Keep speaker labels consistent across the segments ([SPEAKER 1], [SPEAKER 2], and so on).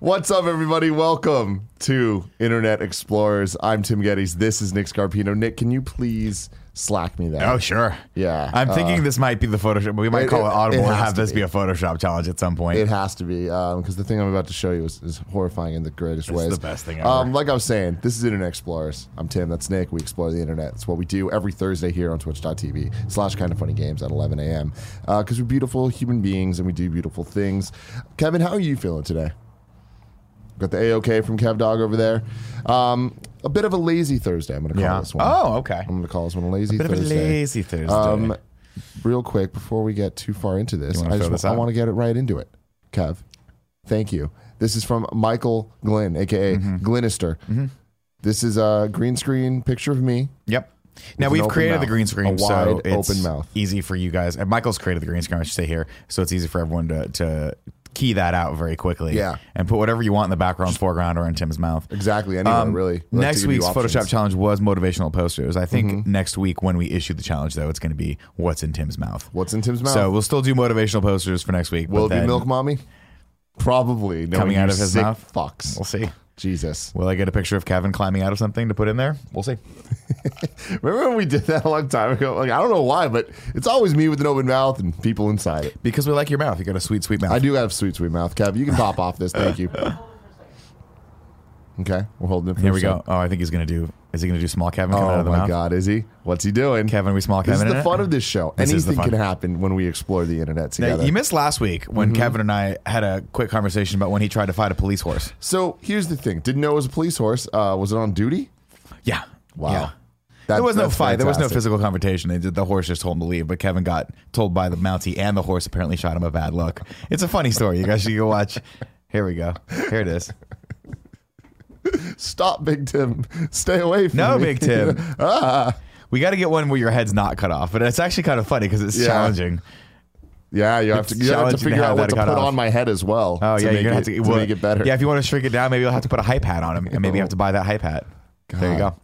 [SPEAKER 1] What's up, everybody? Welcome to Internet Explorers. I'm Tim Geddes. This is Nick Scarpino. Nick, can you please slack me that?
[SPEAKER 2] Oh, sure.
[SPEAKER 1] Yeah,
[SPEAKER 2] I'm
[SPEAKER 1] uh,
[SPEAKER 2] thinking this might be the Photoshop. We might
[SPEAKER 1] it-
[SPEAKER 2] call
[SPEAKER 1] it-
[SPEAKER 2] it, Audible
[SPEAKER 1] it
[SPEAKER 2] and
[SPEAKER 1] has
[SPEAKER 2] have
[SPEAKER 1] to
[SPEAKER 2] this
[SPEAKER 1] be.
[SPEAKER 2] be. a Photoshop challenge at some point.
[SPEAKER 1] It has to be because the thing I'm about to show you is, is horrifying in the greatest ways.
[SPEAKER 2] the best thing
[SPEAKER 1] Um,
[SPEAKER 2] ever.
[SPEAKER 1] like I was saying, this is Internet Explorers. I'm Tim. That's Nick. We explore the internet. It's what we do every Thursday here on Twitch.tv slash Kind of Funny Games at 11 a.m. Because uh, we're beautiful human beings and we do beautiful things. Kevin, how are you feeling today? Got the AOK from Kev Dog over there. Um, a bit of a lazy Thursday. I'm going to call
[SPEAKER 2] yeah.
[SPEAKER 1] this one.
[SPEAKER 2] Oh, okay.
[SPEAKER 1] I'm going to call this one a lazy
[SPEAKER 2] Bit of a
[SPEAKER 1] Thursday.
[SPEAKER 2] lazy Thursday.
[SPEAKER 1] Um, real quick before we get too far into this,
[SPEAKER 2] You
[SPEAKER 1] I,
[SPEAKER 2] wanna
[SPEAKER 1] just,
[SPEAKER 2] throw this
[SPEAKER 1] I
[SPEAKER 2] out?
[SPEAKER 1] want to get it right into it. Kev, thank you. This is from Michael Glynn, aka
[SPEAKER 2] Mm-hmm.
[SPEAKER 1] Glenister. This is a green screen picture of me.
[SPEAKER 2] yep. Now
[SPEAKER 1] an
[SPEAKER 2] we've
[SPEAKER 1] open
[SPEAKER 2] created
[SPEAKER 1] mouth.
[SPEAKER 2] the green screen,
[SPEAKER 1] A
[SPEAKER 2] so
[SPEAKER 1] wide
[SPEAKER 2] it's
[SPEAKER 1] open mouth.
[SPEAKER 2] easy for you guys. And Michael's created the green screen. I should say here, so it's easy for everyone to to key that out very quickly.
[SPEAKER 1] Yeah.
[SPEAKER 2] And put whatever you want in the background, foreground, or in Tim's mouth.
[SPEAKER 1] Exactly. Anywhere,
[SPEAKER 2] Um,
[SPEAKER 1] really. We like to
[SPEAKER 2] Next
[SPEAKER 1] give you
[SPEAKER 2] week's
[SPEAKER 1] options. Mm-hmm.
[SPEAKER 2] Photoshop challenge was motivational posters. I think next week when we issue the challenge, though, it's going to be what's in Tim's mouth.
[SPEAKER 1] What's in Tim's mouth?
[SPEAKER 2] So we'll still do motivational posters for next week. but
[SPEAKER 1] Will it be
[SPEAKER 2] then
[SPEAKER 1] milk, mommy? Probably. knowing
[SPEAKER 2] Coming out
[SPEAKER 1] you
[SPEAKER 2] of his
[SPEAKER 1] sick
[SPEAKER 2] mouth?
[SPEAKER 1] Fucks.
[SPEAKER 2] We'll see.
[SPEAKER 1] Jesus.
[SPEAKER 2] Will I get a picture of Kevin climbing out of something to put in there? We'll see.
[SPEAKER 1] Remember when we did that a long time ago? Like I don't know why, but it's always me with an open mouth and people inside it.
[SPEAKER 2] Because we like your mouth. You got a sweet, sweet mouth.
[SPEAKER 1] I do have sweet, sweet mouth, Kev. You can pop off this. Thank you. Okay, we're holding it. For
[SPEAKER 2] Here
[SPEAKER 1] a
[SPEAKER 2] we
[SPEAKER 1] sec.
[SPEAKER 2] go. Oh, I think he's gonna do. Is he gonna do small Kevin coming out
[SPEAKER 1] Oh
[SPEAKER 2] of the
[SPEAKER 1] my
[SPEAKER 2] mouth?
[SPEAKER 1] God, is he? What's he doing?
[SPEAKER 2] Kevin, we small
[SPEAKER 1] this
[SPEAKER 2] Kevin.
[SPEAKER 1] is
[SPEAKER 2] in
[SPEAKER 1] the
[SPEAKER 2] it?
[SPEAKER 1] fun of this show.
[SPEAKER 2] This is the
[SPEAKER 1] Anything can
[SPEAKER 2] fun.
[SPEAKER 1] happen when we explore the internet
[SPEAKER 2] Now,
[SPEAKER 1] together.
[SPEAKER 2] you missed last week when Kevin and I had a quick conversation about when he tried to fight a police horse.
[SPEAKER 1] so here's the thing: didn't know it was a police horse. Uh, was it on duty?
[SPEAKER 2] Yeah.
[SPEAKER 1] Wow.
[SPEAKER 2] Yeah.
[SPEAKER 1] That-
[SPEAKER 2] there was no
[SPEAKER 1] that's
[SPEAKER 2] fight. There was no
[SPEAKER 1] fantastic.
[SPEAKER 2] physical confrontation. They did, the horse just told him to leave, but Kevin got told by the Mountie, and the horse apparently shot him a bad look. It's a funny story. You guys should go watch. Here we go. Here it is.
[SPEAKER 1] Stop, Big Tim. Stay away from
[SPEAKER 2] No,
[SPEAKER 1] me. Ah.
[SPEAKER 2] Big Tim. We got to get one where your head's not cut off, but it's actually kind of funny because it's
[SPEAKER 1] Yeah.
[SPEAKER 2] challenging.
[SPEAKER 1] yeah, you have to. You have to
[SPEAKER 2] challenging to
[SPEAKER 1] figure
[SPEAKER 2] have
[SPEAKER 1] out what
[SPEAKER 2] that
[SPEAKER 1] to put
[SPEAKER 2] cut off.
[SPEAKER 1] on my head as well.
[SPEAKER 2] Oh
[SPEAKER 1] to
[SPEAKER 2] yeah,
[SPEAKER 1] make
[SPEAKER 2] you're gonna have
[SPEAKER 1] it- to
[SPEAKER 2] to, well,
[SPEAKER 1] make it better.
[SPEAKER 2] Yeah, if you want to shrink it down, maybe you'll have to put a hype hat on him, and maybe you have to buy that hype hat. There you
[SPEAKER 1] God.
[SPEAKER 2] go.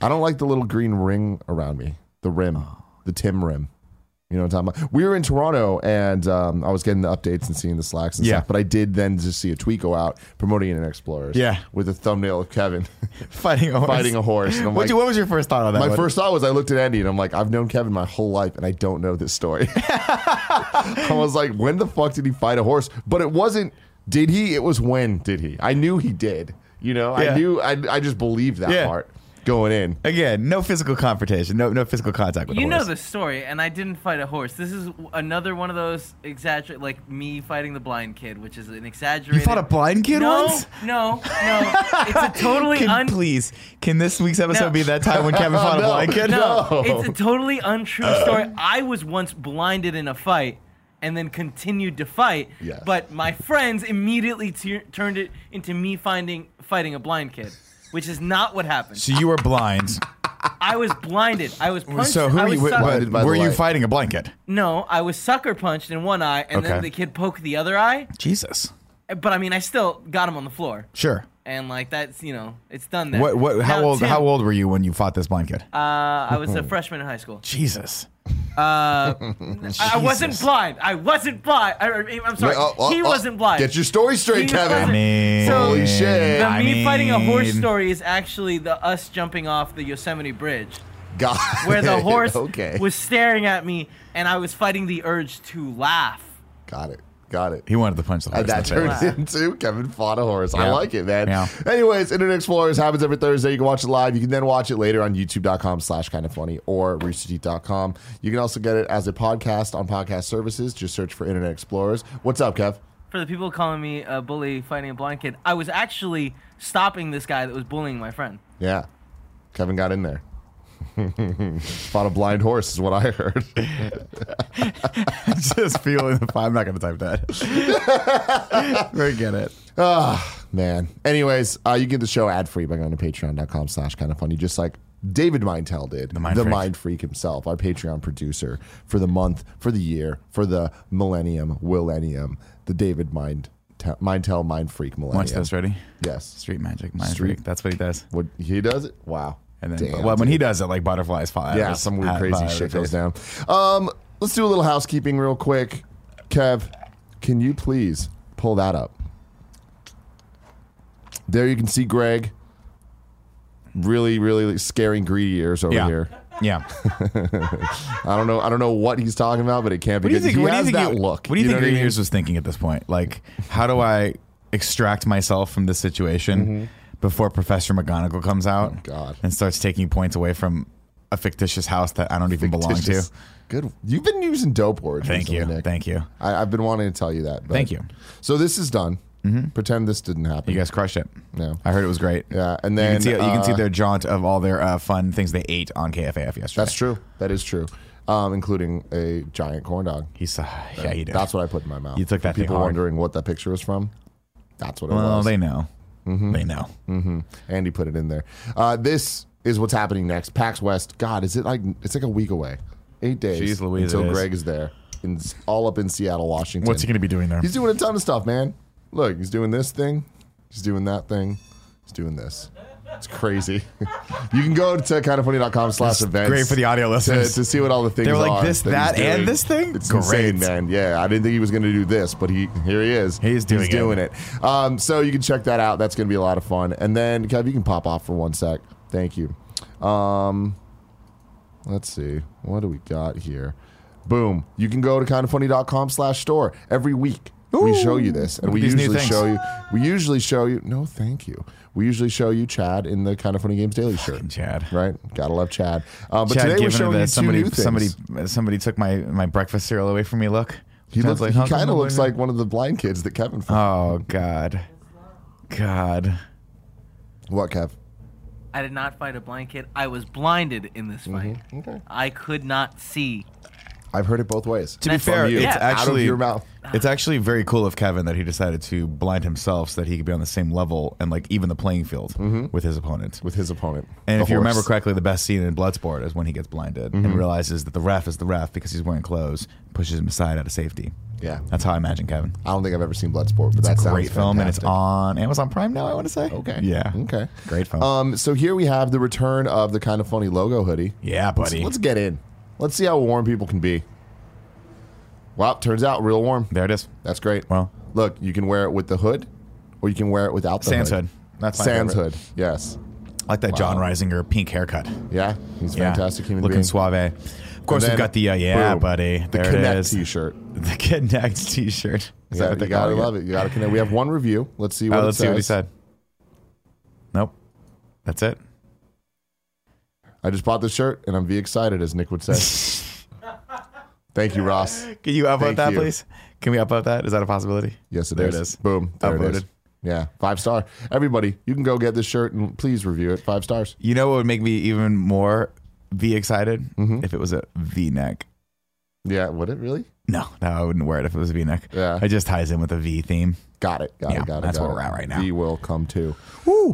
[SPEAKER 1] I don't like the little green ring around me, the rim,
[SPEAKER 2] Oh.
[SPEAKER 1] the Tim rim. You know what I'm talking about? We were in Toronto and um, I was getting the updates and seeing the slacks and
[SPEAKER 2] Yeah.
[SPEAKER 1] stuff, but I did then just see a tweet go out promoting Internet Explorers.
[SPEAKER 2] Yeah.
[SPEAKER 1] With a thumbnail of Kevin
[SPEAKER 2] Fighting a horse.
[SPEAKER 1] fighting a horse. And I'm
[SPEAKER 2] What,
[SPEAKER 1] like,
[SPEAKER 2] you, what was your first thought on that?
[SPEAKER 1] my
[SPEAKER 2] one?
[SPEAKER 1] first thought was I looked at Andy and I'm like, I've known Kevin my whole life and I don't know this story. I was like, when the fuck did he fight a horse? But it wasn't did he? It was when did he? I knew he did. You know, I
[SPEAKER 2] Yeah.
[SPEAKER 1] knew I, I just believed that
[SPEAKER 2] Yeah.
[SPEAKER 1] part going in.
[SPEAKER 2] again, no physical confrontation, no no physical contact with
[SPEAKER 3] You
[SPEAKER 2] the
[SPEAKER 3] know
[SPEAKER 2] horse.
[SPEAKER 3] the story, and I didn't fight a horse. This is w- another one of those exaggerate, like me fighting the blind kid, which is an exaggerated.
[SPEAKER 2] You fought a blind kid
[SPEAKER 3] no,
[SPEAKER 2] once.
[SPEAKER 3] No, no, it's a totally
[SPEAKER 2] Can,
[SPEAKER 3] un.
[SPEAKER 2] please, can this week's episode
[SPEAKER 3] No.
[SPEAKER 2] be that time when Kevin fought a
[SPEAKER 1] No.
[SPEAKER 2] blind kid?
[SPEAKER 3] no,
[SPEAKER 1] No.
[SPEAKER 3] it's a totally untrue story. I was once blinded in a fight. And then continued to fight,
[SPEAKER 1] Yes.
[SPEAKER 3] but my friends immediately tu- turned it into me finding fighting a blind kid, which is not what happened.
[SPEAKER 2] So you were blind.
[SPEAKER 3] I was blinded. I was punched.
[SPEAKER 2] so who
[SPEAKER 3] I
[SPEAKER 2] were
[SPEAKER 3] was
[SPEAKER 2] you? But
[SPEAKER 3] suck-
[SPEAKER 1] Blinded by the
[SPEAKER 2] were you
[SPEAKER 1] light.
[SPEAKER 2] fighting a blind kid?
[SPEAKER 3] No, I was sucker punched in one eye, and then
[SPEAKER 2] Okay.
[SPEAKER 3] the kid poked the other eye.
[SPEAKER 2] Jesus.
[SPEAKER 3] But I mean, I still got him on the floor,
[SPEAKER 2] Sure.
[SPEAKER 3] and like that's you know, it's done. There.
[SPEAKER 2] What? What? How
[SPEAKER 3] Now,
[SPEAKER 2] old?
[SPEAKER 3] Tim,
[SPEAKER 2] How old were you when you fought this blind kid?
[SPEAKER 3] Uh, I was a freshman in high school.
[SPEAKER 2] Jesus.
[SPEAKER 3] Uh, I, I wasn't blind. I wasn't blind. I, am sorry,
[SPEAKER 1] Wait, oh, oh,
[SPEAKER 3] he
[SPEAKER 1] oh,
[SPEAKER 3] wasn't blind.
[SPEAKER 1] Get your story
[SPEAKER 3] He
[SPEAKER 1] straight,
[SPEAKER 3] was
[SPEAKER 1] Kevin.
[SPEAKER 3] blind. So-
[SPEAKER 1] Holy shit.
[SPEAKER 3] the
[SPEAKER 2] I
[SPEAKER 3] me fighting a horse
[SPEAKER 2] mean-
[SPEAKER 3] story is actually the us jumping off the Yosemite Bridge,
[SPEAKER 1] God.
[SPEAKER 3] where the horse
[SPEAKER 1] okay.
[SPEAKER 3] was staring at me, and I was fighting the urge to laugh.
[SPEAKER 1] Got it. Got it.
[SPEAKER 2] He wanted to punch the horse.
[SPEAKER 1] And Uh, that
[SPEAKER 2] in the face.
[SPEAKER 1] turns into Kevin fought a horse. I
[SPEAKER 2] Yeah.
[SPEAKER 1] like it, man.
[SPEAKER 2] Yeah.
[SPEAKER 1] Anyways, Internet Explorers happens every Thursday. You can watch it live. You can then watch it later on youtube.com slash kind of funny or roosterteeth.com. You can also get it as a podcast on podcast services. Just search for Internet Explorers. What's up, Kev?
[SPEAKER 3] for the people calling me a bully fighting a blind kid, I was actually stopping this guy that was bullying my friend.
[SPEAKER 1] Yeah. Kevin got in there. fought a blind horse is what I heard.
[SPEAKER 2] just feeling the fire. I'm not going to type that. we get it.
[SPEAKER 1] Ah, Man. Anyways, uh, you can get the show ad free by going to patreon.com slash kind of funny, just like David Mindtell did. The,
[SPEAKER 2] Mind Freak.
[SPEAKER 1] Freak himself, our Patreon producer for the month, for the year, for the millennium, millennium, the David Mind Mindtell Mind Freak millennium.
[SPEAKER 2] Watch this. Ready?
[SPEAKER 1] Yes.
[SPEAKER 2] Street magic, mind
[SPEAKER 1] Street-
[SPEAKER 2] freak. That's what he does.
[SPEAKER 1] What he does it? Wow.
[SPEAKER 2] And then,
[SPEAKER 1] Damn,
[SPEAKER 2] well, when
[SPEAKER 1] dude.
[SPEAKER 2] he does it, like butterflies fly. out of
[SPEAKER 1] Yeah,
[SPEAKER 2] his
[SPEAKER 1] some weird
[SPEAKER 2] hat, fly
[SPEAKER 1] crazy
[SPEAKER 2] out of
[SPEAKER 1] shit
[SPEAKER 2] his
[SPEAKER 1] goes
[SPEAKER 2] face.
[SPEAKER 1] down. Um, let's do a little housekeeping real quick. Kev, can you please pull that up? There you can see Greg. Really, really scary greedy ears over
[SPEAKER 2] Yeah.
[SPEAKER 1] here.
[SPEAKER 2] Yeah. What
[SPEAKER 1] I don't know. I don't know what he's talking about, but it can't be.
[SPEAKER 2] do you
[SPEAKER 1] good.
[SPEAKER 2] think?
[SPEAKER 1] He
[SPEAKER 2] What do you
[SPEAKER 1] has
[SPEAKER 2] think?
[SPEAKER 1] that
[SPEAKER 2] you-
[SPEAKER 1] look?
[SPEAKER 2] What do you,
[SPEAKER 1] know
[SPEAKER 2] think your
[SPEAKER 1] I mean?
[SPEAKER 2] ears was thinking at this point? Like, how do I extract myself from this situation before Professor McGonagall comes out?
[SPEAKER 1] Mm-hmm. Oh, God.
[SPEAKER 2] And starts taking points away from a fictitious house that I don't even belong to.
[SPEAKER 1] Fictitious. Good. You've been using dope words.
[SPEAKER 2] Thank you.
[SPEAKER 1] recently, Nick.
[SPEAKER 2] Thank you.
[SPEAKER 1] I, I've been wanting to tell you that. but-
[SPEAKER 2] Thank you. Mm-hmm.
[SPEAKER 1] So this is done. Pretend this didn't happen.
[SPEAKER 2] You guys crushed it.
[SPEAKER 1] Yeah.
[SPEAKER 2] I heard it was great.
[SPEAKER 1] yeah, and
[SPEAKER 2] You
[SPEAKER 1] then
[SPEAKER 2] can, see, you can see
[SPEAKER 1] uh,
[SPEAKER 2] their jaunt of all their uh, fun things they ate on KFAF yesterday.
[SPEAKER 1] That's true. That is true, um, including a giant corn dog.
[SPEAKER 2] He's uh, yeah, he did.
[SPEAKER 1] That's what I put in my mouth.
[SPEAKER 2] You took that thing
[SPEAKER 1] People
[SPEAKER 2] hard.
[SPEAKER 1] wondering what that picture was from. That's what it
[SPEAKER 2] well,
[SPEAKER 1] was.
[SPEAKER 2] they know.
[SPEAKER 1] Mm-hmm.
[SPEAKER 2] They know.
[SPEAKER 1] Andy put it in there. Uh, this is what's happening next. PAX West. God, is it like it's like a week away? Eight days
[SPEAKER 2] Jeez Louise,
[SPEAKER 1] until
[SPEAKER 2] it is.
[SPEAKER 1] Greg is there. In, all up in Seattle, Washington.
[SPEAKER 2] What's he going to be doing there?
[SPEAKER 1] He's doing a ton of stuff, man. Look, he's doing this thing, he's doing that thing, he's doing this. It's crazy. you can go to kindoffunny.com slash events.
[SPEAKER 2] Great for the audio
[SPEAKER 1] to,
[SPEAKER 2] listeners.
[SPEAKER 1] to see what all the things
[SPEAKER 2] They were like,
[SPEAKER 1] are
[SPEAKER 2] this,
[SPEAKER 1] he's
[SPEAKER 2] that, and
[SPEAKER 1] doing.
[SPEAKER 2] this thing?
[SPEAKER 1] It's
[SPEAKER 2] Great.
[SPEAKER 1] insane, man. Yeah, I didn't think he was going to do this, but he here he is.
[SPEAKER 2] He's doing
[SPEAKER 1] he's
[SPEAKER 2] it.
[SPEAKER 1] doing it. Um, so you can check that out. That's going to be a lot of fun. And then, Kev, you can pop off for one sec. Thank you. Um, let's see what do we got here boom you can go to kindoffunny.com slash store every week we
[SPEAKER 2] Ooh,
[SPEAKER 1] show you this and
[SPEAKER 2] look
[SPEAKER 1] we
[SPEAKER 2] at these new
[SPEAKER 1] usually
[SPEAKER 2] things.
[SPEAKER 1] show you we usually show you no thank you we usually show you chad in the kind of funny games daily shirt
[SPEAKER 2] Chad.
[SPEAKER 1] right gotta love chad uh, but
[SPEAKER 2] Chad
[SPEAKER 1] today we're
[SPEAKER 2] given
[SPEAKER 1] showing
[SPEAKER 2] the
[SPEAKER 1] you two
[SPEAKER 2] somebody
[SPEAKER 1] new things.
[SPEAKER 2] somebody somebody took my my breakfast cereal away from me. Look,
[SPEAKER 1] he
[SPEAKER 2] Chad's
[SPEAKER 1] looks he
[SPEAKER 2] "How come
[SPEAKER 1] kind of
[SPEAKER 2] I'm
[SPEAKER 1] looks
[SPEAKER 2] learning?"
[SPEAKER 1] like one of the blind kids that kevin found.
[SPEAKER 2] Oh God, God.
[SPEAKER 1] what kev
[SPEAKER 3] I did not fight a blind kid. I was blinded in this fight.
[SPEAKER 2] Mm-hmm.
[SPEAKER 1] okay
[SPEAKER 3] I could not see.
[SPEAKER 1] i've heard it both ways
[SPEAKER 2] To be
[SPEAKER 3] From
[SPEAKER 2] fair,
[SPEAKER 1] you.
[SPEAKER 2] it's
[SPEAKER 3] Yeah. Out
[SPEAKER 1] of
[SPEAKER 2] actually
[SPEAKER 1] your mouth.
[SPEAKER 2] it's actually very cool of Kevin that he decided to blind himself so that he could be on the same level and like even the playing field
[SPEAKER 1] Mm-hmm.
[SPEAKER 2] with his opponent.
[SPEAKER 1] with his opponent
[SPEAKER 2] And
[SPEAKER 1] the
[SPEAKER 2] if you remember
[SPEAKER 1] horse.
[SPEAKER 2] correctly, the best scene in Bloodsport is when he gets blinded and
[SPEAKER 1] Mm-hmm.
[SPEAKER 2] realizes that the ref is the ref because he's wearing clothes, pushes him aside out of safety.
[SPEAKER 1] yeah
[SPEAKER 2] That's how I imagine Kevin.
[SPEAKER 1] i don't think i've ever seen bloodsport but that's
[SPEAKER 2] It's a great film, and it's
[SPEAKER 1] fantastic.
[SPEAKER 2] on Amazon Prime now. I want to say.
[SPEAKER 1] Okay.
[SPEAKER 2] Yeah.
[SPEAKER 1] Okay.
[SPEAKER 2] Great film.
[SPEAKER 1] Um, so here we have the return of the kind of funny logo hoodie.
[SPEAKER 2] yeah,
[SPEAKER 1] Let's,
[SPEAKER 2] buddy.
[SPEAKER 1] let's get in. Let's see how warm people can be. Wow, turns out real warm.
[SPEAKER 2] there it is.
[SPEAKER 1] That's great.
[SPEAKER 2] Well.
[SPEAKER 1] look, you can wear it with the hood, or you can wear it without the
[SPEAKER 2] Sans
[SPEAKER 1] hood.
[SPEAKER 2] hood. That's my
[SPEAKER 1] Sans
[SPEAKER 2] favorite.
[SPEAKER 1] hood. Yes.
[SPEAKER 2] I like that John
[SPEAKER 1] Wow.
[SPEAKER 2] Reisinger pink haircut.
[SPEAKER 1] Yeah, he's a
[SPEAKER 2] Yeah.
[SPEAKER 1] fantastic human
[SPEAKER 2] Looking
[SPEAKER 1] being.
[SPEAKER 2] suave. Of course,
[SPEAKER 1] And
[SPEAKER 2] we've
[SPEAKER 1] then,
[SPEAKER 2] got the uh, yeah,
[SPEAKER 1] boom,
[SPEAKER 2] buddy.
[SPEAKER 1] The
[SPEAKER 2] there it
[SPEAKER 1] Connect
[SPEAKER 2] is.
[SPEAKER 1] T-shirt.
[SPEAKER 2] The Connect T-shirt.
[SPEAKER 1] Is that, you gotta love it. You gotta connect. We have one review. Let's see what
[SPEAKER 2] Oh,
[SPEAKER 1] it
[SPEAKER 2] let's see what he
[SPEAKER 1] says.
[SPEAKER 2] said. Nope. That's it.
[SPEAKER 1] I just bought this shirt and I'm V excited, as Nick would say. Thank you, Ross.
[SPEAKER 2] Can you upvote
[SPEAKER 1] Thank
[SPEAKER 2] that,
[SPEAKER 1] you.
[SPEAKER 2] please? Can we upvote that? Is that a possibility?
[SPEAKER 1] Yes,
[SPEAKER 2] There
[SPEAKER 1] is.
[SPEAKER 2] it is.
[SPEAKER 1] Boom. There it is.
[SPEAKER 2] Upvoted.
[SPEAKER 1] Yeah, five star. Everybody, you can go get this shirt and please review it. Five stars.
[SPEAKER 2] You know what would make me even more V excited
[SPEAKER 1] Mm-hmm.
[SPEAKER 2] if it was a V neck.
[SPEAKER 1] Yeah, would it really?
[SPEAKER 2] No, no, I wouldn't wear it if it was a V neck.
[SPEAKER 1] Yeah.
[SPEAKER 2] It just ties in with the V theme.
[SPEAKER 1] Got it. Got
[SPEAKER 2] Yeah,
[SPEAKER 1] it. Got it.
[SPEAKER 2] that's
[SPEAKER 1] got
[SPEAKER 2] where
[SPEAKER 1] it.
[SPEAKER 2] we're at right now.
[SPEAKER 1] V will come too.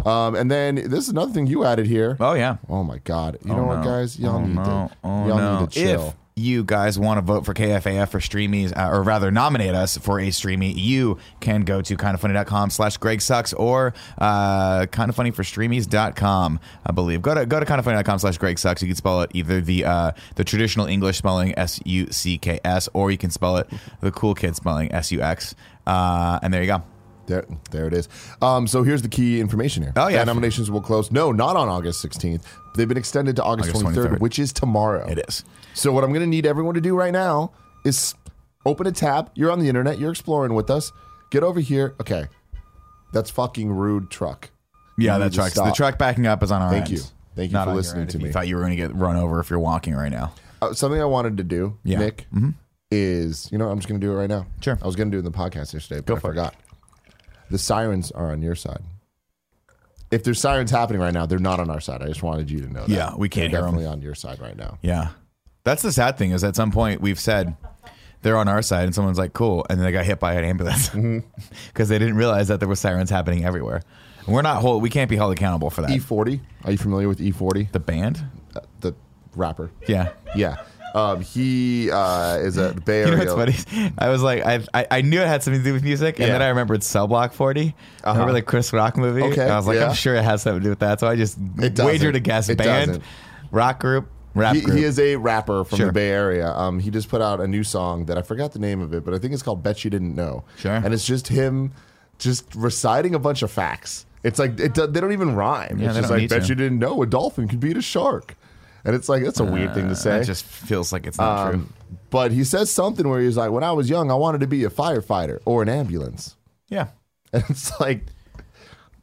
[SPEAKER 1] Um, and then this is another thing you added here.
[SPEAKER 2] Oh yeah.
[SPEAKER 1] Oh my God! You know what, guys? Y'all
[SPEAKER 2] Oh,
[SPEAKER 1] need
[SPEAKER 2] no.
[SPEAKER 1] to.
[SPEAKER 2] Oh,
[SPEAKER 1] y'all
[SPEAKER 2] no.
[SPEAKER 1] need to chill.
[SPEAKER 2] If you guys want to vote for KFAF for streamies, uh, or rather nominate us for a streamy, you can go to kindoffunny.com slash Greg Sucks or uh, kindoffunny for streamies.com, I believe. Go to go to kindoffunny.com slash Greg Sucks. You can spell it either the uh, the traditional English spelling S U C K S, or you can spell it the cool kid spelling S U X. Uh, and there you go.
[SPEAKER 1] There, there it is. Um, so here's the key information here.
[SPEAKER 2] Oh, yeah.
[SPEAKER 1] That nominations will close. No, not on August 16th. They've been extended to August,
[SPEAKER 2] August
[SPEAKER 1] 23rd,
[SPEAKER 2] 23rd.
[SPEAKER 1] which is tomorrow.
[SPEAKER 2] It is.
[SPEAKER 1] So what I'm going to need everyone to do right now is open a tab. You're on the internet. You're exploring with us. Get over here. Okay, that's fucking rude truck.
[SPEAKER 2] Yeah,
[SPEAKER 1] You
[SPEAKER 2] that
[SPEAKER 1] need to
[SPEAKER 2] truck's the
[SPEAKER 1] stop.
[SPEAKER 2] truck backing up is on our
[SPEAKER 1] Thank
[SPEAKER 2] end.
[SPEAKER 1] you. Thank you
[SPEAKER 2] Not
[SPEAKER 1] for
[SPEAKER 2] on your
[SPEAKER 1] listening
[SPEAKER 2] end
[SPEAKER 1] to
[SPEAKER 2] if
[SPEAKER 1] me.
[SPEAKER 2] You thought you were going to get run over if you're walking right now.
[SPEAKER 1] Uh, something I wanted to do,
[SPEAKER 2] Yeah. Mm-hmm.
[SPEAKER 1] Nick, is you know I'm just going to do it right now.
[SPEAKER 2] Sure.
[SPEAKER 1] I was going to do it in the podcast yesterday, but I
[SPEAKER 2] for it.
[SPEAKER 1] forgot. The sirens are on your side. If there's sirens happening right now, they're not on our side. I just wanted you to know. That.
[SPEAKER 2] Yeah, we can't
[SPEAKER 1] they're
[SPEAKER 2] hear 'em.
[SPEAKER 1] definitely on your side right now.
[SPEAKER 2] Yeah. That's the sad thing is at some point we've said they're on our side and someone's like, cool. And then they got hit by an ambulance because
[SPEAKER 1] Mm-hmm.
[SPEAKER 2] they didn't realize that there were sirens happening everywhere. And we're not whole. We can't be held accountable for that.
[SPEAKER 1] E40. E Are you familiar with E40?
[SPEAKER 2] the band?
[SPEAKER 1] Uh, the rapper.
[SPEAKER 2] Yeah.
[SPEAKER 1] Yeah. Um, he uh, is a Bay
[SPEAKER 2] You
[SPEAKER 1] Area.
[SPEAKER 2] know what's funny? I was like, I, I, I knew it had something to do with music, and
[SPEAKER 1] Yeah. Uh-huh.
[SPEAKER 2] then I remembered Cell Block 40. Remember the Chris Rock movie?
[SPEAKER 1] Okay,
[SPEAKER 2] And I was like,
[SPEAKER 1] yeah.
[SPEAKER 2] I'm sure it has something to do with that. So I just
[SPEAKER 1] It doesn't.
[SPEAKER 2] wagered a guess
[SPEAKER 1] It
[SPEAKER 2] band,
[SPEAKER 1] doesn't.
[SPEAKER 2] rock group, rap
[SPEAKER 1] He,
[SPEAKER 2] group.
[SPEAKER 1] he is a rapper from
[SPEAKER 2] Sure.
[SPEAKER 1] the Bay Area. Um, he just put out a new song that I forgot the name of it, but I think it's called "Bet You Didn't Know."
[SPEAKER 2] Sure.
[SPEAKER 1] And it's just him, just reciting a bunch of facts. It's like it, do- they don't even rhyme.
[SPEAKER 2] Yeah,
[SPEAKER 1] it's just
[SPEAKER 2] they don't
[SPEAKER 1] like
[SPEAKER 2] need
[SPEAKER 1] bet
[SPEAKER 2] to.
[SPEAKER 1] you didn't know a dolphin could beat a shark, and it's like that's a weird thing to say.
[SPEAKER 2] That Uh, just feels like it's not true.
[SPEAKER 1] Um, but he says something where he's like, "When I was young, I wanted to be a firefighter or an ambulance,"
[SPEAKER 2] Yeah.
[SPEAKER 1] and it's like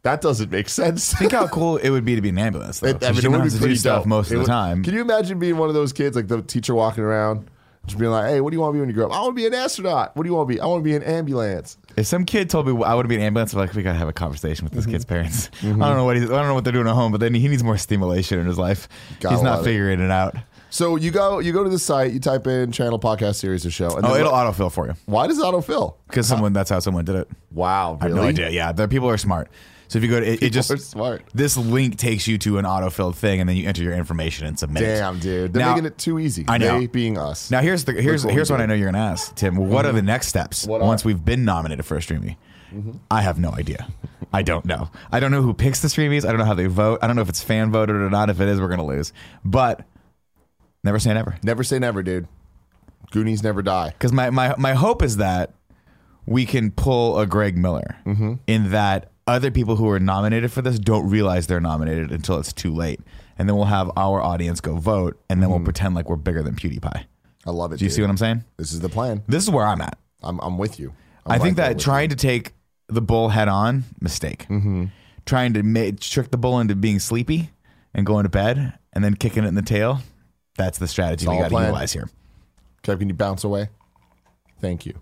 [SPEAKER 1] that doesn't make sense.
[SPEAKER 2] Think how cool it would be to be an ambulance. Though,
[SPEAKER 1] I
[SPEAKER 2] 'cause
[SPEAKER 1] mean,
[SPEAKER 2] you
[SPEAKER 1] it
[SPEAKER 2] don't
[SPEAKER 1] would
[SPEAKER 2] have
[SPEAKER 1] be
[SPEAKER 2] to do
[SPEAKER 1] pretty
[SPEAKER 2] stuff
[SPEAKER 1] dope.
[SPEAKER 2] most
[SPEAKER 1] It
[SPEAKER 2] of the
[SPEAKER 1] would-
[SPEAKER 2] time.
[SPEAKER 1] Can you imagine being one of those kids, like the teacher walking around, just being like, "Hey, what do you want to be when you grow up? I want to be an astronaut. What do you want to be? I want to be an ambulance."
[SPEAKER 2] If some kid told me I would be an ambulance, I'm like, we gotta have a conversation with this
[SPEAKER 1] Mhm.
[SPEAKER 2] kid's parents. I don't know what he's, I don't know what they're doing at home, but then he needs more stimulation in his life.
[SPEAKER 1] Gotta
[SPEAKER 2] he's
[SPEAKER 1] love
[SPEAKER 2] not
[SPEAKER 1] it.
[SPEAKER 2] figuring it, out.
[SPEAKER 1] So you go, you go to the site, you type in channel podcast series or show, and
[SPEAKER 2] Oh,
[SPEAKER 1] then
[SPEAKER 2] it'll
[SPEAKER 1] what-
[SPEAKER 2] autofill for you
[SPEAKER 1] why does it autofill?
[SPEAKER 2] because someone that's how someone did it.
[SPEAKER 1] Wow,
[SPEAKER 2] I have no idea. Yeah, the people are smart. So if you go to it, it just
[SPEAKER 1] are smart.
[SPEAKER 2] This link takes you to an autofilled thing, and then you enter your information and submit. it.
[SPEAKER 1] Damn, dude, they're
[SPEAKER 2] Now-
[SPEAKER 1] making it too easy.
[SPEAKER 2] I know.
[SPEAKER 1] They being us.
[SPEAKER 2] Now here's the here's
[SPEAKER 1] Look what
[SPEAKER 2] here's
[SPEAKER 1] we
[SPEAKER 2] what
[SPEAKER 1] did.
[SPEAKER 2] I
[SPEAKER 1] Mhm.
[SPEAKER 2] know you're gonna ask Tim. What are the next steps
[SPEAKER 1] What are- Mm-hmm.
[SPEAKER 2] once we've been nominated for a streamy? I have no idea. I don't know. I don't know who picks the streamies. I don't know how they vote. I don't know if it's fan voted or not. If it is, we're gonna lose. But never say never,
[SPEAKER 1] never say never, dude. Goonies never die.
[SPEAKER 2] because my my my hope is that we can pull a Greg Miller
[SPEAKER 1] Mm-hmm.
[SPEAKER 2] in that other people who are nominated for this don't realize they're nominated until it's too late, and then we'll have our audience go vote, and then
[SPEAKER 1] Mm-hmm.
[SPEAKER 2] we'll pretend like we're bigger than PewDiePie.
[SPEAKER 1] I love it.
[SPEAKER 2] Do you see what I'm saying?
[SPEAKER 1] This is the plan.
[SPEAKER 2] This is where I'm at.
[SPEAKER 1] I'm, I'm with you. I'm
[SPEAKER 2] I think
[SPEAKER 1] right there
[SPEAKER 2] that
[SPEAKER 1] with
[SPEAKER 2] trying to take the bull head on mistake,
[SPEAKER 1] Mm-hmm.
[SPEAKER 2] trying to ma- trick the bull into being sleepy and going to bed, and then kicking it in the tail. That's the strategy we
[SPEAKER 1] all
[SPEAKER 2] got to
[SPEAKER 1] planned.
[SPEAKER 2] utilize here.
[SPEAKER 1] Kev, can you bounce away? Thank you.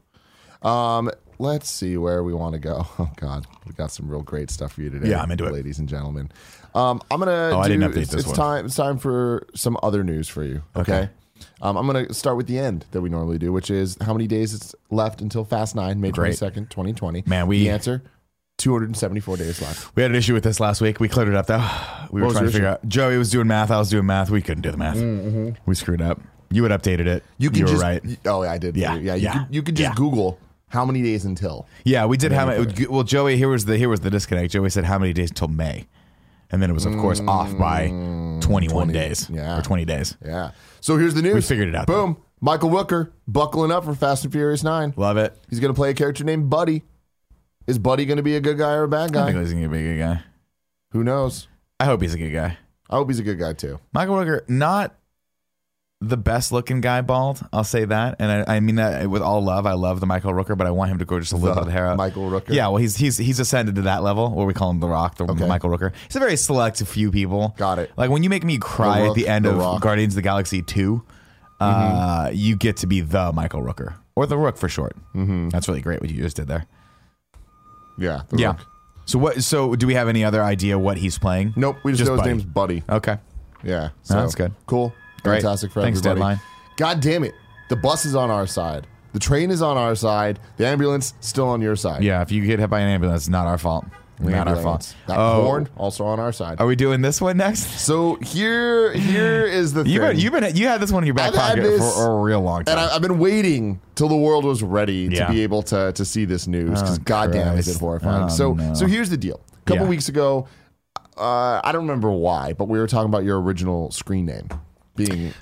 [SPEAKER 1] Um, let's see where we want to go. Oh God, we got some real great stuff for you today.
[SPEAKER 2] Yeah, I'm into it.
[SPEAKER 1] ladies and gentlemen. Um, I'm gonna.
[SPEAKER 2] Oh, I
[SPEAKER 1] do-
[SPEAKER 2] didn't update
[SPEAKER 1] it's,
[SPEAKER 2] this
[SPEAKER 1] it's
[SPEAKER 2] one.
[SPEAKER 1] time. It's time for some other news for you. Okay.
[SPEAKER 2] Okay.
[SPEAKER 1] Um, I'm gonna start with the end that we normally do, which is how many days it's left until Fast Nine, May
[SPEAKER 2] Great.
[SPEAKER 1] 22nd, 2020.
[SPEAKER 2] Man, we-
[SPEAKER 1] the answer: 274 days left.
[SPEAKER 2] We had an issue with this last week. We cleared it up though. We were
[SPEAKER 1] was your Mm, mm-hmm.
[SPEAKER 2] trying to figure out. Joey was doing math. I was doing math. We couldn't do the math. We screwed up. You had updated it. you were
[SPEAKER 1] just,
[SPEAKER 2] right.
[SPEAKER 1] Oh, yeah, I did.
[SPEAKER 2] Yeah,
[SPEAKER 1] yeah. You
[SPEAKER 2] yeah,
[SPEAKER 1] could, you could just
[SPEAKER 2] yeah.
[SPEAKER 1] Google how many days until.
[SPEAKER 2] Yeah, we did have it. Well, Joey, here was the here was the disconnect. Joey said how many days till May, and then it was of course off by twenty one days
[SPEAKER 1] Mm, yeah.
[SPEAKER 2] or twenty days.
[SPEAKER 1] Yeah. So here's the news. We
[SPEAKER 2] figured it out,
[SPEAKER 1] Boom. Michael Rooker buckling up for Fast and Furious Nine.
[SPEAKER 2] Love it.
[SPEAKER 1] He's going to play a character named Buddy. Is Buddy going to be a good guy or a bad
[SPEAKER 2] I
[SPEAKER 1] guy?
[SPEAKER 2] think he's gonna be a good guy.
[SPEAKER 1] Who knows?
[SPEAKER 2] I hope he's a good guy.
[SPEAKER 1] I hope he's a good guy too.
[SPEAKER 2] Michael Rooker, not the best looking guy, bald. I'll say that, and I, I mean that with all love. I love the Michael Rooker, but I want him to grow just a little
[SPEAKER 1] The
[SPEAKER 2] bit of hair out.
[SPEAKER 1] Michael Rooker.
[SPEAKER 2] Yeah, well, he's he's he's ascended to that level where we call him the Rock, the
[SPEAKER 1] Okay.
[SPEAKER 2] Michael Rooker. It's a very select few people.
[SPEAKER 1] Got it.
[SPEAKER 2] Like when you make me cry
[SPEAKER 1] The
[SPEAKER 2] at the
[SPEAKER 1] Rook,
[SPEAKER 2] end
[SPEAKER 1] The
[SPEAKER 2] of
[SPEAKER 1] Rock. Mm-hmm.
[SPEAKER 2] Guardians of the Galaxy Two, uh, you get to be the Michael Rooker or the Rook for short. Mm-hmm. That's really great what you just did there.
[SPEAKER 1] Yeah. the Rook.
[SPEAKER 2] So what? So do we have any other idea what he's playing?
[SPEAKER 1] Nope. We just,
[SPEAKER 2] Just
[SPEAKER 1] know his
[SPEAKER 2] Buddy.
[SPEAKER 1] name's Buddy.
[SPEAKER 2] Okay.
[SPEAKER 1] Yeah.
[SPEAKER 2] that's good.
[SPEAKER 1] Cool.
[SPEAKER 2] Great.
[SPEAKER 1] Fantastic for
[SPEAKER 2] Thanks,
[SPEAKER 1] everybody.
[SPEAKER 2] Deadline.
[SPEAKER 1] God damn it. The bus is on our side. The train is on our side. The ambulance still on your side.
[SPEAKER 2] Yeah, if you get hit by an ambulance, not our fault.
[SPEAKER 1] The
[SPEAKER 2] Not our
[SPEAKER 1] ambulance.
[SPEAKER 2] fault.
[SPEAKER 1] That
[SPEAKER 2] Oh,
[SPEAKER 1] horn also on our side.
[SPEAKER 2] Are we doing this one next?
[SPEAKER 1] So here, here is the thing.
[SPEAKER 2] You've been, you've been, you had this one in your back
[SPEAKER 1] I've had
[SPEAKER 2] pocket
[SPEAKER 1] this-
[SPEAKER 2] for a real long time.
[SPEAKER 1] And I, I've been waiting till the world was ready
[SPEAKER 2] Yeah.
[SPEAKER 1] to be able to to see this news because
[SPEAKER 2] Oh,
[SPEAKER 1] goddamn, is it
[SPEAKER 2] Christ.
[SPEAKER 1] horrifying.
[SPEAKER 2] Oh,
[SPEAKER 1] so
[SPEAKER 2] no.
[SPEAKER 1] so here's the deal. A couple
[SPEAKER 2] Yeah.
[SPEAKER 1] weeks ago, uh, I don't remember why, but we were talking about your original screen name being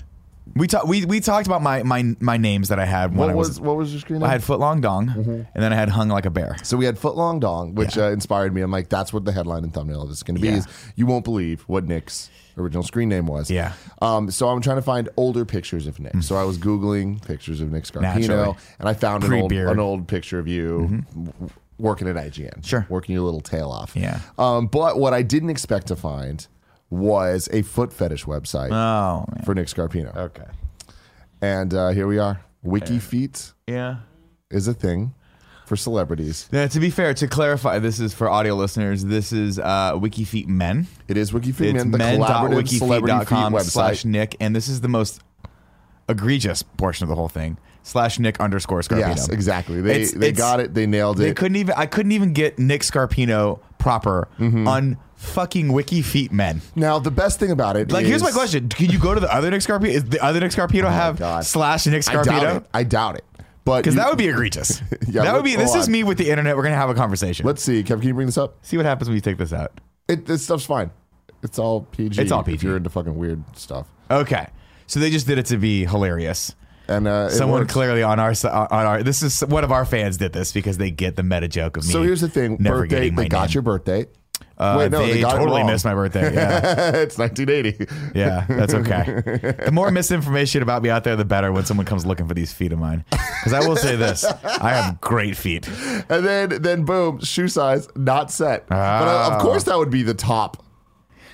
[SPEAKER 2] we talked, we, we talked about my, my, my names that I had when
[SPEAKER 1] what
[SPEAKER 2] I
[SPEAKER 1] was, Mm-hmm.
[SPEAKER 2] was,
[SPEAKER 1] what was your screen name?
[SPEAKER 2] I had foot long dong, and then I had hung like a bear.
[SPEAKER 1] so we had Foot Long Dong, which uh, inspired me. I'm like, that's what the headline and thumbnail of this is going to be.
[SPEAKER 2] Yeah.
[SPEAKER 1] Is you won't believe what Nick's original screen name was.
[SPEAKER 2] Yeah.
[SPEAKER 1] Um. So I'm trying to find older pictures of Nick. So I was googling pictures of Nick
[SPEAKER 2] Naturally.
[SPEAKER 1] Scarpino, and I found an old,
[SPEAKER 2] Pre-beard.
[SPEAKER 1] an old picture of you w- working at IGN.
[SPEAKER 2] Sure.
[SPEAKER 1] Working your little tail off.
[SPEAKER 2] Yeah.
[SPEAKER 1] Um. But what I didn't expect to find was a foot fetish website
[SPEAKER 2] Oh, man.
[SPEAKER 1] for Nick Scarpino,
[SPEAKER 2] okay.
[SPEAKER 1] and uh, here we are. Wiki feet
[SPEAKER 2] Yeah.
[SPEAKER 1] is a thing for celebrities.
[SPEAKER 2] Now, to be fair, to clarify, this is for audio listeners. This is uh, WikiFeet Men.
[SPEAKER 1] It is Wiki Feet
[SPEAKER 2] It's
[SPEAKER 1] Man, the collaborative celebrity feet
[SPEAKER 2] men.wikifeet.com
[SPEAKER 1] website.
[SPEAKER 2] slash Nick, and this is the most egregious portion of the whole thing. Slash Nick underscore Scarpino.
[SPEAKER 1] Yes, exactly. They
[SPEAKER 2] It's-
[SPEAKER 1] they
[SPEAKER 2] it's-
[SPEAKER 1] got it. They nailed
[SPEAKER 2] They
[SPEAKER 1] it.
[SPEAKER 2] couldn't even. I couldn't even get Nick Scarpino proper
[SPEAKER 1] Mm-hmm.
[SPEAKER 2] on fucking Wiki Feet Men.
[SPEAKER 1] now the best thing about it,
[SPEAKER 2] Like, here's
[SPEAKER 1] is-
[SPEAKER 2] my question: Can you go to the other Nick Scarpino? Is the other Nick Scarpino have
[SPEAKER 1] Oh God.
[SPEAKER 2] slash Nick
[SPEAKER 1] I doubt
[SPEAKER 2] Scarpino?
[SPEAKER 1] it. I doubt it. But
[SPEAKER 2] Because
[SPEAKER 1] you-
[SPEAKER 2] that would be egregious.
[SPEAKER 1] Yeah,
[SPEAKER 2] that
[SPEAKER 1] let-
[SPEAKER 2] would be. This
[SPEAKER 1] hold
[SPEAKER 2] is
[SPEAKER 1] on.
[SPEAKER 2] me with the internet. We're gonna have a conversation.
[SPEAKER 1] Let's see, Kev. Can you bring this up?
[SPEAKER 2] see what happens when you take this out.
[SPEAKER 1] It, this stuff's fine. It's all PG.
[SPEAKER 2] It's all
[SPEAKER 1] If
[SPEAKER 2] PG.
[SPEAKER 1] you're into fucking weird stuff,
[SPEAKER 2] Okay, so they just did it to be hilarious.
[SPEAKER 1] and uh, it
[SPEAKER 2] Someone
[SPEAKER 1] works.
[SPEAKER 2] clearly on our si- on our this is one of our fans did this because they get the meta joke of me.
[SPEAKER 1] So here's the thing.
[SPEAKER 2] never
[SPEAKER 1] birthday.
[SPEAKER 2] getting my
[SPEAKER 1] They got
[SPEAKER 2] name.
[SPEAKER 1] your birthday.
[SPEAKER 2] Uh,
[SPEAKER 1] Wait, no,
[SPEAKER 2] they,
[SPEAKER 1] they got it
[SPEAKER 2] totally
[SPEAKER 1] wrong.
[SPEAKER 2] missed my birthday. Yeah.
[SPEAKER 1] it's 1980.
[SPEAKER 2] Yeah, that's okay. The more misinformation about me out there, the better when someone comes looking for these feet of mine. Because I will say this I have great feet.
[SPEAKER 1] and then then boom, shoe size not set. But uh,
[SPEAKER 2] Ah.
[SPEAKER 1] of course, that would be the top.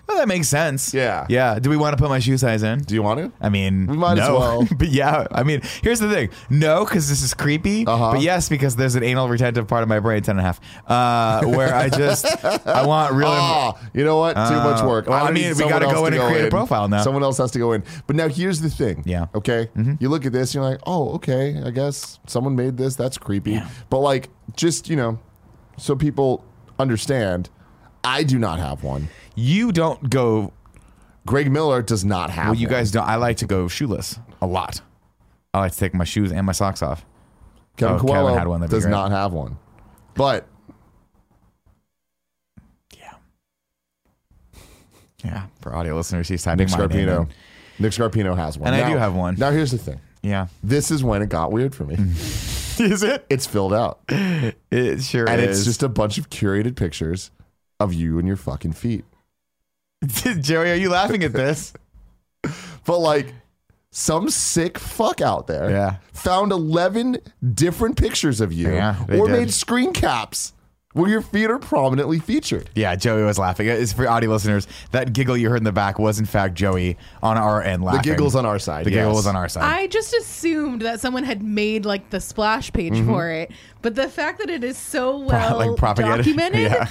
[SPEAKER 2] Well, that makes sense.
[SPEAKER 1] Yeah.
[SPEAKER 2] Yeah. Do we want to put my shoe size in?
[SPEAKER 1] Do you want to?
[SPEAKER 2] I mean,
[SPEAKER 1] We might as
[SPEAKER 2] no.
[SPEAKER 1] well.
[SPEAKER 2] but yeah, I mean, here's the thing. No, because this is creepy.
[SPEAKER 1] Uh-huh.
[SPEAKER 2] But yes, because there's an anal retentive part of my brain, 10 and a half, uh, where I just, I want really. Ah.
[SPEAKER 1] Ah, you know what? Too much work.
[SPEAKER 2] well, I
[SPEAKER 1] don't
[SPEAKER 2] mean,
[SPEAKER 1] need
[SPEAKER 2] we
[SPEAKER 1] someone
[SPEAKER 2] gotta
[SPEAKER 1] else
[SPEAKER 2] go
[SPEAKER 1] to
[SPEAKER 2] in and create a profile now.
[SPEAKER 1] Someone else has to go in. But now here's the thing.
[SPEAKER 2] Yeah. Mm-hmm.
[SPEAKER 1] Okay. You look at this, you're like, oh, okay. I guess someone made this. That's creepy. But like, just you know, so people understand, I do not have one.
[SPEAKER 2] You don't go,
[SPEAKER 1] Greg Miller does not have.
[SPEAKER 2] well, you
[SPEAKER 1] one.
[SPEAKER 2] guys don't. I like to go shoeless a lot. I like to take my shoes and my socks off.
[SPEAKER 1] Kevin
[SPEAKER 2] oh,
[SPEAKER 1] Coelho
[SPEAKER 2] Kevin had one, that'd be
[SPEAKER 1] does
[SPEAKER 2] great.
[SPEAKER 1] not have one. But
[SPEAKER 2] Yeah. Yeah. For audio listeners, he's typing
[SPEAKER 1] Nick
[SPEAKER 2] my name
[SPEAKER 1] Scarpino,
[SPEAKER 2] in.
[SPEAKER 1] Nick Scarpino has one,
[SPEAKER 2] And I
[SPEAKER 1] Now-
[SPEAKER 2] do have one.
[SPEAKER 1] Now here's the thing.
[SPEAKER 2] Yeah.
[SPEAKER 1] This is when it got weird for me.
[SPEAKER 2] Is it?
[SPEAKER 1] it's filled out.
[SPEAKER 2] It sure
[SPEAKER 1] and
[SPEAKER 2] is.
[SPEAKER 1] it's just a bunch of curated pictures of you and your fucking feet.
[SPEAKER 2] Joey, are you laughing at this?
[SPEAKER 1] But like some sick fuck out there
[SPEAKER 2] Yeah.
[SPEAKER 1] found 11 different pictures of you
[SPEAKER 2] Yeah, they
[SPEAKER 1] or
[SPEAKER 2] did.
[SPEAKER 1] made screen caps where your feet are prominently featured.
[SPEAKER 2] Yeah, Joey was laughing. It's for audio listeners. That giggle you heard in the back was, in fact, Joey on our end laughing.
[SPEAKER 1] The giggles on our side.
[SPEAKER 2] The
[SPEAKER 1] yes.
[SPEAKER 2] giggle was on our side.
[SPEAKER 4] I just assumed that someone had made like the splash page for it, but the fact that it is so well
[SPEAKER 2] Mm-hmm. like, propaganda.
[SPEAKER 4] documented
[SPEAKER 2] Yeah.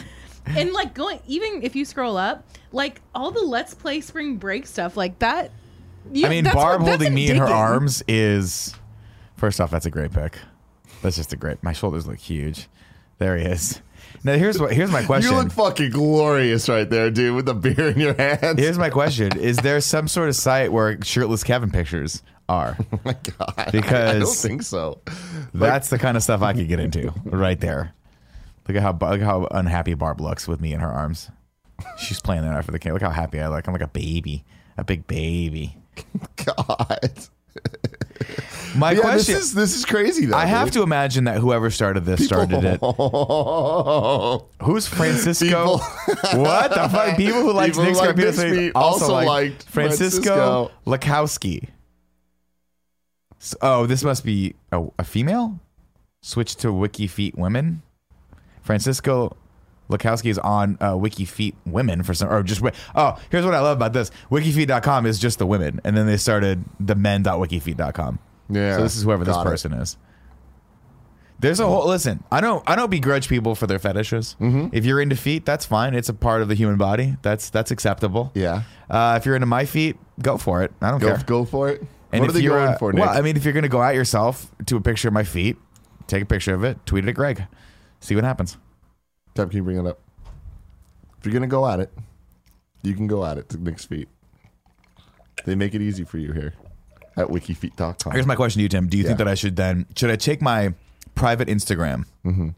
[SPEAKER 4] and like going even if you scroll up, like all the Let's Play Spring Break stuff, like that. You,
[SPEAKER 2] I mean,
[SPEAKER 4] that's
[SPEAKER 2] Barb
[SPEAKER 4] what- that's
[SPEAKER 2] holding me in her
[SPEAKER 4] indicative.
[SPEAKER 2] arms is, first off, that's a great pick. That's just a great. My shoulders look huge. There he is. Now here's what. Here's my question.
[SPEAKER 1] You look fucking glorious right there, dude, with the beer in your hands.
[SPEAKER 2] here's my question. Is there some sort of site where shirtless Kevin pictures are?
[SPEAKER 1] oh my God. I don't
[SPEAKER 2] Because-
[SPEAKER 1] think so.
[SPEAKER 2] That's the kind of stuff I could get into right there. Look at how look how unhappy Barb looks with me in her arms. She's playing that out for the kid. Look how happy I look. I'm like a baby, a big baby.
[SPEAKER 1] God.
[SPEAKER 2] My
[SPEAKER 1] Yeah, this
[SPEAKER 2] question:
[SPEAKER 1] is this is crazy though.
[SPEAKER 2] I have to imagine that whoever started this started it.
[SPEAKER 1] to
[SPEAKER 2] Who's Francisco?
[SPEAKER 1] People-
[SPEAKER 2] what the fuck? People who like
[SPEAKER 1] People who
[SPEAKER 2] Nick
[SPEAKER 1] like
[SPEAKER 2] Scarpino
[SPEAKER 1] Nick
[SPEAKER 2] say-
[SPEAKER 1] Sweet
[SPEAKER 2] also,
[SPEAKER 1] also
[SPEAKER 2] like
[SPEAKER 1] liked
[SPEAKER 2] Francisco, Lakowski. S- oh, this must be a, a female. Switch to Wiki Feet Women. Francisco Lakowski is on uh, Wiki Feet Women for some, or just wi- oh, here's what I love about this: WikiFeet.com is just the women, and then they started the men.wikifeet.com.
[SPEAKER 1] Yeah.
[SPEAKER 2] So this is whoever this
[SPEAKER 1] Got it.
[SPEAKER 2] person is. There's a whole listen. I don't. I don't begrudge people for their fetishes.
[SPEAKER 1] Mm-hmm.
[SPEAKER 2] If you're into feet, that's fine. It's a part of the human body. That's that's acceptable.
[SPEAKER 1] Yeah.
[SPEAKER 2] Uh, if you're into my feet, go for it. I don't
[SPEAKER 1] Go,
[SPEAKER 2] care.
[SPEAKER 1] go for it.
[SPEAKER 2] And
[SPEAKER 1] what are
[SPEAKER 2] if
[SPEAKER 1] they
[SPEAKER 2] you're,
[SPEAKER 1] going
[SPEAKER 2] uh,
[SPEAKER 1] for, Nick?
[SPEAKER 2] Well, I mean, if you're gonna go out yourself to a picture of my feet, take a picture of it, tweet it at Greg, see what happens.
[SPEAKER 1] Tab, can you bring it up? If you're gonna go at it, you can go at it to Nick's feet. They make it easy for you here at
[SPEAKER 2] Here's
[SPEAKER 1] wikifeet.com.
[SPEAKER 2] my question to you, Tim. Do you think
[SPEAKER 1] Yeah.
[SPEAKER 2] that I should then should I take my private Instagram
[SPEAKER 1] Mm-hmm.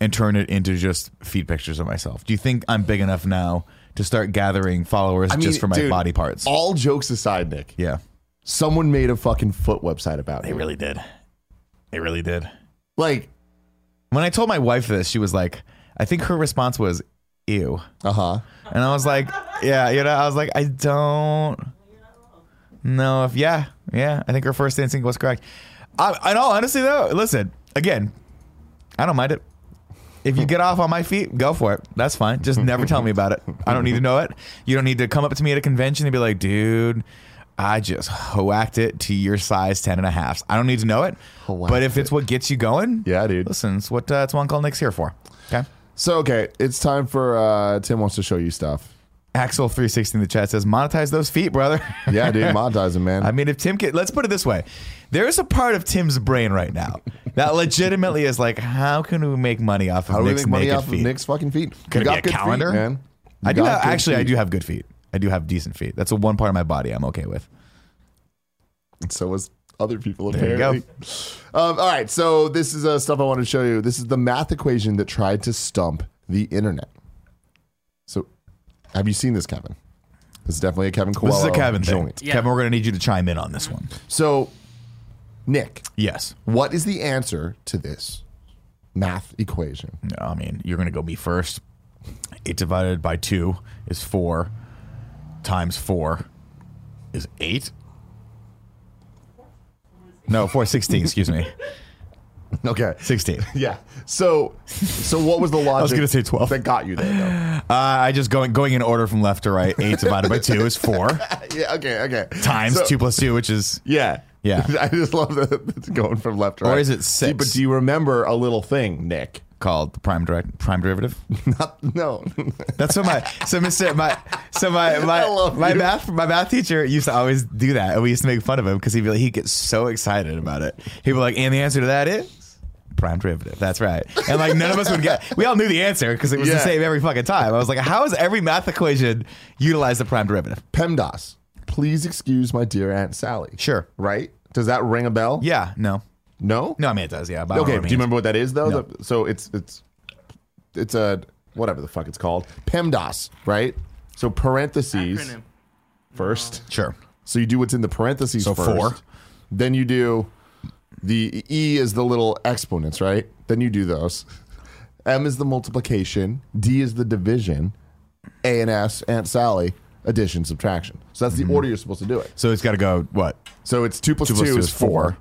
[SPEAKER 2] and turn it into just feed pictures of myself? Do you think I'm big enough now to start gathering followers just for my
[SPEAKER 1] dude,
[SPEAKER 2] body parts?
[SPEAKER 1] All jokes aside, Nick,
[SPEAKER 2] yeah,
[SPEAKER 1] someone made a fucking foot website about it.
[SPEAKER 2] really did. They really did.
[SPEAKER 1] Like,
[SPEAKER 2] When I told my wife this, she was like, I think her response was, "Ew,"
[SPEAKER 1] uh huh.
[SPEAKER 2] and I was like, "Yeah, you know," I was like, "I don't know if yeah, yeah." I think her first instinct was correct. I, in all honesty, though, listen again, I don't mind it. If you get off on my feet, go for it. That's fine. Just never tell me about it. I don't need to know it. You don't need to come up to me at a convention and be like, dude, I just whacked it to your size 10 and a half. I don't need to know it.
[SPEAKER 1] Whacked
[SPEAKER 2] But if it's what gets you going,
[SPEAKER 1] Yeah, dude.
[SPEAKER 2] listen, it's what, uh, it's what Uncle Nick's here for. Okay.
[SPEAKER 1] So, okay, it's time for uh, Tim wants to show you stuff.
[SPEAKER 2] Axel360 in the chat says, monetize those feet, brother.
[SPEAKER 1] Yeah, dude, monetize him, man.
[SPEAKER 2] I mean, if Tim can, let's put it this way. There is a part of Tim's brain right now that legitimately is like, how can we make money off of
[SPEAKER 1] How do we
[SPEAKER 2] Nick's
[SPEAKER 1] make money
[SPEAKER 2] naked
[SPEAKER 1] off
[SPEAKER 2] feet?
[SPEAKER 1] of Nick's fucking feet?
[SPEAKER 2] Could it
[SPEAKER 1] you
[SPEAKER 2] be
[SPEAKER 1] got
[SPEAKER 2] a
[SPEAKER 1] good
[SPEAKER 2] calendar?
[SPEAKER 1] feet, man. You
[SPEAKER 2] I do
[SPEAKER 1] got
[SPEAKER 2] have,
[SPEAKER 1] good
[SPEAKER 2] actually. I
[SPEAKER 1] feet.
[SPEAKER 2] do have good feet. I do have decent feet. That's the one part of my body I'm okay with.
[SPEAKER 1] So was other people
[SPEAKER 2] you
[SPEAKER 1] apparently. Um, all right, so this is uh, stuff I wanted to show you. This is the math equation that tried to stump the internet. So, have you seen this, Kevin? This is definitely a Kevin
[SPEAKER 2] This
[SPEAKER 1] Coelho
[SPEAKER 2] is a Kevin thing.
[SPEAKER 1] joint.
[SPEAKER 3] Yeah.
[SPEAKER 2] Kevin, we're gonna need you to chime in on this one.
[SPEAKER 1] So, Nick,
[SPEAKER 2] Yes.
[SPEAKER 1] what is the answer to this math equation?
[SPEAKER 2] No, I mean, you're gonna go me first. Eight divided by two is four. Times four is eight. No, four sixteen. excuse me,
[SPEAKER 1] Okay.
[SPEAKER 2] sixteen.
[SPEAKER 1] Yeah. So, so what was the logic? I
[SPEAKER 2] was gonna say 12.
[SPEAKER 1] that got you there. though?
[SPEAKER 2] Uh, I just going going in order from left to right. Eight divided by two is four.
[SPEAKER 1] Yeah. Okay. Okay.
[SPEAKER 2] Times
[SPEAKER 1] So-
[SPEAKER 2] two plus two, which is
[SPEAKER 1] Yeah.
[SPEAKER 2] Yeah.
[SPEAKER 1] I just love that it's going from left to
[SPEAKER 2] Or
[SPEAKER 1] right.
[SPEAKER 2] is it
[SPEAKER 1] See, but
[SPEAKER 2] six?
[SPEAKER 1] do you remember a little thing, Nick?
[SPEAKER 2] called the prime direct prime derivative.
[SPEAKER 1] Not, no.
[SPEAKER 2] That's what my so Mister my so my my
[SPEAKER 1] I love
[SPEAKER 2] my
[SPEAKER 1] you.
[SPEAKER 2] math my math teacher used to always do that, and we used to make fun of him because he'd be like, he gets so excited about it. He'd be like, and the answer to that is prime derivative. That's right. And like none of us would get. We all knew the answer because it was the
[SPEAKER 1] Yeah.
[SPEAKER 2] same every fucking time. I was like, how is every math equation utilize the prime derivative?
[SPEAKER 1] PEMDAS. Please excuse my dear Aunt Sally.
[SPEAKER 2] Sure.
[SPEAKER 1] Right? Does that ring a bell?
[SPEAKER 2] Yeah. No.
[SPEAKER 1] No.
[SPEAKER 2] No. I mean it does. Yeah. but I don't
[SPEAKER 1] Okay.
[SPEAKER 2] know
[SPEAKER 1] Do you
[SPEAKER 2] what it means.
[SPEAKER 1] remember what that is though? The- so it's it's it's a whatever the fuck it's called. PEMDAS. Right. So parentheses
[SPEAKER 3] Acronym.
[SPEAKER 1] first.
[SPEAKER 2] Sure.
[SPEAKER 1] So you do what's in the parentheses
[SPEAKER 2] So
[SPEAKER 1] first.
[SPEAKER 2] four.
[SPEAKER 1] Then you do the E is the little exponents, right? Then you do those. M is the multiplication. D is the division. A and S, Aunt Sally, addition, subtraction. So that's the order you're supposed to do it.
[SPEAKER 2] So it's got to go what
[SPEAKER 1] So it's Mm-hmm. two plus two, is, four.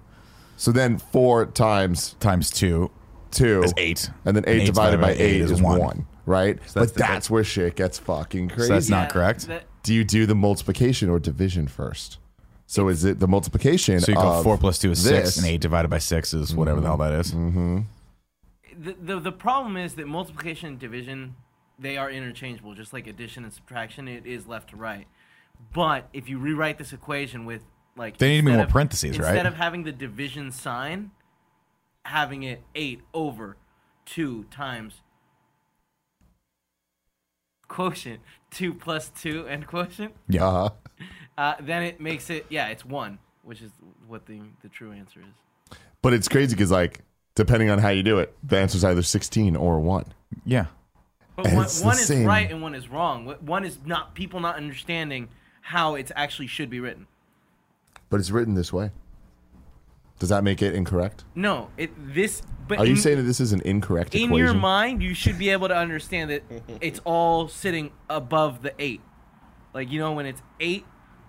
[SPEAKER 1] So then four times
[SPEAKER 2] times two.
[SPEAKER 1] two
[SPEAKER 2] Is eight.
[SPEAKER 1] and then eight,
[SPEAKER 2] And eight
[SPEAKER 1] divided by eight is, one. right?
[SPEAKER 2] that's
[SPEAKER 1] but
[SPEAKER 2] the-
[SPEAKER 1] that's where shit gets fucking crazy.
[SPEAKER 2] that's not correct?
[SPEAKER 3] that-
[SPEAKER 1] do you do the multiplication or division first? So is it the multiplication?
[SPEAKER 2] So you go
[SPEAKER 1] of
[SPEAKER 2] four plus two is six,
[SPEAKER 1] this?
[SPEAKER 2] and eight divided by six is whatever the hell that is.
[SPEAKER 1] Mm-hmm.
[SPEAKER 3] the, the the problem is that multiplication and division they are interchangeable just like addition and subtraction it is left to right but if you rewrite this equation with like
[SPEAKER 2] They need to be
[SPEAKER 3] instead
[SPEAKER 2] more
[SPEAKER 3] of-
[SPEAKER 2] parentheses, right?
[SPEAKER 3] instead of having the division sign having it 8 over 2 times quotient 2 plus 2 and quotient
[SPEAKER 2] Yeah.
[SPEAKER 1] Uh-huh.
[SPEAKER 3] uh, then it makes it yeah it's 1 which is what the the true answer is
[SPEAKER 1] But it's crazy because like depending on how you do it, the answer's either sixteen or one.
[SPEAKER 2] Yeah.
[SPEAKER 3] But
[SPEAKER 1] And
[SPEAKER 3] one,
[SPEAKER 1] it's the
[SPEAKER 3] one is
[SPEAKER 1] same.
[SPEAKER 3] right and one is wrong. Wh- One is not people not understanding how it's actually should be written.
[SPEAKER 1] But it's written this way. Does that make it incorrect?
[SPEAKER 3] No, it this. But
[SPEAKER 1] Are you
[SPEAKER 3] in,
[SPEAKER 1] saying that this is an incorrect
[SPEAKER 3] in
[SPEAKER 1] equation?
[SPEAKER 3] your mind you should be able to understand that it's all sitting above the eight? Like you know when it's eight,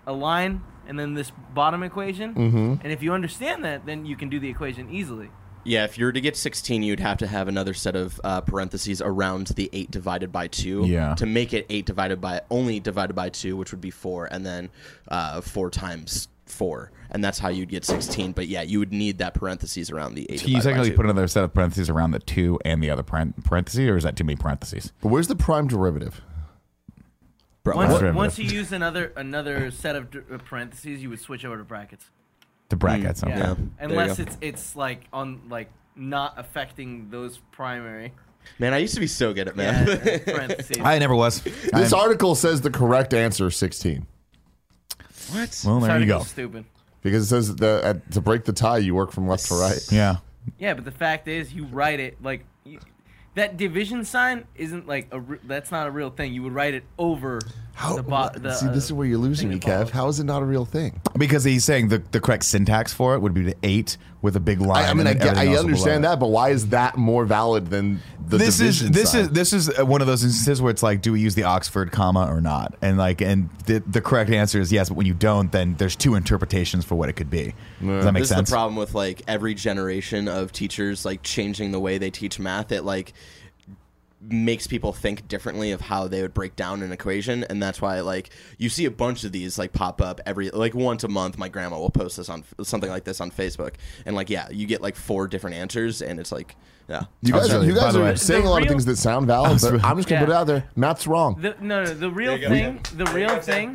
[SPEAKER 3] a line, and then this bottom equation. Mm-hmm. And if you understand that, then you can do the equation easily.
[SPEAKER 5] Yeah, if you were to get 16, you'd have to have another set of uh, parentheses around the 8 divided by 2
[SPEAKER 2] Yeah.
[SPEAKER 5] to make it 8 divided by, only divided by 2, which would be 4, and then uh, 4 times 4. And that's how you'd get 16. But yeah, you would need that parentheses around the 8
[SPEAKER 2] Can you
[SPEAKER 5] divided by
[SPEAKER 2] technically
[SPEAKER 5] 2.
[SPEAKER 2] put another set of parentheses around the two and the other paren- parentheses, or is that too many parentheses?
[SPEAKER 1] But where's the prime derivative?
[SPEAKER 5] Bro,
[SPEAKER 3] Once,
[SPEAKER 2] Derivative.
[SPEAKER 3] once you use another another set of d- uh, parentheses, you would switch over to brackets.
[SPEAKER 2] The brackets. okay.
[SPEAKER 3] Mm, Yeah.
[SPEAKER 5] there you
[SPEAKER 3] Unless
[SPEAKER 5] go.
[SPEAKER 3] it's it's like on like not affecting those primary
[SPEAKER 5] man, I used to be so good at
[SPEAKER 3] yeah,
[SPEAKER 5] math.
[SPEAKER 3] parentheses.
[SPEAKER 2] I never was.
[SPEAKER 1] This
[SPEAKER 2] I'm-
[SPEAKER 1] article says the correct answer is sixteen
[SPEAKER 5] what?
[SPEAKER 2] well, there you
[SPEAKER 3] Article's
[SPEAKER 2] go.
[SPEAKER 3] Stupid.
[SPEAKER 1] because it says the, uh, to break the tie, you work from left to right.
[SPEAKER 2] Yeah.
[SPEAKER 3] Yeah, but the fact is, you write it like you, that division sign isn't like a. re- That's not a real thing. You would write it over the, bo- the uh,
[SPEAKER 1] see, this is where you're losing
[SPEAKER 3] thing
[SPEAKER 1] me,
[SPEAKER 3] that follows.
[SPEAKER 1] Kev. How is it not a real thing?
[SPEAKER 2] Because he's saying the, the correct syntax for it would be the eight with a big line.
[SPEAKER 1] I, I mean, I,
[SPEAKER 2] and
[SPEAKER 1] get-
[SPEAKER 2] everything
[SPEAKER 1] I
[SPEAKER 2] else below
[SPEAKER 1] understand
[SPEAKER 2] it.
[SPEAKER 1] that, but why is that more valid than the
[SPEAKER 2] this is
[SPEAKER 1] division
[SPEAKER 2] this
[SPEAKER 1] sign?
[SPEAKER 2] is this is uh, one of those instances where it's like, do we use the Oxford comma or not? And like, and the, the correct answer is yes, but when you don't, then there's two interpretations for what it could be. Does that make
[SPEAKER 5] this
[SPEAKER 2] sense?
[SPEAKER 5] is the problem with like every generation of teachers like changing the way they teach math it like makes people think differently of how they would break down an equation and that's why like you see a bunch of these like pop up every like once a month my grandma will post this on something like this on facebook and like yeah you get like four different answers and it's like yeah
[SPEAKER 1] You guys,
[SPEAKER 2] Australia.
[SPEAKER 1] you
[SPEAKER 2] By
[SPEAKER 1] guys
[SPEAKER 2] the
[SPEAKER 1] are
[SPEAKER 2] way.
[SPEAKER 1] saying a lot of
[SPEAKER 3] The real-
[SPEAKER 1] things that sound valid, but I'm just gonna put it
[SPEAKER 3] Yeah.
[SPEAKER 1] out there. Matt's wrong.
[SPEAKER 3] uh, The, no, no, the real thing. The real thing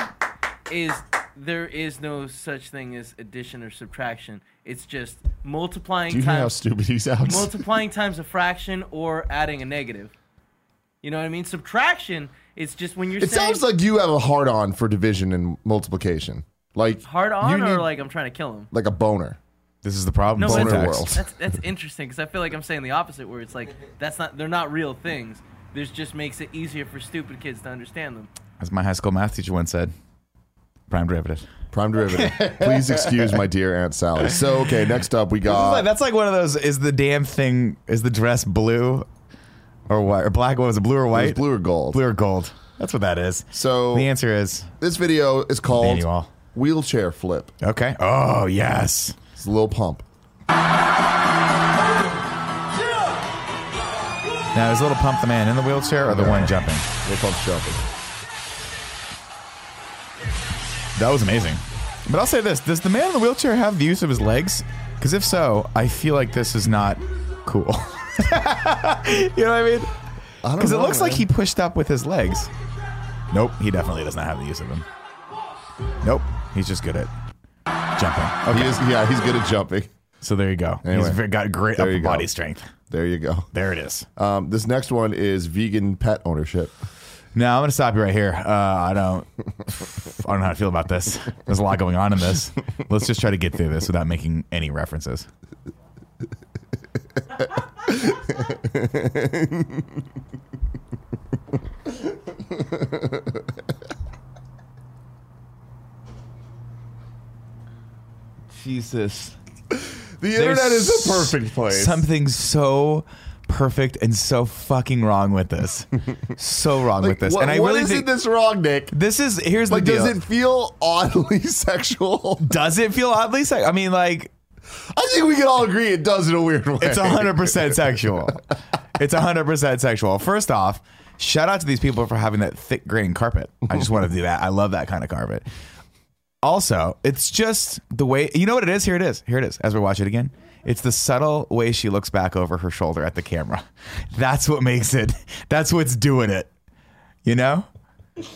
[SPEAKER 3] is there is no such thing as addition or subtraction. It's just multiplying
[SPEAKER 1] Do you know how
[SPEAKER 3] times
[SPEAKER 1] stupid he sounds?
[SPEAKER 3] multiplying times a fraction or adding a negative. You know what I mean? Subtraction is just when you're
[SPEAKER 1] It
[SPEAKER 3] saying
[SPEAKER 1] sounds like you have a hard on for division and multiplication. Like
[SPEAKER 3] hard
[SPEAKER 1] you
[SPEAKER 3] on
[SPEAKER 1] need,
[SPEAKER 3] or like I'm trying to kill him.
[SPEAKER 1] like a boner.
[SPEAKER 2] This is the problem.
[SPEAKER 3] No,
[SPEAKER 1] Boner
[SPEAKER 2] syntax.
[SPEAKER 1] world.
[SPEAKER 3] That's that's interesting because I feel like I'm saying the opposite, where it's like that's not they're not real things. This just makes it easier for stupid kids to understand them.
[SPEAKER 2] As my high school math teacher once said, prime derivative.
[SPEAKER 1] Prime derivative. Please excuse my dear Aunt Sally. So okay, next up we got
[SPEAKER 2] that's like one of those is the damn thing, is the dress blue? or white or black. What was it? Blue or white?
[SPEAKER 1] It was blue or gold.
[SPEAKER 2] Blue or gold. That's what that is.
[SPEAKER 1] So-
[SPEAKER 2] the answer is
[SPEAKER 1] This video is called
[SPEAKER 2] Manual.
[SPEAKER 1] Wheelchair Flip.
[SPEAKER 2] okay. Oh yes.
[SPEAKER 1] It's a little pump.
[SPEAKER 2] Now is little pump the man in the wheelchair or the one jumping?
[SPEAKER 1] Little pump jumping.
[SPEAKER 2] That was amazing. But I'll say this: Does the man in the wheelchair have the use of his legs? Because if so, I feel like this is not cool. you know what I mean?
[SPEAKER 1] I don't
[SPEAKER 2] Because it
[SPEAKER 1] know,
[SPEAKER 2] looks like
[SPEAKER 1] man.
[SPEAKER 2] he pushed up with his legs. Oh, Nope, he definitely does not have the use of them. Nope, he's just good at jumping. Okay,
[SPEAKER 1] He is, yeah, he's good at jumping.
[SPEAKER 2] so there you go.
[SPEAKER 1] Anyway,
[SPEAKER 2] he's ve- got great
[SPEAKER 1] there
[SPEAKER 2] upper
[SPEAKER 1] you go.
[SPEAKER 2] body strength.
[SPEAKER 1] There you go.
[SPEAKER 2] There it is.
[SPEAKER 1] Um, this next one is vegan pet ownership.
[SPEAKER 2] Now I'm gonna stop you right here. Uh, I don't, I don't know how to feel about this. There's a lot going on in this. Let's just try to get through this without making any references. Jesus.
[SPEAKER 1] The
[SPEAKER 2] There's
[SPEAKER 1] internet is a perfect place.
[SPEAKER 2] Something so perfect and so fucking wrong with this. so wrong with
[SPEAKER 1] like,
[SPEAKER 2] this.
[SPEAKER 1] what-
[SPEAKER 2] and I
[SPEAKER 1] what
[SPEAKER 2] really
[SPEAKER 1] is
[SPEAKER 2] think
[SPEAKER 1] it that's wrong, Nick?
[SPEAKER 2] this is here's
[SPEAKER 1] Like,
[SPEAKER 2] the deal.
[SPEAKER 1] does it feel oddly sexual?
[SPEAKER 2] Does it feel oddly sexual? I mean, like
[SPEAKER 1] I think we can all agree it does in a weird way.
[SPEAKER 2] it's hundred percent sexual. It's hundred percent sexual. First off, shout out to these people for having that thick grain carpet. I just want to do that. I love that kind of carpet. Also, it's just the way you know what it is. Here it is. Here it is. As we watch it again, it's the subtle way she looks back over her shoulder at the camera. That's what makes it. That's what's doing it. You know.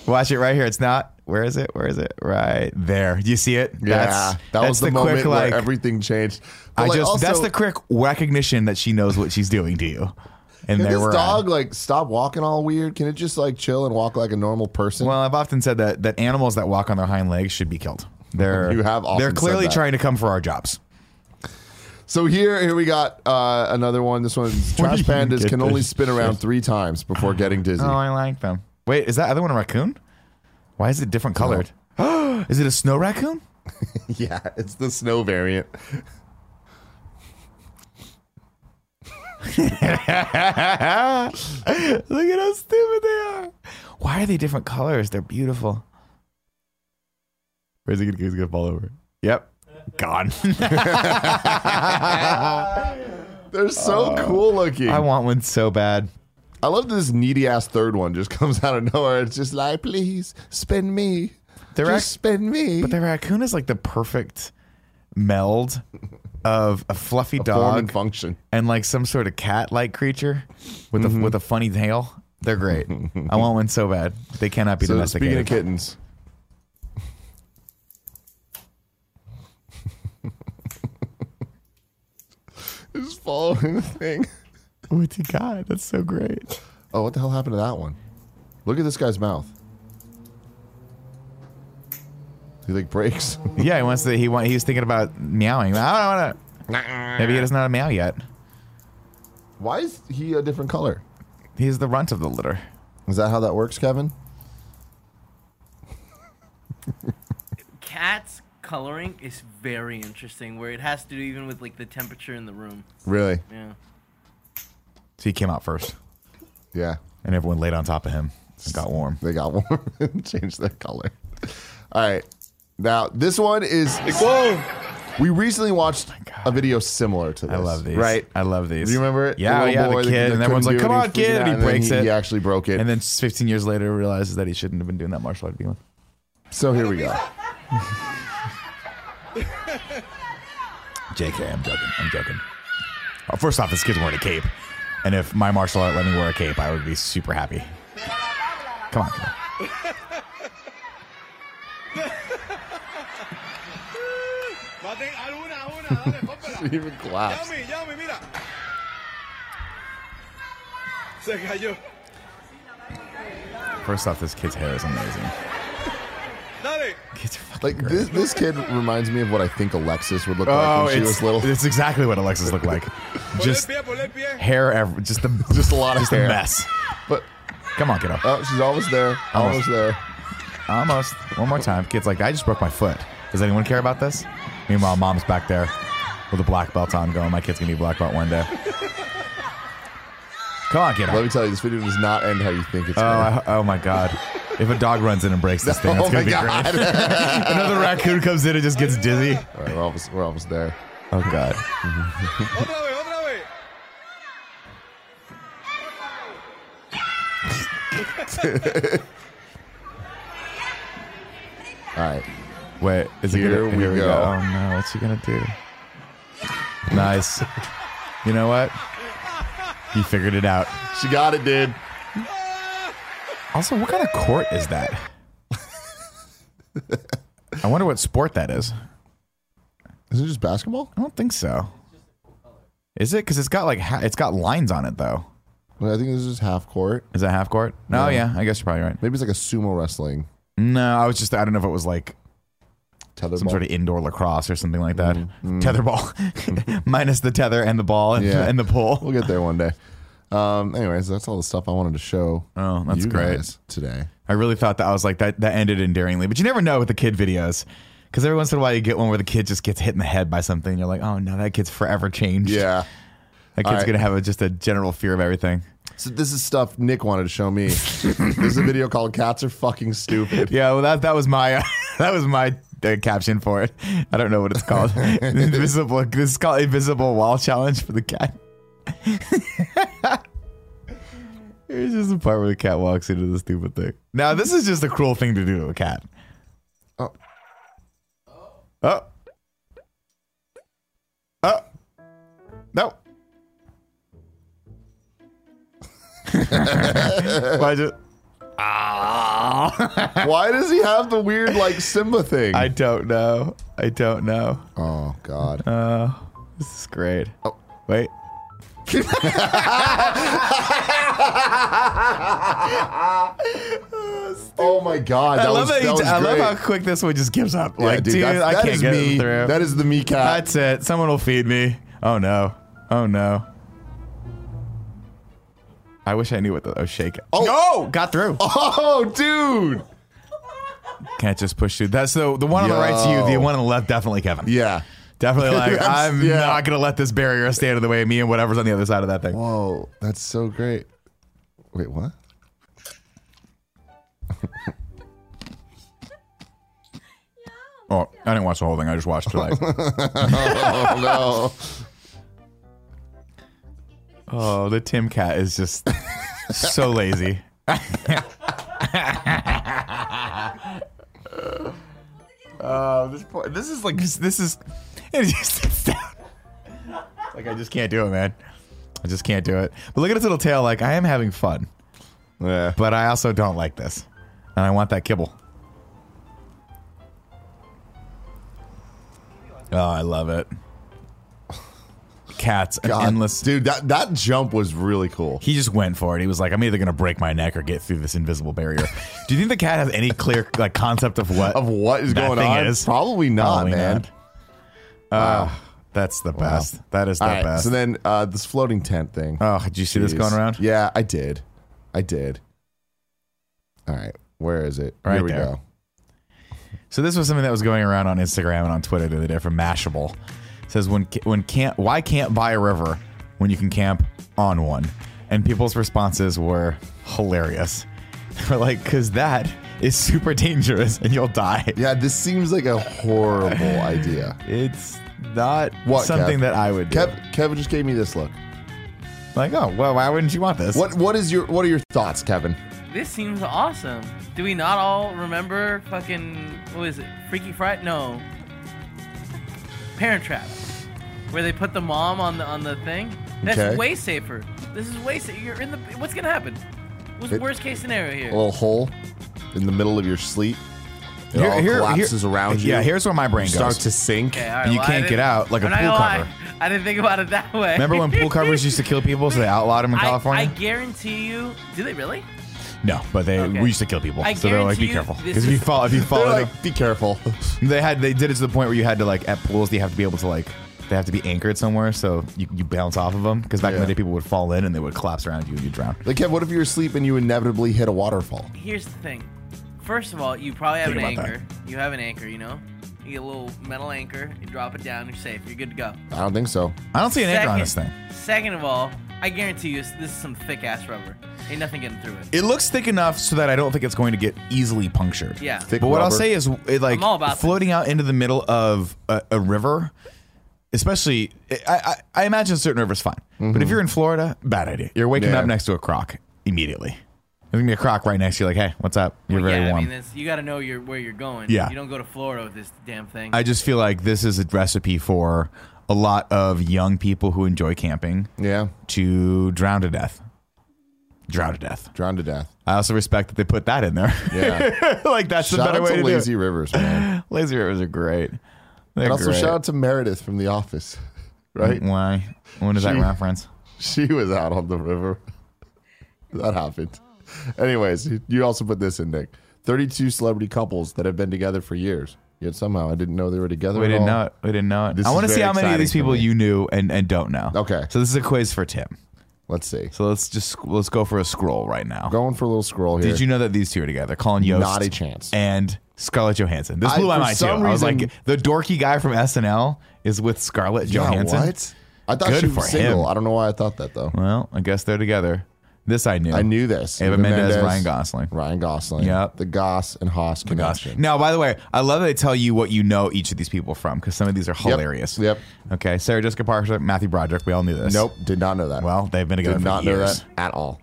[SPEAKER 2] Watch it right here. It's not. Where is it? Where is it? Right there. You see it?
[SPEAKER 1] Yeah,
[SPEAKER 2] That's-
[SPEAKER 1] that
[SPEAKER 2] that's
[SPEAKER 1] was the, moment
[SPEAKER 2] quick,
[SPEAKER 1] where
[SPEAKER 2] like,
[SPEAKER 1] everything changed. But,
[SPEAKER 2] I
[SPEAKER 1] like,
[SPEAKER 2] just
[SPEAKER 1] also,
[SPEAKER 2] that's the quick recognition that she knows what she's doing to you.
[SPEAKER 1] Can
[SPEAKER 2] And there
[SPEAKER 1] this
[SPEAKER 2] we're
[SPEAKER 1] dog
[SPEAKER 2] at.
[SPEAKER 1] like stop walking all weird? Can it just like chill and walk like a normal person?
[SPEAKER 2] Well, I've often said that that animals that walk on their hind legs should be killed. They're
[SPEAKER 1] You have often
[SPEAKER 2] they're
[SPEAKER 1] said
[SPEAKER 2] clearly
[SPEAKER 1] that.
[SPEAKER 2] trying to come for our jobs.
[SPEAKER 1] so here, here we got uh, another one. This one's trash
[SPEAKER 2] do you
[SPEAKER 1] pandas
[SPEAKER 2] get
[SPEAKER 1] can only
[SPEAKER 2] this
[SPEAKER 1] spin around three times before getting dizzy.
[SPEAKER 2] Oh, I like them. Wait, is that other one a raccoon? Why is it different colored? is it a snow raccoon?
[SPEAKER 1] yeah, it's the snow variant.
[SPEAKER 2] Look at how stupid they are. Why are they different colors? They're beautiful. Where's he gonna, he's gonna fall over? Yep. Gone.
[SPEAKER 1] They're so cool looking.
[SPEAKER 2] Oh. I want one so bad.
[SPEAKER 1] I love this needy ass third one just comes out of nowhere. It's just like, please spin me.
[SPEAKER 2] They're
[SPEAKER 1] just
[SPEAKER 2] act-
[SPEAKER 1] spin me.
[SPEAKER 2] But the raccoon is like the perfect meld of a fluffy
[SPEAKER 1] Form and
[SPEAKER 2] dog
[SPEAKER 1] function.
[SPEAKER 2] and like some sort of cat-like creature with
[SPEAKER 1] Mm-hmm.
[SPEAKER 2] a with a funny tail. They're great. I want one so bad. They cannot be
[SPEAKER 1] So speaking
[SPEAKER 2] domesticated.
[SPEAKER 1] of kittens, just following the thing.
[SPEAKER 2] What's he got? Oh That's so great.
[SPEAKER 1] Oh, what the hell happened to that one? Look at this guy's mouth. He like breaks.
[SPEAKER 2] Yeah, he wants to. He want. He's thinking about meowing. I don't want to. Maybe he doesn't know how to meow yet.
[SPEAKER 1] Why is he a different color?
[SPEAKER 2] He's the runt of the litter.
[SPEAKER 1] Is that how that works, Kevin?
[SPEAKER 3] Cats coloring is very interesting, where it has to do even with like the temperature in the room.
[SPEAKER 1] Really?
[SPEAKER 3] Yeah.
[SPEAKER 2] So he came out first,
[SPEAKER 1] Yeah.
[SPEAKER 2] and everyone laid on top of him and got warm.
[SPEAKER 1] They got warm and changed their color. All right. Now, this one is. We recently watched a video similar to this.
[SPEAKER 2] Oh I love these.
[SPEAKER 1] Right?
[SPEAKER 2] I love these.
[SPEAKER 1] Do you remember it?
[SPEAKER 2] Yeah,
[SPEAKER 1] little
[SPEAKER 2] yeah.
[SPEAKER 1] boy
[SPEAKER 2] the
[SPEAKER 1] that-
[SPEAKER 2] kid,
[SPEAKER 1] that
[SPEAKER 2] and everyone's like,
[SPEAKER 1] couldn't do it,
[SPEAKER 2] "Come on,
[SPEAKER 1] was freaking
[SPEAKER 2] kid!"
[SPEAKER 1] out,
[SPEAKER 2] And he
[SPEAKER 1] then
[SPEAKER 2] breaks it.
[SPEAKER 1] He actually broke it.
[SPEAKER 2] And then 15 years later, realizes that he shouldn't have been doing that martial art to begin with.
[SPEAKER 1] so here we go.
[SPEAKER 2] JK, I'm joking. I'm joking. Uh, First off, this kid's wearing a cape, and if my martial art let me wear a cape, I would be super happy. Come on. Come on.
[SPEAKER 6] Maten a una, a una, dale, pónmela.
[SPEAKER 1] Even collapsed.
[SPEAKER 6] Yami, Yami, mira. Se cayó.
[SPEAKER 2] First off, this kid's hair is amazing.
[SPEAKER 6] Dale.
[SPEAKER 2] Kids are fucking
[SPEAKER 1] Like
[SPEAKER 2] great.
[SPEAKER 1] this, this kid reminds me of what I think Alexis would look
[SPEAKER 2] Oh,
[SPEAKER 1] like when she
[SPEAKER 2] it's,
[SPEAKER 1] was little.
[SPEAKER 2] it's exactly what Alexis looked like.
[SPEAKER 6] Ponle
[SPEAKER 2] just
[SPEAKER 6] el pie, ponle el pie.
[SPEAKER 2] hair, ev- just the
[SPEAKER 1] Just a lot of
[SPEAKER 2] just
[SPEAKER 1] hair.
[SPEAKER 2] a mess.
[SPEAKER 1] But
[SPEAKER 2] Come on, kiddo.
[SPEAKER 1] oh, she's almost there. Almost
[SPEAKER 2] Almost.
[SPEAKER 1] there.
[SPEAKER 2] Almost. One more time. Kid's like, I just broke my foot. Does anyone care about this? Meanwhile, mom's back there with a black belt on, going, my kid's gonna be black belt one day. Come on, kiddo.
[SPEAKER 1] Let me tell you, this video does not end how you think it's
[SPEAKER 2] Oh,
[SPEAKER 1] going.
[SPEAKER 2] I- oh my god. If a dog runs in and breaks this thing, that's
[SPEAKER 1] oh my
[SPEAKER 2] gonna be
[SPEAKER 1] god!
[SPEAKER 2] great. Another raccoon comes in and just gets dizzy.
[SPEAKER 1] All right, we're almost we're almost there.
[SPEAKER 2] Oh god.
[SPEAKER 6] Otra vez, otra vez.
[SPEAKER 1] All right,
[SPEAKER 2] Wait, is it
[SPEAKER 1] Here
[SPEAKER 2] gonna,
[SPEAKER 1] we go.
[SPEAKER 2] Oh no, what's he gonna do? Nice. You know what? He figured it out.
[SPEAKER 1] she got it, dude.
[SPEAKER 2] Also, what kind of court is that? I wonder what sport that is.
[SPEAKER 1] Is it just basketball?
[SPEAKER 2] I don't think so. Is it? Because it's got like ha- it's got lines on it though.
[SPEAKER 1] I think this is just half court.
[SPEAKER 2] Is that half court? No, yeah, I guess you're probably right.
[SPEAKER 1] Maybe it's like a sumo wrestling.
[SPEAKER 2] No, I was just I don't know if it was like
[SPEAKER 1] Tetherball.
[SPEAKER 2] some sort of indoor lacrosse or something like that. Tetherball, minus the tether and the ball and,
[SPEAKER 1] Mm-hmm. Yeah.
[SPEAKER 2] and the pole.
[SPEAKER 1] We'll get there one day. Um, anyways, that's all the stuff I wanted to show.
[SPEAKER 2] Oh, that's
[SPEAKER 1] you
[SPEAKER 2] great.
[SPEAKER 1] guys today.
[SPEAKER 2] I really thought that I was like that. That ended endearingly, but you never know with the kid videos because every once in a while you get one where the kid just gets hit in the head by something. And you're like, oh no, that kid's forever changed.
[SPEAKER 1] Yeah.
[SPEAKER 2] that
[SPEAKER 1] all
[SPEAKER 2] kid's
[SPEAKER 1] right.
[SPEAKER 2] gonna have a, just a general fear of everything.
[SPEAKER 1] So this is stuff Nick wanted to show me. this is a video called "Cats Are Fucking Stupid."
[SPEAKER 2] Yeah, well that that was my that was my uh, caption for it. I don't know what it's called. invisible. This is called invisible wall challenge for the cat. Here's just the part where the cat walks into the stupid thing. Now this is just a cruel thing to do to a cat.
[SPEAKER 1] Oh.
[SPEAKER 2] Oh. Oh. No. Why just? Ah.
[SPEAKER 1] Why does he have the weird like Simba thing?
[SPEAKER 2] I don't know. I don't know.
[SPEAKER 1] oh God!
[SPEAKER 2] Uh, this is great.
[SPEAKER 1] Oh.
[SPEAKER 2] Wait.
[SPEAKER 1] oh my God! That
[SPEAKER 2] I
[SPEAKER 1] was,
[SPEAKER 2] love that.
[SPEAKER 1] that
[SPEAKER 2] you-
[SPEAKER 1] was
[SPEAKER 2] I love
[SPEAKER 1] great.
[SPEAKER 2] how quick this one just gives up.
[SPEAKER 1] Yeah,
[SPEAKER 2] like, dude,
[SPEAKER 1] that's-
[SPEAKER 2] I
[SPEAKER 1] that
[SPEAKER 2] can't
[SPEAKER 1] is
[SPEAKER 2] get
[SPEAKER 1] me.
[SPEAKER 2] it through.
[SPEAKER 1] That is the me cat.
[SPEAKER 2] That's it. Someone will feed me. Oh no. Oh no. I wish I knew what the oh shake. it.
[SPEAKER 1] Oh.
[SPEAKER 2] no! got through.
[SPEAKER 1] oh, dude!
[SPEAKER 2] Can't just push through. That's the the one on the right's you. The
[SPEAKER 1] Yo.
[SPEAKER 2] one on the left definitely Kevin.
[SPEAKER 1] Yeah.
[SPEAKER 2] Definitely like
[SPEAKER 1] That's-
[SPEAKER 2] I'm
[SPEAKER 1] yeah.
[SPEAKER 2] not gonna let this barrier stand in the way of me and whatever's on the other side of that thing.
[SPEAKER 1] Whoa, that's so great. Wait, what?
[SPEAKER 2] Oh, I didn't watch the whole thing. I just watched like.
[SPEAKER 1] Oh
[SPEAKER 2] oh, the Tim Cat is just so lazy. Oh, this poor, this is like this is. It just sits down. It's like I just can't do it, man. I just can't do it. But look at its little tail. Like I am having fun,
[SPEAKER 1] no! yeah.
[SPEAKER 2] but I also don't like this, and I want that kibble. Oh, I love it. Cats, an
[SPEAKER 1] God,
[SPEAKER 2] endless.
[SPEAKER 1] dude. That that jump was really cool.
[SPEAKER 2] He just went for it. He was like, "I'm either gonna break my neck or get through this invisible barrier." Do you think the cat has any clear like concept of what
[SPEAKER 1] Of what is
[SPEAKER 2] that
[SPEAKER 1] going
[SPEAKER 2] thing
[SPEAKER 1] on?
[SPEAKER 2] is?
[SPEAKER 1] Probably not,
[SPEAKER 2] Probably
[SPEAKER 1] man.
[SPEAKER 2] not. Ah, that's the best. That is the
[SPEAKER 1] All right.
[SPEAKER 2] best.
[SPEAKER 1] So then uh, this floating tent thing.
[SPEAKER 2] oh, did you see this
[SPEAKER 1] Jeez.
[SPEAKER 2] going around?
[SPEAKER 1] Yeah, I did. I did. All right. Where is it?
[SPEAKER 2] Right
[SPEAKER 1] Here we
[SPEAKER 2] there.
[SPEAKER 1] go.
[SPEAKER 2] So this was something that was going around on Instagram and on Twitter the other day from Mashable. It says when ca- when can't why can't buy a river when you can camp on one? And people's responses were hilarious. They were like, "Cause that is super dangerous and you'll die."
[SPEAKER 1] Yeah, this seems like a horrible idea.
[SPEAKER 2] It's not
[SPEAKER 1] What,
[SPEAKER 2] something
[SPEAKER 1] Kev?
[SPEAKER 2] that I would do.
[SPEAKER 1] Kev, Kevin just gave me this look.
[SPEAKER 2] Like, oh, well, why wouldn't you want this?
[SPEAKER 1] What what is your what are your thoughts, Kevin?
[SPEAKER 3] This seems awesome. Do we not all remember fucking what is it? Freaky Friday? No. Parent Trap, where they put the mom on the on the thing. That's
[SPEAKER 1] Okay.
[SPEAKER 3] way safer. This is way safer. You're in the. What's gonna happen? What's
[SPEAKER 1] It-
[SPEAKER 3] worst case scenario here?
[SPEAKER 1] A little hole in the middle of your sleep. It all collapses around you.
[SPEAKER 2] Yeah, here's where my brain
[SPEAKER 1] you
[SPEAKER 2] goes.
[SPEAKER 1] start to sink.
[SPEAKER 3] Okay, all right,
[SPEAKER 2] and you
[SPEAKER 3] well, I
[SPEAKER 2] can't get
[SPEAKER 3] didn't-
[SPEAKER 2] out like a
[SPEAKER 3] I'm not
[SPEAKER 2] pool
[SPEAKER 3] gonna lie.
[SPEAKER 2] cover.
[SPEAKER 3] I didn't think about it that way.
[SPEAKER 2] Remember when pool covers used to kill people, so they outlawed them in
[SPEAKER 3] I, I
[SPEAKER 2] California?
[SPEAKER 3] guarantee you. Do they really?
[SPEAKER 2] no, but they
[SPEAKER 3] Okay.
[SPEAKER 2] we used to kill people,
[SPEAKER 3] I
[SPEAKER 2] so they're like,
[SPEAKER 3] guarantee
[SPEAKER 2] be
[SPEAKER 3] you
[SPEAKER 2] careful,
[SPEAKER 3] this
[SPEAKER 2] because if you
[SPEAKER 3] is-
[SPEAKER 2] fall, if you fall,
[SPEAKER 1] They're
[SPEAKER 2] they,
[SPEAKER 1] like, be careful.
[SPEAKER 2] they had they did it to the point where you had to like at pools, you have to be able to like they have to be anchored somewhere, so you, you bounce off of them. Because back in
[SPEAKER 1] Yeah.
[SPEAKER 2] the day, people would fall in and they would collapse around you and you drown.
[SPEAKER 1] Like Kev, what if you were asleep and you inevitably hit a waterfall?
[SPEAKER 3] Here's the thing. First of all, you probably have
[SPEAKER 2] Think
[SPEAKER 3] an
[SPEAKER 2] about
[SPEAKER 3] anchor. You have an anchor, you know. You get a little metal anchor. You drop it down. You're safe. You're good to go.
[SPEAKER 1] I don't think so.
[SPEAKER 2] I don't see an anchor on this thing.
[SPEAKER 3] Second of all, I guarantee you, this, this is some thick ass rubber. Ain't nothing getting through it.
[SPEAKER 2] It looks thick enough so that I don't think it's going to get easily punctured.
[SPEAKER 3] Yeah.
[SPEAKER 1] Thick
[SPEAKER 2] but what I'll
[SPEAKER 1] rubber.
[SPEAKER 2] say is, it, like,
[SPEAKER 3] I'm all about
[SPEAKER 2] floating out into the middle of a, a river, especially, I, I, I imagine certain rivers fine. But if you're in Florida, bad idea. You're waking
[SPEAKER 1] Mm-hmm. Yeah.
[SPEAKER 2] up next to a croc immediately. There's gonna be a croc right next to you, like, hey, what's up? You're very
[SPEAKER 3] yeah,
[SPEAKER 2] warm.
[SPEAKER 3] I mean, that's, you got to know your, where you're going.
[SPEAKER 2] Yeah.
[SPEAKER 3] You don't go to Florida with this damn thing.
[SPEAKER 2] I just feel like this is a recipe for a lot of young people who enjoy camping
[SPEAKER 1] Yeah,
[SPEAKER 2] to drown to death. Drown to death.
[SPEAKER 1] drowned to death.
[SPEAKER 2] I also respect that they put that in there.
[SPEAKER 1] Yeah.
[SPEAKER 2] like that's the
[SPEAKER 1] Shout
[SPEAKER 2] better
[SPEAKER 1] out
[SPEAKER 2] way
[SPEAKER 1] to
[SPEAKER 2] to
[SPEAKER 1] Lazy
[SPEAKER 2] do
[SPEAKER 1] Rivers, man.
[SPEAKER 2] it. Lazy rivers are great. They're
[SPEAKER 1] And also
[SPEAKER 2] great. Mm-hmm.
[SPEAKER 1] shout out to Meredith from The Office, right?
[SPEAKER 2] Why? When is that
[SPEAKER 1] She-
[SPEAKER 2] reference?
[SPEAKER 1] She was out on the river. that happened. Anyways, you also put this in, Nick. 32 celebrity couples that have been together for years. Yet somehow I didn't know they were together.
[SPEAKER 2] We
[SPEAKER 1] at
[SPEAKER 2] didn't
[SPEAKER 1] all.
[SPEAKER 2] know it. We didn't know it.
[SPEAKER 1] This
[SPEAKER 2] I
[SPEAKER 1] is
[SPEAKER 2] want to see
[SPEAKER 1] very
[SPEAKER 2] how many of
[SPEAKER 1] exciting
[SPEAKER 2] these
[SPEAKER 1] for
[SPEAKER 2] people
[SPEAKER 1] me.
[SPEAKER 2] you knew and, and don't know.
[SPEAKER 1] Okay.
[SPEAKER 2] So this is a quiz for Tim.
[SPEAKER 1] Let's see.
[SPEAKER 2] So let's just let's go for a scroll right now.
[SPEAKER 1] Going for a little scroll here.
[SPEAKER 2] Did you know that these two are together? Colin Yost.
[SPEAKER 1] Not a chance.
[SPEAKER 2] And Scarlett Johansson. This
[SPEAKER 1] I-
[SPEAKER 2] blew my
[SPEAKER 1] for
[SPEAKER 2] mind too.
[SPEAKER 1] some
[SPEAKER 2] I was
[SPEAKER 1] reason-
[SPEAKER 2] like, the dorky guy from SNL is with Scarlett
[SPEAKER 1] Yeah,
[SPEAKER 2] Johansson.
[SPEAKER 1] what? I thought
[SPEAKER 2] Good
[SPEAKER 1] she was
[SPEAKER 2] for
[SPEAKER 1] single.
[SPEAKER 2] him.
[SPEAKER 1] I don't know why I thought that though.
[SPEAKER 2] Well, I guess they're together. This I knew.
[SPEAKER 1] I knew this.
[SPEAKER 2] Eva
[SPEAKER 1] Eva
[SPEAKER 2] Mendes,
[SPEAKER 1] Mendes,
[SPEAKER 2] Ryan Gosling.
[SPEAKER 1] Ryan Gosling.
[SPEAKER 2] Yep.
[SPEAKER 1] The Goss and Haas connection.
[SPEAKER 2] Oh Now, by the way, I love that they tell you what you know each of these people from because some of these are
[SPEAKER 1] Yep.
[SPEAKER 2] hilarious.
[SPEAKER 1] Yep.
[SPEAKER 2] Okay, Sarah Jessica Parker, Matthew Broderick. We all knew this.
[SPEAKER 1] Nope. Did not know that.
[SPEAKER 2] Well, they've been together
[SPEAKER 1] did
[SPEAKER 2] for
[SPEAKER 1] not know
[SPEAKER 2] years.
[SPEAKER 1] that at all.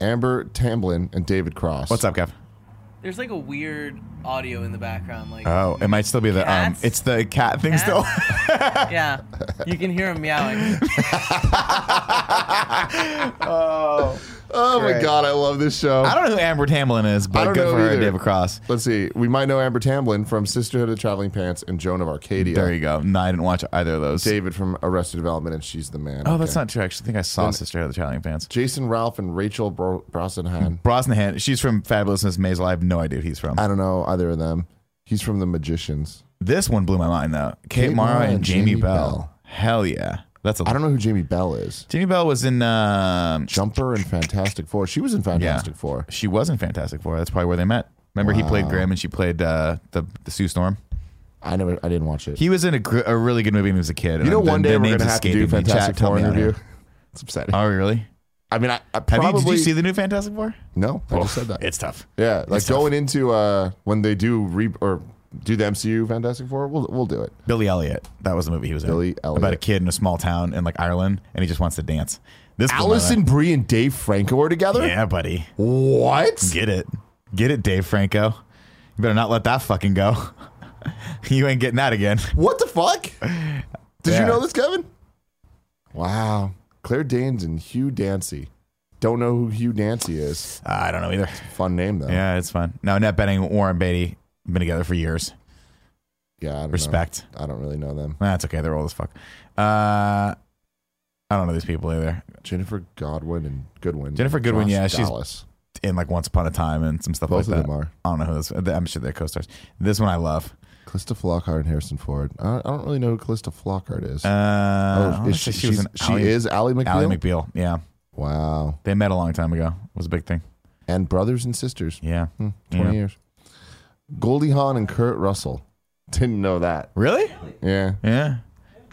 [SPEAKER 1] Amber Tamblyn and David Cross.
[SPEAKER 2] What's up, Kev?
[SPEAKER 3] There's like a weird audio in the background. Like,
[SPEAKER 2] Oh, it might still be the um.
[SPEAKER 3] Cats?
[SPEAKER 2] It's the cat thing still.
[SPEAKER 3] yeah, you can hear him meowing.
[SPEAKER 1] Oh my
[SPEAKER 2] Great.
[SPEAKER 1] god, I love this show.
[SPEAKER 2] I don't know who Amber Tamblyn is,
[SPEAKER 1] I
[SPEAKER 2] but
[SPEAKER 1] don't
[SPEAKER 2] good
[SPEAKER 1] know
[SPEAKER 2] for her,
[SPEAKER 1] either.
[SPEAKER 2] David Cross.
[SPEAKER 1] Let's see. We might know Amber Tamblyn from Sisterhood of Traveling Pants and Joan of Arcadia.
[SPEAKER 2] There you go. No, I didn't watch either of those.
[SPEAKER 1] David from Arrested Development and She's the Man.
[SPEAKER 2] Oh, that's
[SPEAKER 1] Okay.
[SPEAKER 2] not true. I actually think I saw Sister of the Traveling Pants.
[SPEAKER 1] Jason Ralph and Rachel Bro- Brosnahan.
[SPEAKER 2] Brosnahan, she's from Fabulousness Maisel. I have no idea who he's from.
[SPEAKER 1] I don't know either of them. He's from The Magicians.
[SPEAKER 2] this one blew my mind though. Kate,
[SPEAKER 1] Kate
[SPEAKER 2] Mara
[SPEAKER 1] Mara
[SPEAKER 2] and,
[SPEAKER 1] and
[SPEAKER 2] Jamie,
[SPEAKER 1] Jamie
[SPEAKER 2] Bell.
[SPEAKER 1] Bell.
[SPEAKER 2] Hell yeah. That's a
[SPEAKER 1] I don't know who Jamie Bell is.
[SPEAKER 2] Jamie Bell was in um
[SPEAKER 1] Jumper and Fantastic Four. She was in Fantastic Four.
[SPEAKER 2] she was in Fantastic Four. That's probably where they met. Remember he played Graham and she played uh, the the Sue Storm.
[SPEAKER 1] I never. I didn't watch it.
[SPEAKER 2] He was in a, gr- a really good movie when he was a kid.
[SPEAKER 1] you know,
[SPEAKER 2] The-
[SPEAKER 1] one
[SPEAKER 2] the
[SPEAKER 1] day we're
[SPEAKER 2] name's
[SPEAKER 1] gonna have to do
[SPEAKER 2] escaping me.
[SPEAKER 1] Fantastic
[SPEAKER 2] Jack, tell
[SPEAKER 1] Four
[SPEAKER 2] me I don't
[SPEAKER 1] interview.
[SPEAKER 2] know.
[SPEAKER 1] It's upsetting.
[SPEAKER 2] Oh really?
[SPEAKER 1] I mean, I, I
[SPEAKER 2] Have
[SPEAKER 1] probably
[SPEAKER 2] you did you see the new Fantastic Four?
[SPEAKER 1] no. I just said that.
[SPEAKER 2] It's tough.
[SPEAKER 1] Yeah, like
[SPEAKER 2] It's tough.
[SPEAKER 1] going into uh when they do re or do the MCU Fantastic Four, we'll we'll do it.
[SPEAKER 2] Billy Elliot. That was the movie he was in.
[SPEAKER 1] Billy Elliot.
[SPEAKER 2] About a kid in a small town in like Ireland, and he just wants to dance. This blew my
[SPEAKER 1] Allison
[SPEAKER 2] mind.
[SPEAKER 1] Brie and Dave Franco are together.
[SPEAKER 2] Yeah, buddy.
[SPEAKER 1] What?
[SPEAKER 2] Get it. Get it, Dave Franco. You better not let that fucking go. you ain't getting that again.
[SPEAKER 1] What the fuck? Did
[SPEAKER 2] Yeah.
[SPEAKER 1] you know this, Kevin? Wow, Claire Danes and Hugh Dancy. Don't know who Hugh Dancy is.
[SPEAKER 2] I don't know either.
[SPEAKER 1] Fun name though.
[SPEAKER 2] Yeah, it's fun. No, net betting Warren Beatty been together for years.
[SPEAKER 1] yeah. I don't know.
[SPEAKER 2] Respect.
[SPEAKER 1] I don't really know them.
[SPEAKER 2] That's okay. They're old as fuck. Uh, I don't know these people either.
[SPEAKER 1] Jennifer Godwin and Goodwin.
[SPEAKER 2] Jennifer Goodwin,
[SPEAKER 1] Josh
[SPEAKER 2] yeah, she's-
[SPEAKER 1] Dallas.
[SPEAKER 2] In like Once Upon a Time and some stuff
[SPEAKER 1] Both
[SPEAKER 2] like
[SPEAKER 1] of
[SPEAKER 2] that.
[SPEAKER 1] them are.
[SPEAKER 2] I don't know who this. I'm sure they're co-stars. This one I love.
[SPEAKER 1] Callista Flockhart and Harrison Ford. I I don't really know who Callista Flockhart is.
[SPEAKER 2] Uh, I
[SPEAKER 1] oh,
[SPEAKER 2] wanna
[SPEAKER 1] is
[SPEAKER 2] say
[SPEAKER 1] she,
[SPEAKER 2] was
[SPEAKER 1] she's-
[SPEAKER 2] in
[SPEAKER 1] she
[SPEAKER 2] Ally-
[SPEAKER 1] is Ally McBeal.
[SPEAKER 2] Ally McBeal. Yeah,
[SPEAKER 1] Wow.
[SPEAKER 2] they met a long time ago. It was a big thing.
[SPEAKER 1] And brothers and sisters.
[SPEAKER 2] Yeah.
[SPEAKER 1] Hmm, 20
[SPEAKER 2] Yeah.
[SPEAKER 1] years. Goldie Hawn and Kurt Russell. Didn't know that.
[SPEAKER 2] Really?
[SPEAKER 1] Yeah.
[SPEAKER 2] Yeah.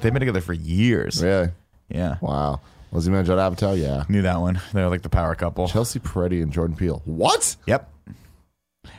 [SPEAKER 2] They've been together for years.
[SPEAKER 1] Really?
[SPEAKER 2] Yeah.
[SPEAKER 1] Wow. Lizzie Manjot Apatow? Yeah.
[SPEAKER 2] Knew that one. They're like the power couple.
[SPEAKER 1] Chelsea Peretti and Jordan Peele. What?
[SPEAKER 2] Yep.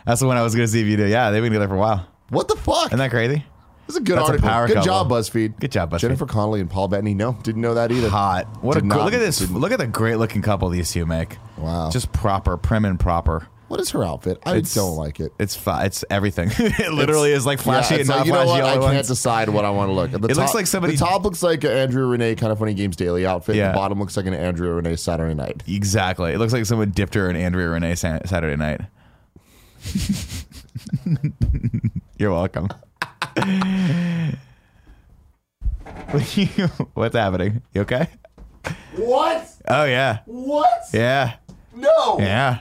[SPEAKER 2] That's the one I was going to see if you do. Yeah, they've been together for a while.
[SPEAKER 1] What the fuck?
[SPEAKER 2] Isn't that crazy?
[SPEAKER 1] That's a good
[SPEAKER 2] that's a
[SPEAKER 1] article.
[SPEAKER 2] power
[SPEAKER 1] good
[SPEAKER 2] couple.
[SPEAKER 1] job, BuzzFeed.
[SPEAKER 2] Good job, BuzzFeed.
[SPEAKER 1] Jennifer Connelly and Paul Bettany. No, didn't know that either.
[SPEAKER 2] Hot. What a
[SPEAKER 1] Did
[SPEAKER 2] gr-
[SPEAKER 1] not-
[SPEAKER 2] look at this.
[SPEAKER 1] didn't-
[SPEAKER 2] Look at the great looking couple these two make.
[SPEAKER 1] Wow.
[SPEAKER 2] Just proper, prim and proper.
[SPEAKER 1] What is her outfit? I
[SPEAKER 2] It's-
[SPEAKER 1] don't like it.
[SPEAKER 2] It's fi- it's everything. it literally
[SPEAKER 1] It's-
[SPEAKER 2] is like flashy
[SPEAKER 1] yeah,
[SPEAKER 2] and
[SPEAKER 1] it's
[SPEAKER 2] not
[SPEAKER 1] like, you know
[SPEAKER 2] flashy.
[SPEAKER 1] what? I
[SPEAKER 2] all at
[SPEAKER 1] can't
[SPEAKER 2] once.
[SPEAKER 1] decide what I want to look. at. The
[SPEAKER 2] It looks
[SPEAKER 1] top-
[SPEAKER 2] like somebody-
[SPEAKER 1] The top looks like an Andrew Renee kind of funny games daily outfit.
[SPEAKER 2] Yeah.
[SPEAKER 1] The bottom looks like an Andrew Renee Saturday night.
[SPEAKER 2] Exactly. It looks like someone dipped her in Andrea Renee Sa- Saturday night. You're welcome. What you- What's happening? You okay?
[SPEAKER 1] What?
[SPEAKER 2] Oh yeah,
[SPEAKER 1] What?
[SPEAKER 2] yeah,
[SPEAKER 1] No.
[SPEAKER 2] yeah.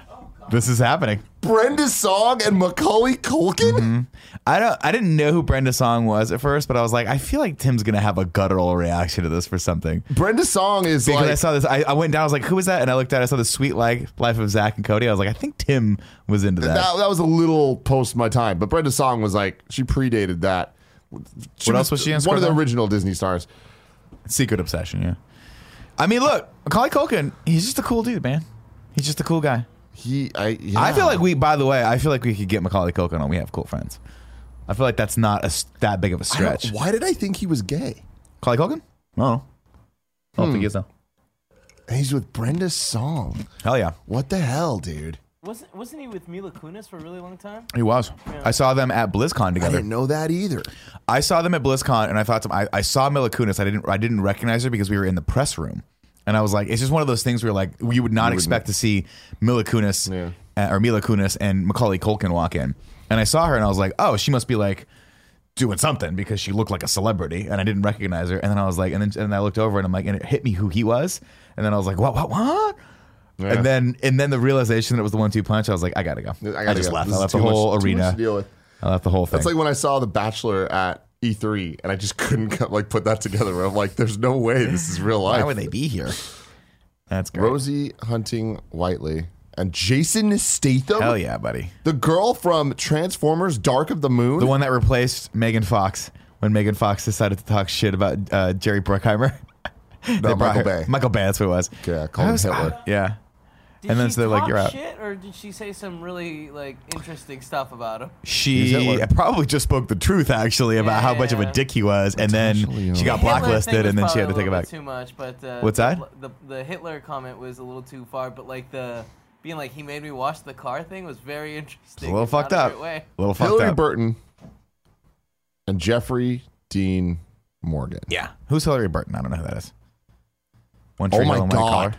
[SPEAKER 2] This is happening.
[SPEAKER 1] Brenda Song and Macaulay Culkin.
[SPEAKER 2] Mm-hmm. I don't. I didn't know who Brenda Song was at first, but I was like, I feel like Tim's gonna have a guttural reaction to this for something.
[SPEAKER 1] Brenda Song is
[SPEAKER 2] Because I
[SPEAKER 1] like
[SPEAKER 2] saw this, I, I went down. I was like, "Who was that?" And I looked at. it, I saw the sweet like life of Zach and Cody. I was like, "I think Tim was into that."
[SPEAKER 1] that, that was a little post my time, but Brenda Song was like she predated that. She
[SPEAKER 2] What else was she in?
[SPEAKER 1] One of the
[SPEAKER 2] Squirrel?
[SPEAKER 1] original Disney stars.
[SPEAKER 2] Secret obsession, yeah. I mean, look, Macaulay Culkin, he's just a cool dude, man. He's just a cool guy.
[SPEAKER 1] He, I,
[SPEAKER 2] I feel
[SPEAKER 1] yeah.
[SPEAKER 2] like we, by the way, I feel like we could get Macaulay Culkin on We Have Cool Friends. I feel like that's not a, s- that big of
[SPEAKER 1] I
[SPEAKER 2] a
[SPEAKER 1] don't-
[SPEAKER 2] stretch.
[SPEAKER 1] Why did I think he was gay?
[SPEAKER 2] Macaulay Culkin? Oh. I don't think he is, though.
[SPEAKER 1] And he's with Brenda Song.
[SPEAKER 2] Hell yeah.
[SPEAKER 1] What the hell, dude?
[SPEAKER 3] Wasn't wasn't he with Mila Kunis for a really long time?
[SPEAKER 2] He was. I saw them at BlizzCon
[SPEAKER 1] I
[SPEAKER 2] together.
[SPEAKER 1] didn't know that either.
[SPEAKER 2] I saw them at BlizzCon, and I thought to my, I saw Mila Kunis. I didn't I didn't recognize her because we were in the press room, and I was like, it's just one of those things where like you would not expect to see Mila Kunis uh, or Mila Kunis and Macaulay Culkin walk in, and I saw her, and I was like, oh, she must be like doing something because she looked like a celebrity, and I didn't recognize her, and then I was like, and then and I looked over, and I'm like, and it hit me who he was, and then I was like, what what what. And then, and then the realization that it was the one-two punch. I was like, I gotta go. I,
[SPEAKER 1] gotta
[SPEAKER 2] just
[SPEAKER 1] go.
[SPEAKER 2] left.
[SPEAKER 1] This
[SPEAKER 2] I
[SPEAKER 1] is
[SPEAKER 2] left the
[SPEAKER 1] too much-
[SPEAKER 2] whole
[SPEAKER 1] too much
[SPEAKER 2] arena.
[SPEAKER 1] to deal with.
[SPEAKER 2] I left the whole thing.
[SPEAKER 1] That's like when I saw The Bachelor at E3, and I just couldn't co- like put that together. I'm like, there's no way this is real life.
[SPEAKER 2] Why would they be here? That's great.
[SPEAKER 1] Rosie Hunting Whiteley and Jason Statham.
[SPEAKER 2] Hell yeah, buddy.
[SPEAKER 1] The girl from Transformers: Dark of the Moon.
[SPEAKER 2] The one that replaced Megan Fox when Megan Fox decided to talk shit about uh, Jerry Bruckheimer. They brought
[SPEAKER 1] Michael
[SPEAKER 2] her-
[SPEAKER 1] Bay.
[SPEAKER 2] Michael Bay, that's what it was.
[SPEAKER 1] Yeah, call him
[SPEAKER 2] I was- uh,
[SPEAKER 1] Hitler.
[SPEAKER 2] yeah.
[SPEAKER 3] Did
[SPEAKER 2] And then
[SPEAKER 3] she
[SPEAKER 2] so they're like,
[SPEAKER 3] talk
[SPEAKER 2] "You're out."
[SPEAKER 3] Shit, or did she say some really like interesting stuff about him?
[SPEAKER 1] He's
[SPEAKER 2] She
[SPEAKER 1] Hitler.
[SPEAKER 2] probably just spoke the truth, actually, about how much of a
[SPEAKER 3] Yeah.
[SPEAKER 2] dick he was. And then
[SPEAKER 1] Potentially,
[SPEAKER 2] she
[SPEAKER 1] yeah.
[SPEAKER 2] got blacklisted, and then she had to take it back.
[SPEAKER 3] Too much, but uh,
[SPEAKER 2] What's that?
[SPEAKER 3] The, the Hitler comment was a little too far, but like the being like he made me wash the car thing was very
[SPEAKER 2] A
[SPEAKER 3] interesting.
[SPEAKER 2] little
[SPEAKER 3] in not
[SPEAKER 2] fucked
[SPEAKER 3] a
[SPEAKER 2] up.
[SPEAKER 3] great
[SPEAKER 2] A
[SPEAKER 3] Way.
[SPEAKER 2] little fucked
[SPEAKER 1] Hillary
[SPEAKER 2] up.
[SPEAKER 1] Burton and Jeffrey Dean Morgan.
[SPEAKER 2] Yeah. Who's Hillary Burton? I don't know who that is. One
[SPEAKER 1] Oh
[SPEAKER 2] Tree
[SPEAKER 1] my
[SPEAKER 2] Hill and White
[SPEAKER 1] God.
[SPEAKER 2] Collar?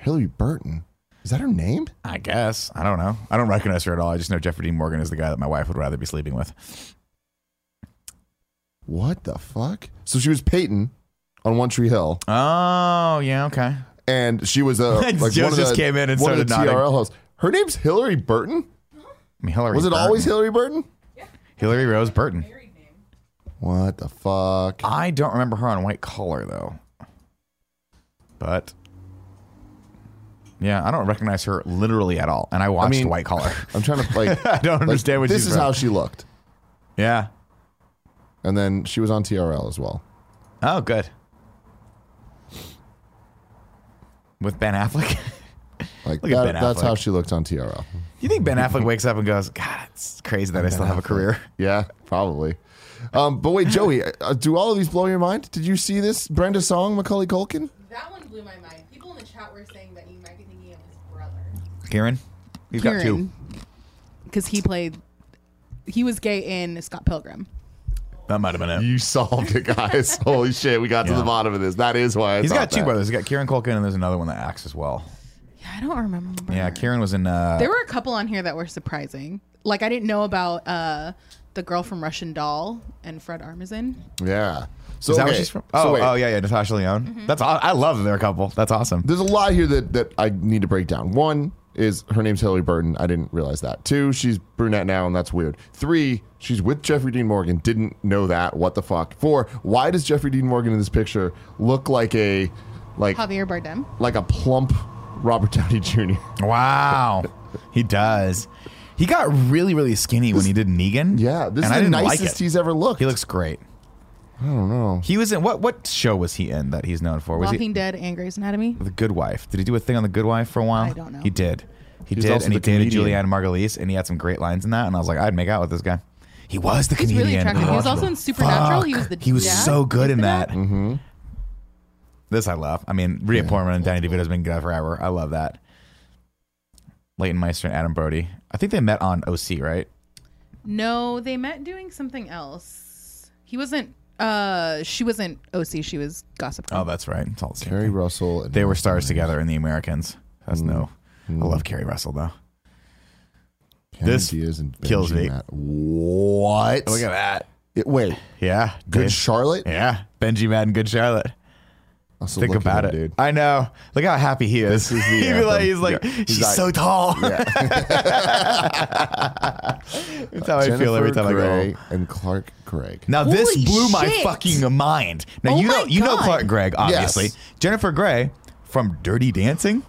[SPEAKER 1] Hillary Burton. Is that her name?
[SPEAKER 2] I guess. I don't know. I don't recognize her at all. I just know Jeffrey Dean Morgan is the guy that my wife would rather be sleeping with.
[SPEAKER 1] What the fuck? So she was Peyton on One Tree Hill,
[SPEAKER 2] Oh, yeah, okay.
[SPEAKER 1] and she was a like
[SPEAKER 2] And
[SPEAKER 1] one
[SPEAKER 2] Joe
[SPEAKER 1] of
[SPEAKER 2] just
[SPEAKER 1] the-
[SPEAKER 2] came in and
[SPEAKER 1] one of
[SPEAKER 2] started
[SPEAKER 1] the
[SPEAKER 2] nodding.
[SPEAKER 1] TRL hosts. Her name's Hillary Burton.
[SPEAKER 2] I mean, Hillary
[SPEAKER 1] Was it
[SPEAKER 2] Burton.
[SPEAKER 1] always Hillary Burton?
[SPEAKER 2] Hillary Rose Burton?
[SPEAKER 1] What the fuck?
[SPEAKER 2] I don't remember her on White Collar though. But yeah, I don't recognize her literally at all. And I watched
[SPEAKER 1] mean-
[SPEAKER 2] White Collar.
[SPEAKER 1] I'm trying to like.
[SPEAKER 2] I don't
[SPEAKER 1] like,
[SPEAKER 2] understand what
[SPEAKER 1] this
[SPEAKER 2] she's
[SPEAKER 1] is
[SPEAKER 2] from.
[SPEAKER 1] how she looked,
[SPEAKER 2] Yeah.
[SPEAKER 1] and then she was on TRL as well.
[SPEAKER 2] Oh, good. With Ben Affleck.
[SPEAKER 1] Like
[SPEAKER 2] Look at
[SPEAKER 1] that,
[SPEAKER 2] Ben
[SPEAKER 1] that's how
[SPEAKER 2] Affleck.
[SPEAKER 1] she looked on TRL.
[SPEAKER 2] you think Ben Affleck wakes up and goes, "God, it's crazy that I still have a career."
[SPEAKER 1] Yeah, probably. Um, but wait, Joey, uh, do all of these blow your mind? Did you see this Brenda Song, Macaulay Culkin?
[SPEAKER 7] That one blew my mind. People in the chat were saying that you might be thinking of his brother.
[SPEAKER 2] Kieran, you've got two.
[SPEAKER 4] Because he played, he was gay in Scott Pilgrim.
[SPEAKER 2] That might have been it.
[SPEAKER 1] You solved it, guys. Holy shit, we got to
[SPEAKER 2] Yeah.
[SPEAKER 1] the bottom of this. That is why I
[SPEAKER 2] He's
[SPEAKER 1] thought
[SPEAKER 2] got two
[SPEAKER 1] that.
[SPEAKER 2] brothers. He's got Kieran Culkin, and there's another one that acts as well.
[SPEAKER 4] Yeah, I don't remember.
[SPEAKER 2] Yeah, Kieran was in. Uh,
[SPEAKER 4] There were a couple on here that were surprising. Like I didn't know about uh, the girl from Russian Doll and Fred Armisen.
[SPEAKER 1] Yeah. So
[SPEAKER 2] Is that where
[SPEAKER 1] okay,
[SPEAKER 2] she's from?
[SPEAKER 1] so
[SPEAKER 2] Oh,
[SPEAKER 1] wait.
[SPEAKER 2] oh yeah, yeah, Natasha Leone.
[SPEAKER 4] Mm-hmm.
[SPEAKER 2] That's aw- I love that they're a couple. That's awesome.
[SPEAKER 1] There's a lot here that that I need to break down. One is her name's Hillary Burton. I didn't realize that. Two, she's brunette now, and that's weird. Three, she's with Jeffrey Dean Morgan. Didn't know that. What the fuck? Four, why does Jeffrey Dean Morgan in this picture look like a like
[SPEAKER 4] Javier Bardem.
[SPEAKER 1] like a plump Robert Downey Jr.
[SPEAKER 2] Wow, he does. He got really, really skinny when he did Negan.
[SPEAKER 1] Yeah, this
[SPEAKER 2] and
[SPEAKER 1] is the
[SPEAKER 2] I didn't
[SPEAKER 1] nicest
[SPEAKER 2] like it.
[SPEAKER 1] he's ever looked.
[SPEAKER 2] He looks great. I don't know. He was in what? What show was he in that he's known for? Was
[SPEAKER 4] Walking
[SPEAKER 2] he
[SPEAKER 4] Dead and Grey's Anatomy.
[SPEAKER 2] The Good Wife? Did he do a thing on The Good Wife for a while?
[SPEAKER 4] I don't know.
[SPEAKER 2] He did. He
[SPEAKER 1] He's
[SPEAKER 2] did,
[SPEAKER 1] also
[SPEAKER 2] and he
[SPEAKER 1] the
[SPEAKER 2] dated
[SPEAKER 1] comedian.
[SPEAKER 2] Julianne Margulies, and he had some great lines in that. And I was like, I'd make out with this guy. He was the
[SPEAKER 4] He's
[SPEAKER 2] comedian.
[SPEAKER 4] really attractive. He was also in Supernatural. He
[SPEAKER 2] Fuck.
[SPEAKER 4] was the
[SPEAKER 2] He was
[SPEAKER 4] dad.
[SPEAKER 2] so good in that.
[SPEAKER 4] that?
[SPEAKER 2] Mm-hmm. This I love. I mean, Rhea Portman and Danny DeVito's been good forever. I love that. Leighton Meister and Adam Brody. I think they met on OC, right?
[SPEAKER 4] No, they met doing something else. He wasn't. Uh, she wasn't OC. She was Gossip Girl.
[SPEAKER 2] Oh, that's right. It's all the same.
[SPEAKER 1] Harry
[SPEAKER 2] thing.
[SPEAKER 1] Russell. And
[SPEAKER 2] They were stars together in The Americans. That's no. I love Carrie Russell though.
[SPEAKER 1] Cameron
[SPEAKER 2] this
[SPEAKER 1] Diaz and Benji
[SPEAKER 2] kills me.
[SPEAKER 1] Matt- What?
[SPEAKER 2] Look at that.
[SPEAKER 1] It- wait,
[SPEAKER 2] Yeah.
[SPEAKER 1] good
[SPEAKER 2] dude.
[SPEAKER 1] Charlotte.
[SPEAKER 2] yeah. Benji Madden, good Charlotte.
[SPEAKER 1] Also
[SPEAKER 2] Think
[SPEAKER 1] look at
[SPEAKER 2] about
[SPEAKER 1] him,
[SPEAKER 2] it. I know. Look how happy he is.
[SPEAKER 1] This is the
[SPEAKER 2] He'd be
[SPEAKER 1] anthem.
[SPEAKER 2] like, he's like,
[SPEAKER 1] Yeah. He's
[SPEAKER 2] she's
[SPEAKER 1] like-
[SPEAKER 2] so tall.
[SPEAKER 1] Yeah.
[SPEAKER 2] That's how I feel
[SPEAKER 1] Jennifer
[SPEAKER 2] every time I go. home.
[SPEAKER 1] Grey and Clark Gregg.
[SPEAKER 2] Now this
[SPEAKER 4] Holy
[SPEAKER 2] blew my
[SPEAKER 4] shit.
[SPEAKER 2] fucking mind. Now
[SPEAKER 4] Oh
[SPEAKER 2] you know
[SPEAKER 4] my
[SPEAKER 2] you know
[SPEAKER 4] God.
[SPEAKER 2] Clark Gregg, obviously.
[SPEAKER 1] Yes.
[SPEAKER 2] Jennifer Grey from Dirty Dancing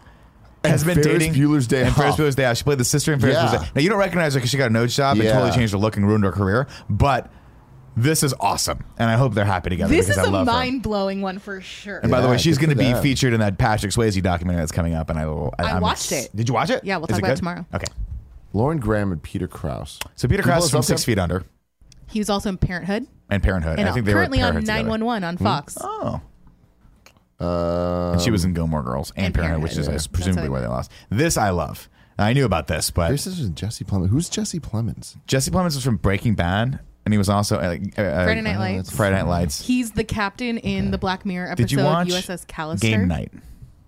[SPEAKER 2] has been
[SPEAKER 1] Ferris
[SPEAKER 2] dating
[SPEAKER 1] Bueller's Day
[SPEAKER 2] and Ferris
[SPEAKER 1] Off.
[SPEAKER 2] Bueller's Day Off. She played the sister in Ferris
[SPEAKER 1] Yeah.
[SPEAKER 2] Bueller's Day. Now you don't recognize her because she got a nose job. They
[SPEAKER 1] Yeah.
[SPEAKER 2] totally changed her look and ruined her career. But This is awesome, and I hope they're happy together
[SPEAKER 4] This is
[SPEAKER 2] because I
[SPEAKER 4] a
[SPEAKER 2] love her.
[SPEAKER 4] mind blowing one for sure.
[SPEAKER 2] And by the
[SPEAKER 1] Yeah,
[SPEAKER 2] way, she's
[SPEAKER 1] good
[SPEAKER 2] going
[SPEAKER 1] for
[SPEAKER 2] to be
[SPEAKER 1] them.
[SPEAKER 2] featured in that Patrick Swayze documentary that's coming up, and I will.
[SPEAKER 4] I
[SPEAKER 2] I'm
[SPEAKER 4] watched it.
[SPEAKER 2] Did you watch it?
[SPEAKER 4] Yeah, we'll
[SPEAKER 2] Is
[SPEAKER 4] talk about it
[SPEAKER 2] good?
[SPEAKER 4] tomorrow.
[SPEAKER 2] Okay.
[SPEAKER 1] Lauren Graham and Peter Krause.
[SPEAKER 2] So Peter
[SPEAKER 1] Can you
[SPEAKER 2] Cross
[SPEAKER 1] pull
[SPEAKER 2] from
[SPEAKER 1] us up,
[SPEAKER 2] Six
[SPEAKER 1] Tim?
[SPEAKER 2] Feet Under
[SPEAKER 4] He was also in Parenthood
[SPEAKER 2] and Parenthood.
[SPEAKER 4] and uh,
[SPEAKER 2] I think they
[SPEAKER 4] currently
[SPEAKER 2] were
[SPEAKER 4] on
[SPEAKER 2] Parenthood together.
[SPEAKER 4] 911 on Fox.
[SPEAKER 2] Oh.
[SPEAKER 1] Uh,
[SPEAKER 2] she was in Gilmore Girls and,
[SPEAKER 4] and
[SPEAKER 2] Parenthood,
[SPEAKER 4] Parenthood,
[SPEAKER 2] which is
[SPEAKER 4] yeah.
[SPEAKER 2] uh,
[SPEAKER 4] That's what I
[SPEAKER 2] presumably where they lost. This I love. I knew about this, but
[SPEAKER 1] this is Jesse Plemons. Who's Jesse Plemons?
[SPEAKER 2] Jesse Plemons was from Breaking Bad, and he was also uh, uh,
[SPEAKER 4] Friday Night
[SPEAKER 2] uh,
[SPEAKER 4] Lights.
[SPEAKER 2] Friday Night Lights.
[SPEAKER 4] He's the captain in the Black Mirror episode
[SPEAKER 2] Did you watch
[SPEAKER 4] USS Callister.
[SPEAKER 2] Game Night?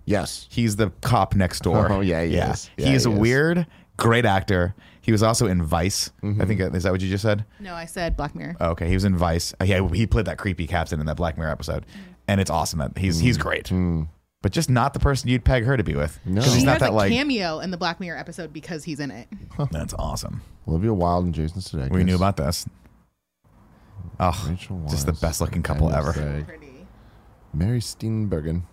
[SPEAKER 1] Yes.
[SPEAKER 2] He's the cop next door.
[SPEAKER 1] Oh, yeah, he is. Yeah,
[SPEAKER 2] he is
[SPEAKER 1] he
[SPEAKER 2] a
[SPEAKER 1] is.
[SPEAKER 2] weird, great actor. He was also in Vice.
[SPEAKER 1] Mm-hmm.
[SPEAKER 2] I think uh, is that what you just said?
[SPEAKER 4] No, I said Black Mirror.
[SPEAKER 2] Oh, okay, he was in Vice. Uh, yeah, he played that creepy captain in that Black Mirror episode, and it's awesome. That he's he's great, but just not the person you'd peg her to be with.
[SPEAKER 1] Hmm. No.
[SPEAKER 2] 'Cause he's
[SPEAKER 4] He
[SPEAKER 2] not
[SPEAKER 4] has
[SPEAKER 2] that
[SPEAKER 4] a
[SPEAKER 2] like.
[SPEAKER 4] cameo in the Black Mirror episode because he's in it.
[SPEAKER 2] That's awesome.
[SPEAKER 1] Olivia Wilde and Jason Sudeikis.
[SPEAKER 2] We knew about this. Oh,
[SPEAKER 1] Rachel
[SPEAKER 2] just the
[SPEAKER 1] Weisz,
[SPEAKER 2] best looking couple
[SPEAKER 1] Daniel
[SPEAKER 2] ever.
[SPEAKER 1] Craig,
[SPEAKER 4] Pretty.
[SPEAKER 1] Mary Steenburgen,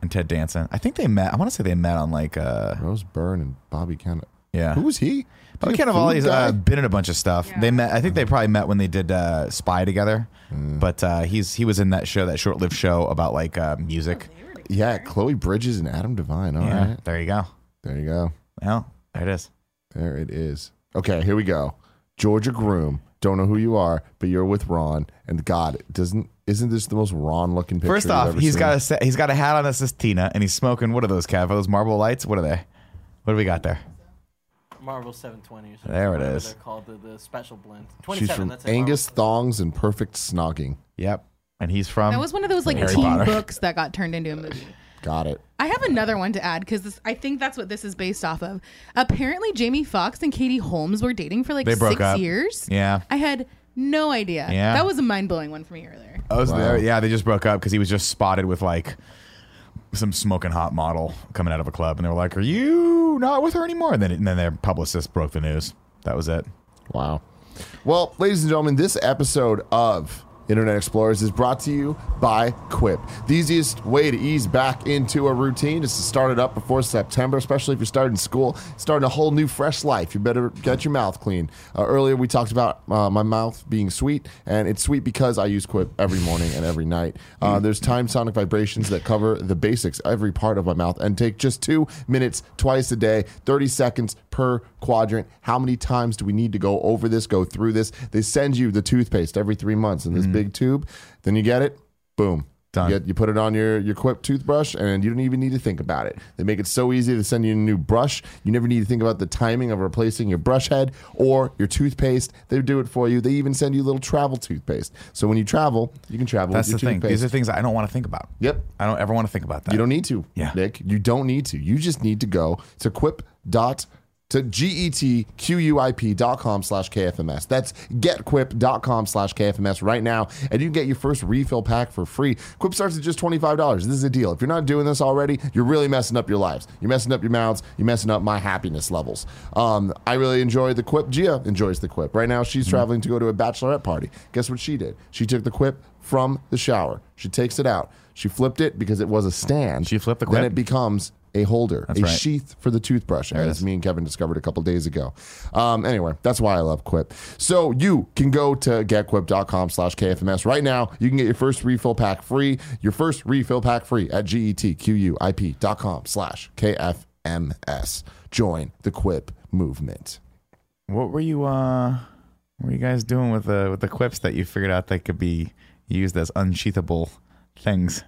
[SPEAKER 2] And Ted Danson. I think they met. I want to say they met on like uh
[SPEAKER 1] Rose Byrne, and Bobby Cannon.
[SPEAKER 2] yeah.
[SPEAKER 1] Who was he?
[SPEAKER 2] But
[SPEAKER 1] Is he a
[SPEAKER 2] Ken Uh, of all
[SPEAKER 1] food
[SPEAKER 2] he's
[SPEAKER 1] guy? Uh-huh.
[SPEAKER 2] uh, been in a bunch of stuff. They met. I think they probably met when they did uh, Spy together.
[SPEAKER 1] Hmm.
[SPEAKER 2] But uh, he's he was in that show, that short lived show about like uh, music.
[SPEAKER 1] yeah, Chloe Bridges and Adam Devine. All right,
[SPEAKER 2] Yeah, there you go.
[SPEAKER 1] there you go.
[SPEAKER 2] Well, there it is.
[SPEAKER 1] There it is. Okay, here we go. Georgia Groom. Don't know who you are, but you're with Ron. And God, doesn't isn't this the most Ron looking picture?
[SPEAKER 2] First
[SPEAKER 1] you've
[SPEAKER 2] off,
[SPEAKER 1] ever
[SPEAKER 2] he's
[SPEAKER 1] seen?
[SPEAKER 2] got a set, he's got a hat on that says Tina, and he's smoking. What are those, Cav? Are those marble lights? What are they? What do we got there?
[SPEAKER 3] Marvel 720 or something.
[SPEAKER 2] There it
[SPEAKER 3] whatever
[SPEAKER 2] is.
[SPEAKER 3] They're called the, the special blend.
[SPEAKER 1] She's
[SPEAKER 3] 27.
[SPEAKER 1] from
[SPEAKER 3] that's it, Marvel.
[SPEAKER 1] Angus Thongs and Perfect Snogging.
[SPEAKER 2] Yep. And he's from.
[SPEAKER 4] That was one of those like
[SPEAKER 2] Harry
[SPEAKER 4] teen
[SPEAKER 2] Potter.
[SPEAKER 4] books that got turned into a movie.
[SPEAKER 1] Got it.
[SPEAKER 4] I have another one to add because I think that's what this is based off of. Apparently, Jamie Foxx and Katie Holmes were dating for like
[SPEAKER 2] They broke
[SPEAKER 4] six
[SPEAKER 2] up.
[SPEAKER 4] years.
[SPEAKER 2] Yeah.
[SPEAKER 4] I had no idea.
[SPEAKER 2] Yeah.
[SPEAKER 4] That was a mind blowing one for me earlier.
[SPEAKER 2] Oh, so
[SPEAKER 1] Wow.
[SPEAKER 2] they're- yeah, they just broke up because he was just spotted with like some smoking hot model coming out of a club, and they were like, "Are you not with her anymore?" And then, and then their publicist broke the news. That was it.
[SPEAKER 1] Wow. Well, ladies and gentlemen, this episode of Internet Explorers is brought to you by Quip. The easiest way to ease back into a routine is to start it up before September, especially if you're starting school, starting a whole new fresh life. You better get your mouth clean. Uh, earlier, we talked about uh, my mouth being sweet, and it's sweet because I use Quip every morning and every night. Uh, there's time sonic vibrations that cover the basics, every part of my mouth, and take just two minutes twice a day, 30 seconds per quadrant. How many times do we need to go over this, go through this? They send you the toothpaste every three months in this big tube. Then you get it, boom.
[SPEAKER 2] Done.
[SPEAKER 1] You, get- you put it on your, your Quip toothbrush and you don't even need to think about it. They make it so easy to send you a new brush. You never need to think about the timing of replacing your brush head or your toothpaste. They do it for you. They even send you little travel toothpaste. So when you travel, you can travel
[SPEAKER 2] That's the
[SPEAKER 1] with your
[SPEAKER 2] thing.
[SPEAKER 1] toothpaste.
[SPEAKER 2] These are things I don't want to think about.
[SPEAKER 1] Yep.
[SPEAKER 2] I don't ever want to think about that.
[SPEAKER 1] You don't need to,
[SPEAKER 2] Yeah.
[SPEAKER 1] Nick. E You don't need to. You just need to go to quip dot to E G-E-T-Q-U-I-P dot com slash KFMS. That's getquip.com slash KFMS right now. And you can get your first refill pack for free. Quip starts at just $25. This is a deal. If you're not doing this already, you're really messing up your lives. You're messing up your mouths. You're messing up my happiness levels. Um, I really enjoy the Quip. Gia enjoys the Quip. Right now, she's
[SPEAKER 2] Mm-hmm.
[SPEAKER 1] traveling to go to a bachelorette party. Guess what she did? She took the Quip from the shower. She takes it out. She flipped it because it was a stand.
[SPEAKER 2] She flipped the
[SPEAKER 1] Then
[SPEAKER 2] Quip?
[SPEAKER 1] it becomes a holder, a
[SPEAKER 2] right.
[SPEAKER 1] sheath for the toothbrush, as me and Kevin discovered a couple days ago. Um, anyway, that's why I love Quip. So you can go to getquip.com slash KFMS right now. You can get your first refill pack free, your first refill pack free at E getquip.com slash KFMS. Join the Quip movement.
[SPEAKER 2] What were you? Uh, what were you guys doing with the with the quips that you figured out that could be used as unsheathable things?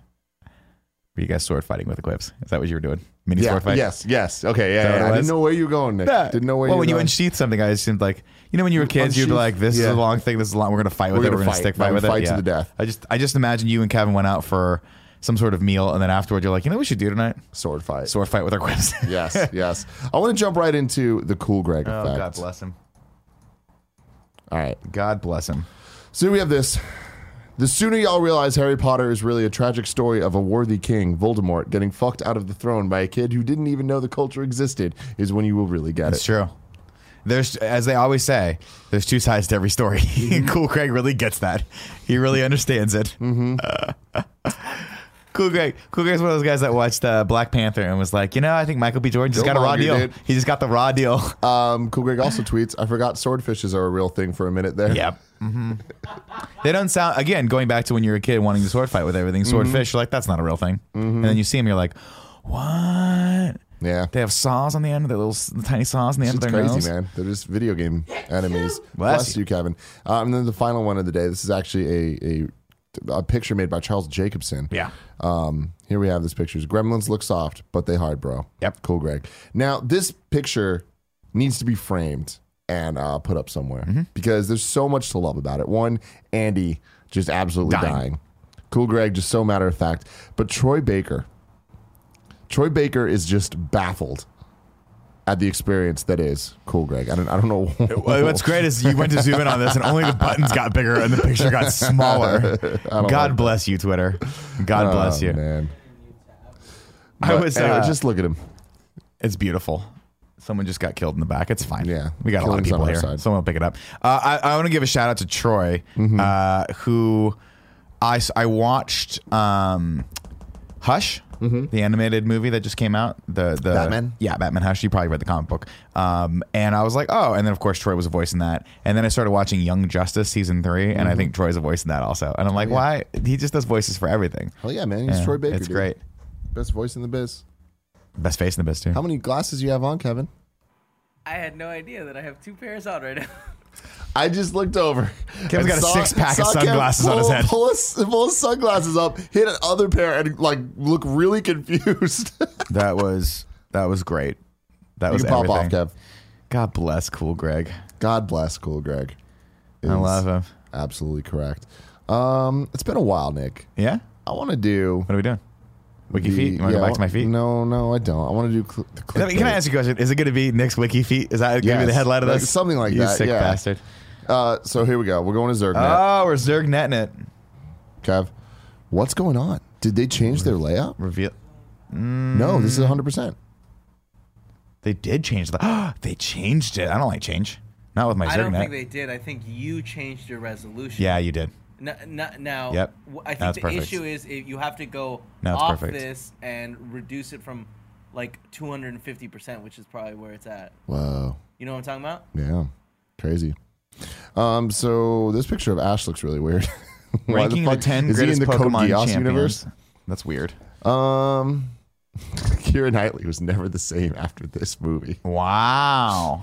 [SPEAKER 2] Were you guys sword fighting with the quips? Is that what you were doing? Mini
[SPEAKER 1] Yeah,
[SPEAKER 2] sword fight?
[SPEAKER 1] yes, yes. Okay,
[SPEAKER 2] that
[SPEAKER 1] yeah,
[SPEAKER 2] what
[SPEAKER 1] yeah.
[SPEAKER 2] it
[SPEAKER 1] I
[SPEAKER 2] was?
[SPEAKER 1] didn't know where you were going, Nick.
[SPEAKER 2] Yeah.
[SPEAKER 1] Didn't know where you
[SPEAKER 2] well,
[SPEAKER 1] were
[SPEAKER 2] when you
[SPEAKER 1] going.
[SPEAKER 2] unsheath something, I assumed like you know when you were kids, you'd be
[SPEAKER 1] Unsheath,
[SPEAKER 2] like, "This is
[SPEAKER 1] yeah.
[SPEAKER 2] a long thing. This is long. We're gonna fight with
[SPEAKER 1] We're
[SPEAKER 2] it.
[SPEAKER 1] gonna
[SPEAKER 2] We're gonna
[SPEAKER 1] fight.
[SPEAKER 2] stick
[SPEAKER 1] We're
[SPEAKER 2] fight with
[SPEAKER 1] gonna fight
[SPEAKER 2] it."
[SPEAKER 1] to the death.
[SPEAKER 2] I just I just imagine you and Kevin went out for some sort of meal, and then afterward, you're like, "You know, what we should do tonight
[SPEAKER 1] Sword fight.
[SPEAKER 2] sword fight with our quips."
[SPEAKER 1] yes, yes. I want to jump right into the cool Greg
[SPEAKER 2] oh,
[SPEAKER 1] effect.
[SPEAKER 2] God bless him.
[SPEAKER 1] All right.
[SPEAKER 2] God bless him.
[SPEAKER 1] So we have this. The sooner y'all realize Harry Potter is really a tragic story of a worthy king, Voldemort, getting fucked out of the throne by a kid who didn't even know the culture existed, is when you will really get
[SPEAKER 2] It's
[SPEAKER 1] it.
[SPEAKER 2] true. There's, as they always say, there's two sides to every story.
[SPEAKER 1] Mm-hmm.
[SPEAKER 2] cool Craig really gets that. He really understands it. Cool Greg. Cool Greg's one of those guys that watched uh, Black Panther and was like, you know, I think Michael B. Jordan just
[SPEAKER 1] Don't
[SPEAKER 2] got a raw
[SPEAKER 1] mind you,
[SPEAKER 2] deal.
[SPEAKER 1] dude.
[SPEAKER 2] He just got the raw deal.
[SPEAKER 1] Um, cool Greg also tweets, I forgot swordfishes are a real thing for a minute there.
[SPEAKER 2] yep. hmm They don't sound, again, going back to when you were a kid wanting to sword fight with everything,
[SPEAKER 1] Mm-hmm.
[SPEAKER 2] swordfish, you're like, that's not a real thing. And then you see him, you're like, what?
[SPEAKER 1] Yeah.
[SPEAKER 2] They have saws on the end of their little s- tiny saws on the end
[SPEAKER 1] It's
[SPEAKER 2] of their
[SPEAKER 1] crazy,
[SPEAKER 2] nose.
[SPEAKER 1] man. They're just video game enemies.
[SPEAKER 2] Bless
[SPEAKER 1] Bless you, Kevin. Uh, and then the final one of the day. This is actually a a, a picture made by Charles Jacobson.
[SPEAKER 2] Yeah.
[SPEAKER 1] Um, here we have this picture. Gremlins look soft, but they hard, bro.
[SPEAKER 2] Yep.
[SPEAKER 1] Cool, Greg. Now this picture needs to be framed and uh, put up somewhere
[SPEAKER 2] Mm-hmm.
[SPEAKER 1] because there's so much to love about it. One, Andy just absolutely
[SPEAKER 2] Dying.
[SPEAKER 1] dying. Cool, Greg, just so matter of fact. But Troy Baker, Troy Baker is just baffled at the experience that is cool, Greg. I don't, I don't know.
[SPEAKER 2] Well, what's great is you went to zoom in on this, and only the buttons got bigger and the picture got smaller. God bless you, Twitter. God bless
[SPEAKER 1] Oh,
[SPEAKER 2] you.
[SPEAKER 1] man.
[SPEAKER 2] I
[SPEAKER 1] But
[SPEAKER 2] was
[SPEAKER 1] anyway,
[SPEAKER 2] uh,
[SPEAKER 1] just look at him.
[SPEAKER 2] It's beautiful. Someone just got killed in the back. It's fine.
[SPEAKER 1] Yeah.
[SPEAKER 2] we got a lot of
[SPEAKER 1] Killing's on
[SPEAKER 2] people
[SPEAKER 1] our
[SPEAKER 2] here.
[SPEAKER 1] side. Mm-hmm.
[SPEAKER 2] Someone will pick it up. Uh, I, I want to give a shout out to Troy, uh, who I s- I watched um, Hush, the animated movie that just came out. The the
[SPEAKER 1] Mm-hmm. Batman?
[SPEAKER 2] Yeah, Batman Hush. You probably read the comic book. Um, and I was like, oh. And then of course Troy was a voice in that. And then I started watching Young Justice season three, and I
[SPEAKER 1] Mm-hmm.
[SPEAKER 2] think Troy's a voice in that also. And I'm like, why? He just does voices for everything.
[SPEAKER 1] Hell Oh, yeah, man. He's
[SPEAKER 2] Yeah,
[SPEAKER 1] Troy Baker.
[SPEAKER 2] It's
[SPEAKER 1] dude.
[SPEAKER 2] great.
[SPEAKER 1] Best voice in the biz.
[SPEAKER 2] Best face in the biz too.
[SPEAKER 1] How many glasses you have on, Kevin?
[SPEAKER 3] I had no idea that I have two pairs on right now.
[SPEAKER 1] I just looked over.
[SPEAKER 2] Kevin's
[SPEAKER 1] and
[SPEAKER 2] got a six-pack of
[SPEAKER 1] saw Kevin
[SPEAKER 2] sunglasses on his
[SPEAKER 1] pull-
[SPEAKER 2] head.
[SPEAKER 1] Pull his, pull his sunglasses up, hit another pair, and like look really confused.
[SPEAKER 2] That was that was great. That
[SPEAKER 1] you
[SPEAKER 2] was
[SPEAKER 1] can pop off,
[SPEAKER 2] everything.
[SPEAKER 1] Kev.
[SPEAKER 2] God bless, cool Greg.
[SPEAKER 1] God bless, cool Greg.
[SPEAKER 2] I
[SPEAKER 1] Is
[SPEAKER 2] love him.
[SPEAKER 1] Absolutely correct. Um, it's been a while, Nick.
[SPEAKER 2] Yeah.
[SPEAKER 1] I want to do.
[SPEAKER 2] What are we doing? Wiki
[SPEAKER 1] the-
[SPEAKER 2] feet. You want to
[SPEAKER 1] yeah,
[SPEAKER 2] go
[SPEAKER 1] I
[SPEAKER 2] back to my
[SPEAKER 1] want-
[SPEAKER 2] feet?
[SPEAKER 1] No, no, I don't. I want to do. Cl- the
[SPEAKER 2] Can I- can I
[SPEAKER 1] clickbait.
[SPEAKER 2] ask you a question? Is it going to be Nick's wiki feet? Is that going to be the
[SPEAKER 1] Yes.
[SPEAKER 2] headline of
[SPEAKER 1] Like,
[SPEAKER 2] this?
[SPEAKER 1] something like
[SPEAKER 2] you
[SPEAKER 1] that,
[SPEAKER 2] sick
[SPEAKER 1] yeah.
[SPEAKER 2] bastard.
[SPEAKER 1] Uh, so here we go. We're going to Zergnet.
[SPEAKER 2] Oh, we're Zerg netting it.
[SPEAKER 1] Kev, what's going on? Did they change their layout?
[SPEAKER 2] Reveal.
[SPEAKER 1] No, this is 100%.
[SPEAKER 2] They did change the. they changed it. I don't like change. Not with my
[SPEAKER 3] I
[SPEAKER 2] Zerg
[SPEAKER 3] don't
[SPEAKER 2] net.
[SPEAKER 3] think they did. I think you changed your resolution.
[SPEAKER 2] yeah, you did.
[SPEAKER 3] N- n- now,
[SPEAKER 2] Yep.
[SPEAKER 3] w- I think
[SPEAKER 2] That's
[SPEAKER 3] the
[SPEAKER 2] perfect.
[SPEAKER 3] issue is if you have to go
[SPEAKER 2] No, it's
[SPEAKER 3] off
[SPEAKER 2] perfect.
[SPEAKER 3] this and reduce it from like 250%, which is probably where it's at.
[SPEAKER 1] Wow.
[SPEAKER 3] You know what I'm talking about?
[SPEAKER 1] Yeah. Crazy. Um, so this picture of Ash looks really weird. Why
[SPEAKER 2] Ranking the,
[SPEAKER 1] fuck-
[SPEAKER 2] ten
[SPEAKER 1] is he
[SPEAKER 2] greatest
[SPEAKER 1] in the Code
[SPEAKER 2] Pokemon
[SPEAKER 1] Geass
[SPEAKER 2] champions.
[SPEAKER 1] universe?
[SPEAKER 2] That's weird.
[SPEAKER 1] Um, Kira Knightley was never the same after this movie.
[SPEAKER 2] Wow.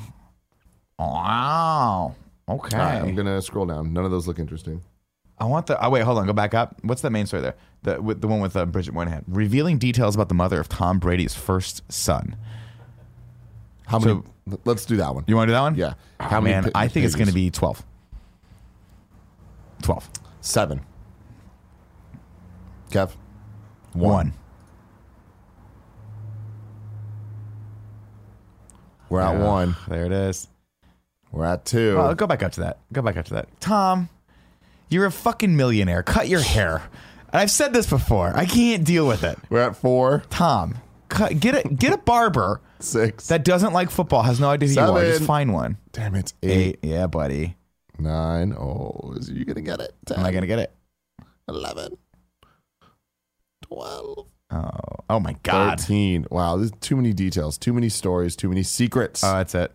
[SPEAKER 2] Wow. Okay.
[SPEAKER 1] All right, I'm gonna scroll down. None of those look interesting.
[SPEAKER 2] I want the. Oh wait, hold on. Go back up. What's the main story there? The with the one with uh, Bridget Moynihan revealing details about the mother of Tom Brady's first son.
[SPEAKER 1] How many?
[SPEAKER 2] So-
[SPEAKER 1] let's do that one.
[SPEAKER 2] You want to do that one?
[SPEAKER 1] Yeah.
[SPEAKER 2] Oh,
[SPEAKER 1] How many
[SPEAKER 2] man,
[SPEAKER 1] pi-
[SPEAKER 2] I think it's going to
[SPEAKER 1] pages?
[SPEAKER 2] be twelve. Twelve.
[SPEAKER 1] Seven. Kev.
[SPEAKER 2] One.
[SPEAKER 1] We're at
[SPEAKER 2] Yeah.
[SPEAKER 1] one.
[SPEAKER 2] There it is.
[SPEAKER 1] We're at two.
[SPEAKER 2] Oh, go back up to that. Go back up to that. Tom, you're a fucking millionaire. Cut your hair. And I've said this before. I can't deal with it.
[SPEAKER 1] We're at four,
[SPEAKER 2] Tom, cut, get a get a barber
[SPEAKER 1] six.
[SPEAKER 2] that doesn't like football, has no idea who you are. Just
[SPEAKER 1] Seven.
[SPEAKER 2] find one.
[SPEAKER 1] Damn it.
[SPEAKER 2] Eight.
[SPEAKER 1] Eight,
[SPEAKER 2] Yeah, buddy.
[SPEAKER 1] nine. Oh, is you gonna get it? Ten.
[SPEAKER 2] Am I gonna get it?
[SPEAKER 1] 11, 12,
[SPEAKER 2] Oh, oh my god.
[SPEAKER 1] 13. Wow, there's too many details, too many stories, too many secrets.
[SPEAKER 2] Oh, that's it.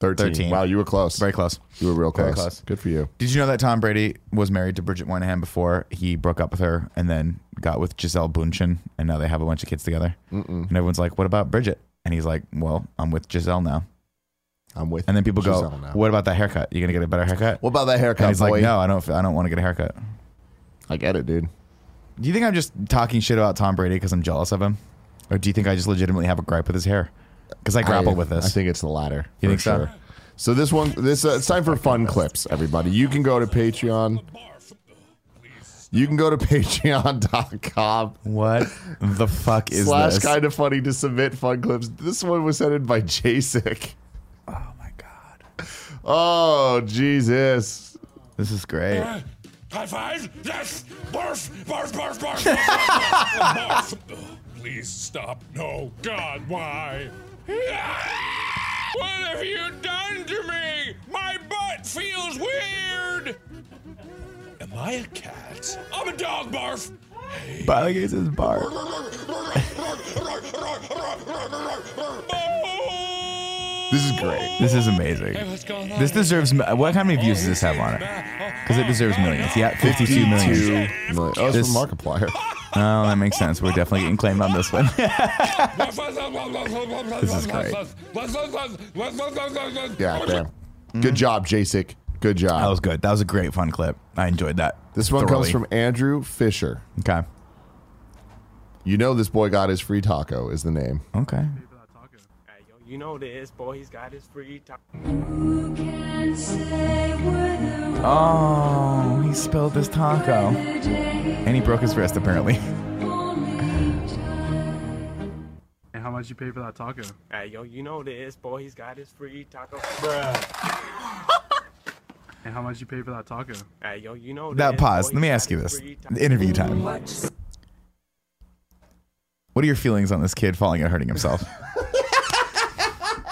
[SPEAKER 1] 13.
[SPEAKER 2] 13.
[SPEAKER 1] Wow, you were close.
[SPEAKER 2] Very close.
[SPEAKER 1] You were real close.
[SPEAKER 2] very close.
[SPEAKER 1] Good for you.
[SPEAKER 2] Did you know that Tom Brady was married to Bridget Moynihan before he broke up with her and then got with Giselle Bundchen and now they have a bunch of kids together? And everyone's like, what about Bridget? And he's like, well, I'm with Giselle now.
[SPEAKER 1] I'm with
[SPEAKER 2] And then people go,
[SPEAKER 1] Giselle now.
[SPEAKER 2] what about that haircut? You going to get a better haircut?
[SPEAKER 1] What about that haircut,
[SPEAKER 2] and he's
[SPEAKER 1] boy?
[SPEAKER 2] like, no, I don't, I don't want to get a haircut.
[SPEAKER 1] I get it, dude.
[SPEAKER 2] Do you think I'm just talking shit about Tom Brady because I'm jealous of him? Or do you think I just legitimately have a gripe with his hair? Because I grapple
[SPEAKER 1] I-
[SPEAKER 2] with this.
[SPEAKER 1] I think it's the latter. for
[SPEAKER 2] You think so?
[SPEAKER 1] sure. So this one, this uh, it's time for fun clips, everybody. You can go to Patreon. You can go to patreon.com
[SPEAKER 2] what the fuck is
[SPEAKER 1] slash
[SPEAKER 2] this?
[SPEAKER 1] kind of funny to submit fun clips. This one was sent in by Jasic.
[SPEAKER 2] oh my God.
[SPEAKER 1] Oh, Jesus.
[SPEAKER 2] This is great.
[SPEAKER 8] High five! Yes! Barf! Barf! Barf! Barf! Barf! barf, barf. Oh, please stop! No! God! Why? What have you done to me? My butt feels weird. Am I a cat? I'm a dog, barf.
[SPEAKER 2] Pilot says barf.
[SPEAKER 1] This is great.
[SPEAKER 2] This is amazing. This deserves. What how many views does this have on it? Because it deserves millions. Yeah, 52 million.
[SPEAKER 1] Two million. Oh, it's
[SPEAKER 2] This-
[SPEAKER 1] from Markiplier.
[SPEAKER 2] Oh, that makes sense. We're definitely getting claimed on this one.
[SPEAKER 8] this
[SPEAKER 2] is great.
[SPEAKER 1] Yeah, damn. Good job, Jacek. Good job.
[SPEAKER 2] That was good. That was a great fun clip. I enjoyed that.
[SPEAKER 1] this one comes
[SPEAKER 2] thoroughly.
[SPEAKER 1] from Andrew Fisher.
[SPEAKER 2] Okay.
[SPEAKER 1] You know this boy got his free taco is the name.
[SPEAKER 2] Okay.
[SPEAKER 9] Hey, yo, you know this boy. He's got his free time.
[SPEAKER 2] Oh, he spilled his taco. And he broke his wrist, apparently.
[SPEAKER 10] And how much you pay for that taco?
[SPEAKER 9] Hey, yo, you know this boy. He's got his free taco.
[SPEAKER 10] And how much you pay for that taco?
[SPEAKER 9] Hey, yo, you know
[SPEAKER 2] That
[SPEAKER 9] this
[SPEAKER 2] pause.
[SPEAKER 9] boy,
[SPEAKER 2] Let me
[SPEAKER 9] he's
[SPEAKER 2] ask
[SPEAKER 9] got
[SPEAKER 2] you
[SPEAKER 9] his
[SPEAKER 2] this.
[SPEAKER 9] free taco.
[SPEAKER 2] Interview time. What are your feelings on this kid falling and hurting himself?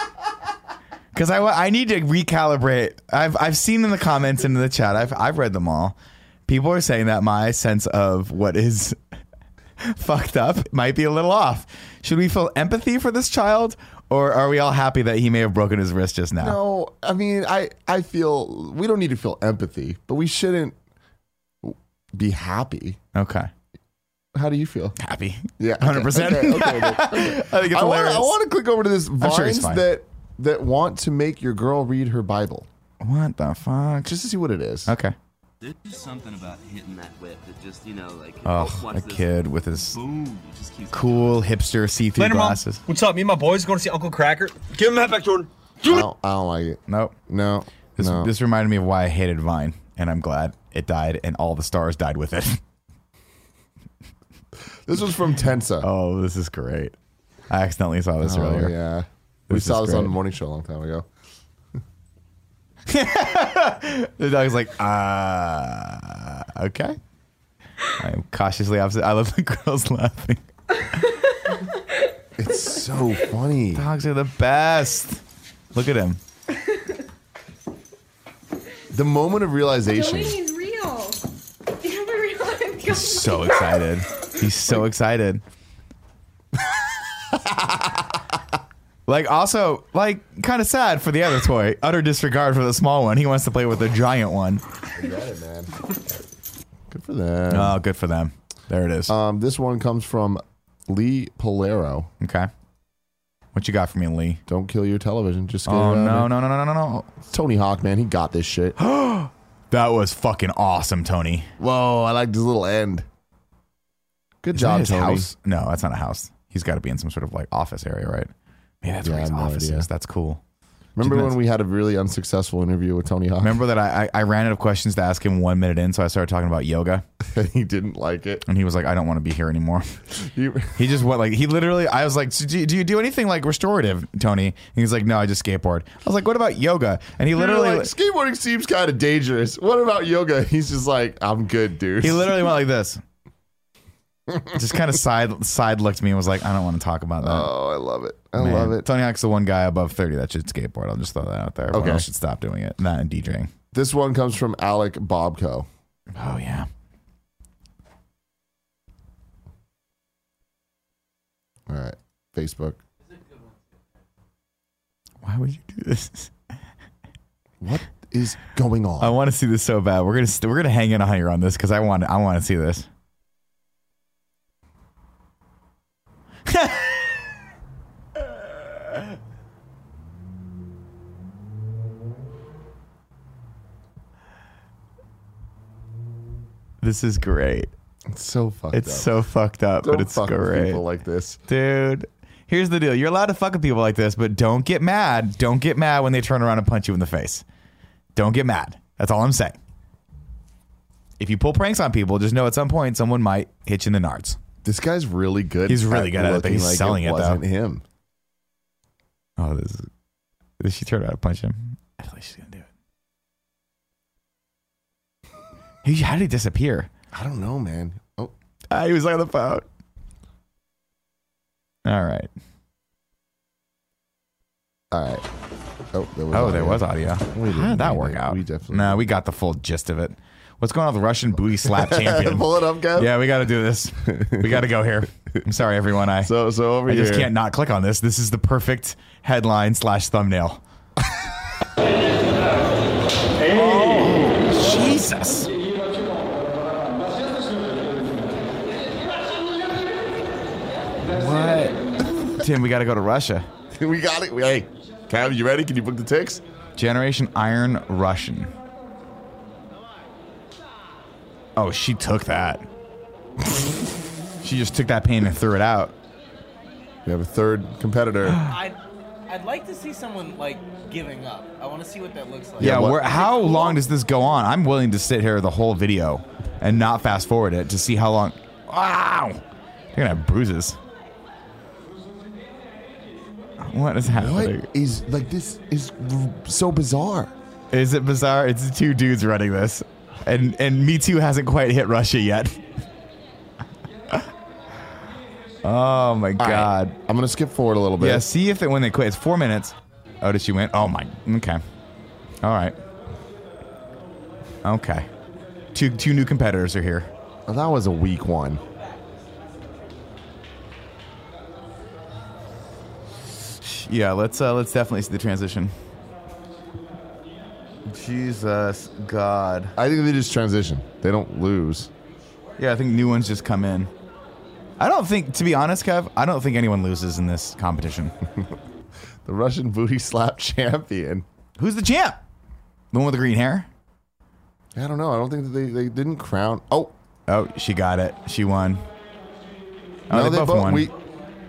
[SPEAKER 2] Because I, wa- I need to recalibrate. I've, I've seen in the comments and in the chat, I've, I've read them all. People are saying that my sense of what is fucked up might be a little off. Should we feel empathy for this child? Or are we all happy that he may have broken his wrist just now?
[SPEAKER 1] No, I mean, I I feel we don't need to feel empathy, but we shouldn't be happy.
[SPEAKER 2] Okay.
[SPEAKER 1] How do you feel?
[SPEAKER 2] Happy.
[SPEAKER 1] Yeah, okay,
[SPEAKER 2] 100%.
[SPEAKER 1] okay, okay, then.
[SPEAKER 2] I think it's
[SPEAKER 1] I want
[SPEAKER 2] hilarious.
[SPEAKER 1] I want to click over to this vines
[SPEAKER 2] sure it's fine.
[SPEAKER 1] that that want to make your girl read her Bible
[SPEAKER 2] What the fuck?
[SPEAKER 1] just to see what it is.
[SPEAKER 2] Okay.
[SPEAKER 11] There's just something about hitting that whip that just, you know, like.
[SPEAKER 2] Oh,
[SPEAKER 11] watch
[SPEAKER 2] a
[SPEAKER 11] this.
[SPEAKER 2] kid with his
[SPEAKER 11] Boom. It just keeps.
[SPEAKER 2] cool hipster see-through glasses.
[SPEAKER 9] What's up? Me and my boys going to see Uncle Cracker. Give him that back, Jordan.
[SPEAKER 1] I don't, I don't like it.
[SPEAKER 2] Nope.
[SPEAKER 1] No,
[SPEAKER 2] This,
[SPEAKER 1] no.
[SPEAKER 2] this reminded me of why I hated Vine, and I'm glad it died, and all the stars died with it.
[SPEAKER 1] This was from Tensa.
[SPEAKER 2] oh, this is great. Oh, I accidentally saw this earlier.
[SPEAKER 1] Oh, yeah, we
[SPEAKER 2] This
[SPEAKER 1] saw
[SPEAKER 2] is
[SPEAKER 1] this on the
[SPEAKER 2] great.
[SPEAKER 1] morning show a long time ago.
[SPEAKER 2] The dog's like, uh, okay. I'm cautiously opposite. I love the girls laughing.
[SPEAKER 1] It's so funny.
[SPEAKER 2] Dogs are the best. Look at him.
[SPEAKER 1] The moment of realization.
[SPEAKER 7] Jolene's real. You have a real life Jolene.
[SPEAKER 2] So excited. He's so excited. like also like kind of sad for the other toy. Utter disregard for the small one. He wants to play with the giant one.
[SPEAKER 1] I got it, man. Good for them.
[SPEAKER 2] Oh, good for them. There it is.
[SPEAKER 1] Um, this one comes from Lee Polero.
[SPEAKER 2] okay. What you got for me, Lee?
[SPEAKER 1] Don't kill your television. Just get
[SPEAKER 2] Oh
[SPEAKER 1] it out
[SPEAKER 2] no,
[SPEAKER 1] of
[SPEAKER 2] no, no, no, no, no, no.
[SPEAKER 1] it. Tony Hawk, man, he got this shit.
[SPEAKER 2] That was fucking awesome, Tony.
[SPEAKER 1] Whoa, I liked his little end. Good
[SPEAKER 2] Is that
[SPEAKER 1] job,
[SPEAKER 2] his
[SPEAKER 1] Tony.
[SPEAKER 2] house? No, that's not a house. He's got to be in some sort of like office area, right? Maybe that's where
[SPEAKER 1] Yeah, I
[SPEAKER 2] his
[SPEAKER 1] have no
[SPEAKER 2] office
[SPEAKER 1] idea.
[SPEAKER 2] is. That's cool.
[SPEAKER 1] Remember
[SPEAKER 2] Chicken
[SPEAKER 1] when we had a really unsuccessful interview with Tony Hawk?
[SPEAKER 2] Remember that I, I, I ran out of questions to ask him one minute in, so I started talking about yoga.
[SPEAKER 1] he didn't like it.
[SPEAKER 2] And he was like, I don't want to be here anymore.
[SPEAKER 1] He-
[SPEAKER 2] He just went like, he literally, I was like, so do, do you do anything like restorative, Tony? And he's like, no, I just skateboard. I was like, what about yoga? And he literally,
[SPEAKER 1] You're like, skateboarding seems kind of dangerous. What about yoga? He's just like, I'm good, dude.
[SPEAKER 2] he literally went like this. just kind of side side looked me and was like, I don't want to talk about that.
[SPEAKER 1] oh, I love it. I
[SPEAKER 2] Man.
[SPEAKER 1] love it.
[SPEAKER 2] Tony Hawk's the one guy above 30 that should skateboard. I'll just throw that out there. Everyone
[SPEAKER 1] Okay.
[SPEAKER 2] else should stop doing it. Not in DJing.
[SPEAKER 1] This one comes from Alec Bobco.
[SPEAKER 2] Oh, yeah.
[SPEAKER 1] All right, Facebook.
[SPEAKER 2] Why would you do this?
[SPEAKER 1] What is going on?
[SPEAKER 2] I want to see this so bad. We're gonna st- we're gonna hang in a hanger on this because I want I want to see this. this is great.
[SPEAKER 1] it's so fucked
[SPEAKER 2] It's
[SPEAKER 1] up.
[SPEAKER 2] so fucked up,
[SPEAKER 1] Don't
[SPEAKER 2] but it's
[SPEAKER 1] fuck with
[SPEAKER 2] great,
[SPEAKER 1] people like this.
[SPEAKER 2] dude. Here's the deal: you're allowed to fuck with people like this, but don't get mad. Don't get mad when they turn around and punch you in the face. Don't get mad. That's all I'm saying. If you pull pranks on people, just know at some point someone might hit you in the nards.
[SPEAKER 1] This guy's really good.
[SPEAKER 2] He's really good at it, but
[SPEAKER 1] looking
[SPEAKER 2] he's
[SPEAKER 1] like
[SPEAKER 2] selling it,
[SPEAKER 1] it
[SPEAKER 2] though.
[SPEAKER 1] wasn't him.
[SPEAKER 2] Oh, this is. Did she turn around and punch him? I feel like she's gonna do it. He, how did he disappear?
[SPEAKER 1] I don't know, man. Oh,
[SPEAKER 2] Ah, he was on the phone. All right.
[SPEAKER 1] all right. Oh, there was.
[SPEAKER 2] Oh, there
[SPEAKER 1] audio.
[SPEAKER 2] was audio.
[SPEAKER 1] We
[SPEAKER 2] How
[SPEAKER 1] didn't
[SPEAKER 2] did that
[SPEAKER 1] need
[SPEAKER 2] work
[SPEAKER 1] it.
[SPEAKER 2] out?
[SPEAKER 1] We definitely
[SPEAKER 2] No,
[SPEAKER 1] didn't.
[SPEAKER 2] we got the full gist of it. What's going on with Russian booty slap champion?
[SPEAKER 1] Pull it up, Kev.
[SPEAKER 2] Yeah, we got to do this. We got to go here. I'm sorry, everyone. I
[SPEAKER 1] so so over
[SPEAKER 2] I just
[SPEAKER 1] here.
[SPEAKER 2] can't not click on this. This is the perfect headline slash thumbnail. Oh, Jesus. What? Tim, we got to go to Russia.
[SPEAKER 1] we got it. Hey, Kev, you ready? Can you book the ticks?
[SPEAKER 2] Generation Iron Russian. Oh, she took that. she just took that pain and threw it out.
[SPEAKER 1] We have a third competitor.
[SPEAKER 3] I'd, I'd like to see someone like giving up. I want to see what that looks like.
[SPEAKER 2] Yeah, where, how long does this go on? I'm willing to sit here the whole video and not fast forward it to see how long. Wow, they're gonna have bruises. What is happening?
[SPEAKER 1] What is like? This is r- so bizarre.
[SPEAKER 2] Is it bizarre? It's two dudes running this, and and Me Too hasn't quite hit Russia yet. oh my god!
[SPEAKER 1] I'm gonna skip forward a little bit.
[SPEAKER 2] Yeah, see if it when they quit. It's four minutes. Oh, did she win? Oh my. Okay. All right. Okay. Two two new competitors are here.
[SPEAKER 1] Oh, that was a weak one.
[SPEAKER 2] Yeah, let's uh, let's definitely see the transition. Jesus God.
[SPEAKER 1] I think they just transition. They don't lose.
[SPEAKER 2] Yeah, I think new ones just come in. I don't think, to be honest, Kev, I don't think anyone loses in this competition.
[SPEAKER 1] The Russian booty slap champion.
[SPEAKER 2] Who's the champ? The one with the green hair?
[SPEAKER 1] I don't know. I don't think that they, they didn't crown. Oh,
[SPEAKER 2] Oh, she got it. She won. Oh,
[SPEAKER 1] no,
[SPEAKER 2] they, both, won.
[SPEAKER 1] We,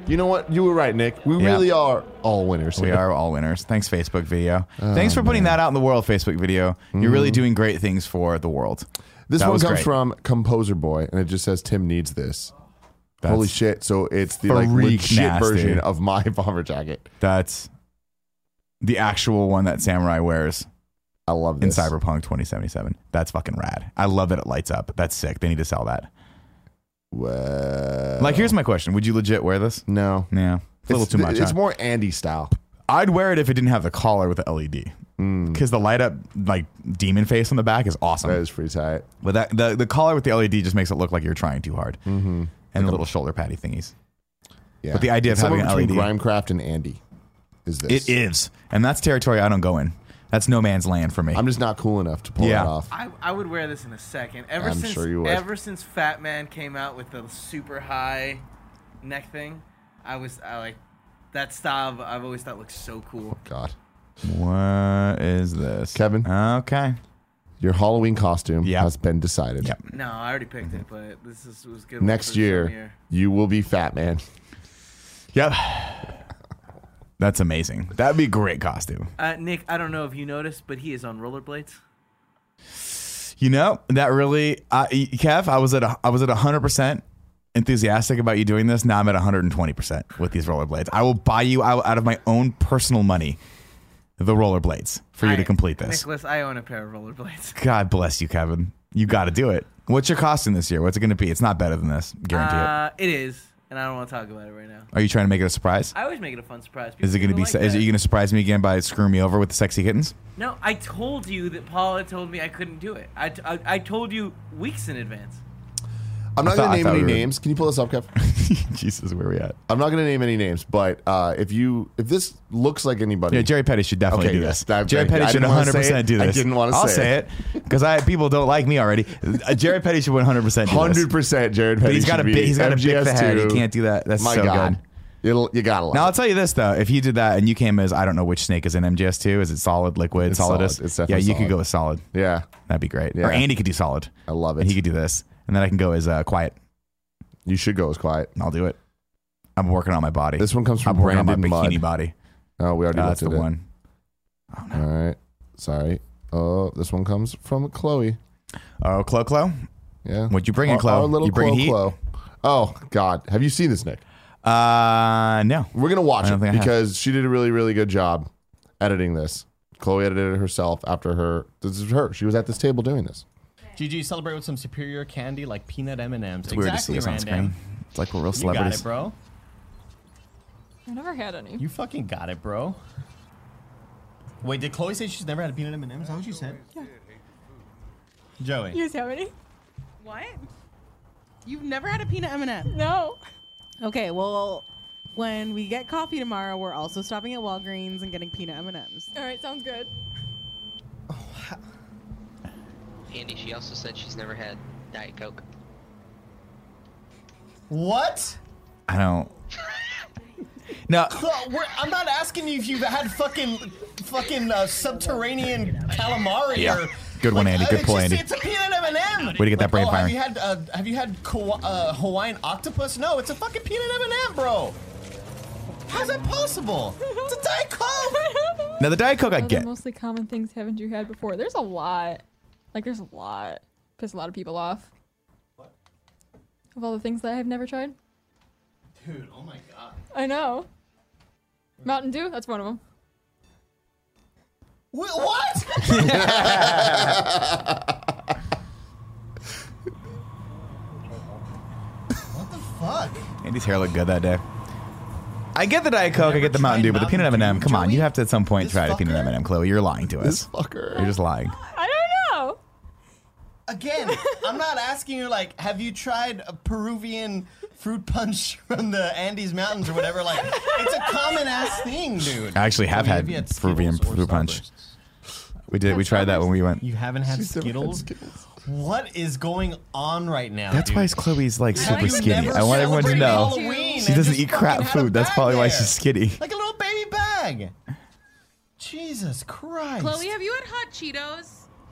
[SPEAKER 1] you know what? You were right, Nick. We
[SPEAKER 2] Yeah.
[SPEAKER 1] really are all winners.
[SPEAKER 2] We
[SPEAKER 1] here.
[SPEAKER 2] are all winners. Thanks, Facebook video.
[SPEAKER 1] Oh,
[SPEAKER 2] Thanks for putting that out in the world, Facebook video. You're really
[SPEAKER 1] Mm.
[SPEAKER 2] doing great things for the world.
[SPEAKER 1] This
[SPEAKER 2] That
[SPEAKER 1] one
[SPEAKER 2] was
[SPEAKER 1] comes
[SPEAKER 2] great.
[SPEAKER 1] from Composer Boy, and it just says Tim needs this.
[SPEAKER 2] That's-
[SPEAKER 1] Holy shit! So it's the like
[SPEAKER 2] Freak
[SPEAKER 1] legit
[SPEAKER 2] nasty.
[SPEAKER 1] version of my bomber jacket.
[SPEAKER 2] That's the actual one that Samurai wears
[SPEAKER 1] I love
[SPEAKER 2] in
[SPEAKER 1] this.
[SPEAKER 2] Cyberpunk 2077. That's fucking rad. I love that it lights up. That's sick. They need to sell that.
[SPEAKER 1] Well,
[SPEAKER 2] Like,
[SPEAKER 1] Uh,
[SPEAKER 2] here's my question Would you legit wear this?
[SPEAKER 1] no,
[SPEAKER 2] Yeah. It's a little
[SPEAKER 1] It's-
[SPEAKER 2] too much.
[SPEAKER 1] It's
[SPEAKER 2] huh?
[SPEAKER 1] more Andy style.
[SPEAKER 2] I'd wear it if it didn't have the collar with the LED. Because the light up, like, demon face on the back Mm. is awesome.
[SPEAKER 1] That is pretty tight.
[SPEAKER 2] But that the, the collar with the LED just makes it look like you're trying too hard. Mm-hmm. And the little shoulder patty thingies.
[SPEAKER 1] Yeah.
[SPEAKER 2] But the idea of
[SPEAKER 1] It's somewhere
[SPEAKER 2] having an
[SPEAKER 1] between
[SPEAKER 2] LED.
[SPEAKER 1] Grimecraft and Andy is this.
[SPEAKER 2] It is. And that's territory I don't go in. That's no man's land for me.
[SPEAKER 1] I'm just not cool enough to pull
[SPEAKER 2] Yeah.
[SPEAKER 1] that off.
[SPEAKER 3] I, I would wear this in a second. Ever
[SPEAKER 1] I'm
[SPEAKER 3] since
[SPEAKER 1] sure you would.
[SPEAKER 3] ever since Fat Man came out with the super high neck thing, I was I like that style. I've- I've always thought looked so cool.
[SPEAKER 1] God,
[SPEAKER 2] what is this?
[SPEAKER 1] Kevin?
[SPEAKER 2] Okay.
[SPEAKER 1] your Halloween costume
[SPEAKER 2] Yep.
[SPEAKER 1] has been decided.
[SPEAKER 2] Yep.
[SPEAKER 3] No, I already picked it,
[SPEAKER 2] Mm-hmm.
[SPEAKER 3] but this is, was good. one for
[SPEAKER 1] Next
[SPEAKER 3] some
[SPEAKER 1] year, you will be Fat Man.
[SPEAKER 2] Yep. That's amazing. That'd be a great costume.
[SPEAKER 3] Uh, Nick, I don't know if you noticed, but he is on rollerblades.
[SPEAKER 2] You know that really, I Kev. I was at a, I was at hundred percent enthusiastic about you doing this. Now I'm at one hundred and twenty percent with these rollerblades. I will buy you out, out of my own personal money the rollerblades for you
[SPEAKER 3] I-
[SPEAKER 2] to complete this.
[SPEAKER 3] Nicholas, I own a pair of rollerblades.
[SPEAKER 2] God bless you, Kevin. You got to do it. What's your costume this year? What's it going to be? It's not better than this, guarantee it.
[SPEAKER 3] Uh, it is, and I don't want to talk about it right now.
[SPEAKER 2] Are you trying to make it a surprise?
[SPEAKER 3] I always make it a fun surprise.
[SPEAKER 2] Is it going to
[SPEAKER 3] People
[SPEAKER 2] be?
[SPEAKER 3] like
[SPEAKER 2] su- is
[SPEAKER 3] that.
[SPEAKER 2] it you going to surprise me again by screwing me over with the sexy kittens?
[SPEAKER 3] No, I told you that Paula told me I couldn't do it. I, t- I, I told you weeks in advance.
[SPEAKER 1] I'm not
[SPEAKER 2] I
[SPEAKER 1] going
[SPEAKER 2] thought- I
[SPEAKER 1] to name
[SPEAKER 2] thought
[SPEAKER 1] any
[SPEAKER 2] we were-
[SPEAKER 1] names. Can you pull this up, Kev?
[SPEAKER 2] Jesus, where are we at?
[SPEAKER 1] I'm not going to name any names, but uh, if you if this looks like anybody,
[SPEAKER 2] Yeah, Jerry Petty should definitely
[SPEAKER 1] Okay,
[SPEAKER 2] do
[SPEAKER 1] yes,
[SPEAKER 2] this.
[SPEAKER 1] that-
[SPEAKER 2] Jerry
[SPEAKER 1] thank you.
[SPEAKER 2] Petty
[SPEAKER 1] I
[SPEAKER 2] should
[SPEAKER 1] didn't wanna
[SPEAKER 2] 100
[SPEAKER 1] say it.
[SPEAKER 2] percent do
[SPEAKER 1] I
[SPEAKER 2] this.
[SPEAKER 1] didn't wanna
[SPEAKER 2] I'll
[SPEAKER 1] say
[SPEAKER 2] say it
[SPEAKER 1] it.
[SPEAKER 2] because I people don't like me already. Uh, Jerry Petty should 100 percent do this.
[SPEAKER 1] hundred percent Jared Petty.
[SPEAKER 2] But he's got
[SPEAKER 1] should
[SPEAKER 2] a big,
[SPEAKER 1] be
[SPEAKER 2] he's got a big
[SPEAKER 1] MGS2.
[SPEAKER 2] head. He can't do that. That's
[SPEAKER 1] My
[SPEAKER 2] so
[SPEAKER 1] God,
[SPEAKER 2] good.
[SPEAKER 1] It'll, you gotta love.
[SPEAKER 2] Now I'll
[SPEAKER 1] it.
[SPEAKER 2] tell you this though: if you did that and you came as I don't know which snake is in MGS2, is it solid, liquid,
[SPEAKER 1] It's
[SPEAKER 2] solidus?
[SPEAKER 1] solid. It's
[SPEAKER 2] yeah,
[SPEAKER 1] definitely
[SPEAKER 2] you could
[SPEAKER 1] solid.
[SPEAKER 2] go with solid.
[SPEAKER 1] yeah,
[SPEAKER 2] That'd be great.
[SPEAKER 1] Yeah.
[SPEAKER 2] Or Andy could do solid,
[SPEAKER 1] I love
[SPEAKER 2] and
[SPEAKER 1] it.
[SPEAKER 2] he could do this, and then I can go as uh, quiet,
[SPEAKER 1] you should go as quiet.
[SPEAKER 2] and I'll do it. I'm working on my body.
[SPEAKER 1] This one comes from
[SPEAKER 2] I'm working on my
[SPEAKER 1] Brandon
[SPEAKER 2] bikini
[SPEAKER 1] Mudd.
[SPEAKER 2] body.
[SPEAKER 1] Oh, we already
[SPEAKER 2] Uh,
[SPEAKER 1] looked
[SPEAKER 2] that's the
[SPEAKER 1] at it.
[SPEAKER 2] one.
[SPEAKER 1] All right, sorry. Oh, this one comes from Chloe.
[SPEAKER 2] Oh, Clo Clo,
[SPEAKER 1] Yeah,
[SPEAKER 2] what'd you bring in,
[SPEAKER 1] Our-
[SPEAKER 2] Clo?
[SPEAKER 1] Our little
[SPEAKER 2] you bring
[SPEAKER 1] Chloe
[SPEAKER 2] heat?
[SPEAKER 1] Chloe. Oh God, have you seen this, Nick?
[SPEAKER 2] Uh, no.
[SPEAKER 1] We're gonna
[SPEAKER 2] I
[SPEAKER 1] watch
[SPEAKER 2] don't
[SPEAKER 1] it
[SPEAKER 2] think I have.
[SPEAKER 1] because she did a really, really good job editing this. Chloe edited it herself after her. This is her. She was at this table doing this.
[SPEAKER 12] GG, celebrate with some superior candy like peanut M&Ms.
[SPEAKER 2] It's weird to see
[SPEAKER 12] exactly,
[SPEAKER 2] us on
[SPEAKER 12] Randam.
[SPEAKER 2] screen. It's like we're real
[SPEAKER 12] You got
[SPEAKER 2] celebrities.
[SPEAKER 12] it, bro.
[SPEAKER 13] I never had any.
[SPEAKER 12] You fucking got it, bro. Wait, did Chloe say she's never had a peanut M&M? Is that what she said? Joey.
[SPEAKER 13] You guys have any?
[SPEAKER 4] What? You've never had a peanut M&M?
[SPEAKER 13] No.
[SPEAKER 4] Okay, well, when we get coffee tomorrow, we're also stopping at Walgreens and getting peanut M&Ms.
[SPEAKER 13] All right, sounds good.
[SPEAKER 14] Andy, she also said she's never had Diet Coke.
[SPEAKER 12] What?
[SPEAKER 2] I don't. No,
[SPEAKER 12] Cla- we're- I'm not asking you if you've had fucking fucking uh, subterranean calamari
[SPEAKER 2] Yeah.
[SPEAKER 12] or.
[SPEAKER 2] Good one, Andy.
[SPEAKER 12] uh,
[SPEAKER 2] Good
[SPEAKER 12] it's
[SPEAKER 2] pull,
[SPEAKER 12] just-
[SPEAKER 2] Andy.
[SPEAKER 12] It's a peanut M&M.
[SPEAKER 2] Way to get that brain
[SPEAKER 12] oh, Have
[SPEAKER 2] firing.
[SPEAKER 12] you had uh, Have you had Kawa- uh, Hawaiian octopus? No, it's a fucking peanut M&M, bro. How's that possible? It's a Diet Coke.
[SPEAKER 2] Now the Diet Coke I
[SPEAKER 13] What other
[SPEAKER 2] get.
[SPEAKER 13] mostly common things haven't you had before? There's a lot. Like there's a lot. Piss a lot of people off. Of all the things that I have never tried.
[SPEAKER 12] Dude, oh my god.
[SPEAKER 13] I know. Mountain Dew, that's one of them.
[SPEAKER 12] Wh- what? Fuck.
[SPEAKER 2] Andy's hair looked good that day. I get the Diet Coke, I get the Mountain Dew, but the peanut M&M. Come on, you have to at some point try the peanut M&M, Chloe. You're lying to us.
[SPEAKER 1] This fucker.
[SPEAKER 2] You're just lying.
[SPEAKER 13] I don't know.
[SPEAKER 12] Again, I'm not asking you like, have you tried a Peruvian fruit punch from the Andes Mountains or whatever? Like, it's a common ass thing, dude.
[SPEAKER 2] I actually have
[SPEAKER 12] Or
[SPEAKER 2] had
[SPEAKER 12] maybe it's
[SPEAKER 2] Peruvian
[SPEAKER 12] Skittles or
[SPEAKER 2] fruit punch. We did. We tried that when we went.
[SPEAKER 12] You haven't had
[SPEAKER 2] She's never had
[SPEAKER 12] Skittles? What is going on right now?
[SPEAKER 2] That's
[SPEAKER 12] dude?
[SPEAKER 2] why Chloe's like
[SPEAKER 12] How
[SPEAKER 2] super
[SPEAKER 12] do you
[SPEAKER 2] skinny.
[SPEAKER 12] never
[SPEAKER 2] I want everyone to
[SPEAKER 12] celebrate
[SPEAKER 2] know
[SPEAKER 12] Halloween
[SPEAKER 2] she
[SPEAKER 12] and
[SPEAKER 2] doesn't
[SPEAKER 12] just
[SPEAKER 2] eat crap
[SPEAKER 12] fucking have
[SPEAKER 2] food.
[SPEAKER 12] a
[SPEAKER 2] That's
[SPEAKER 12] bag
[SPEAKER 2] probably why
[SPEAKER 12] there?
[SPEAKER 2] she's skinny.
[SPEAKER 12] Like a little baby bag. Jesus Christ.
[SPEAKER 4] Chloe, have you had hot Cheetos?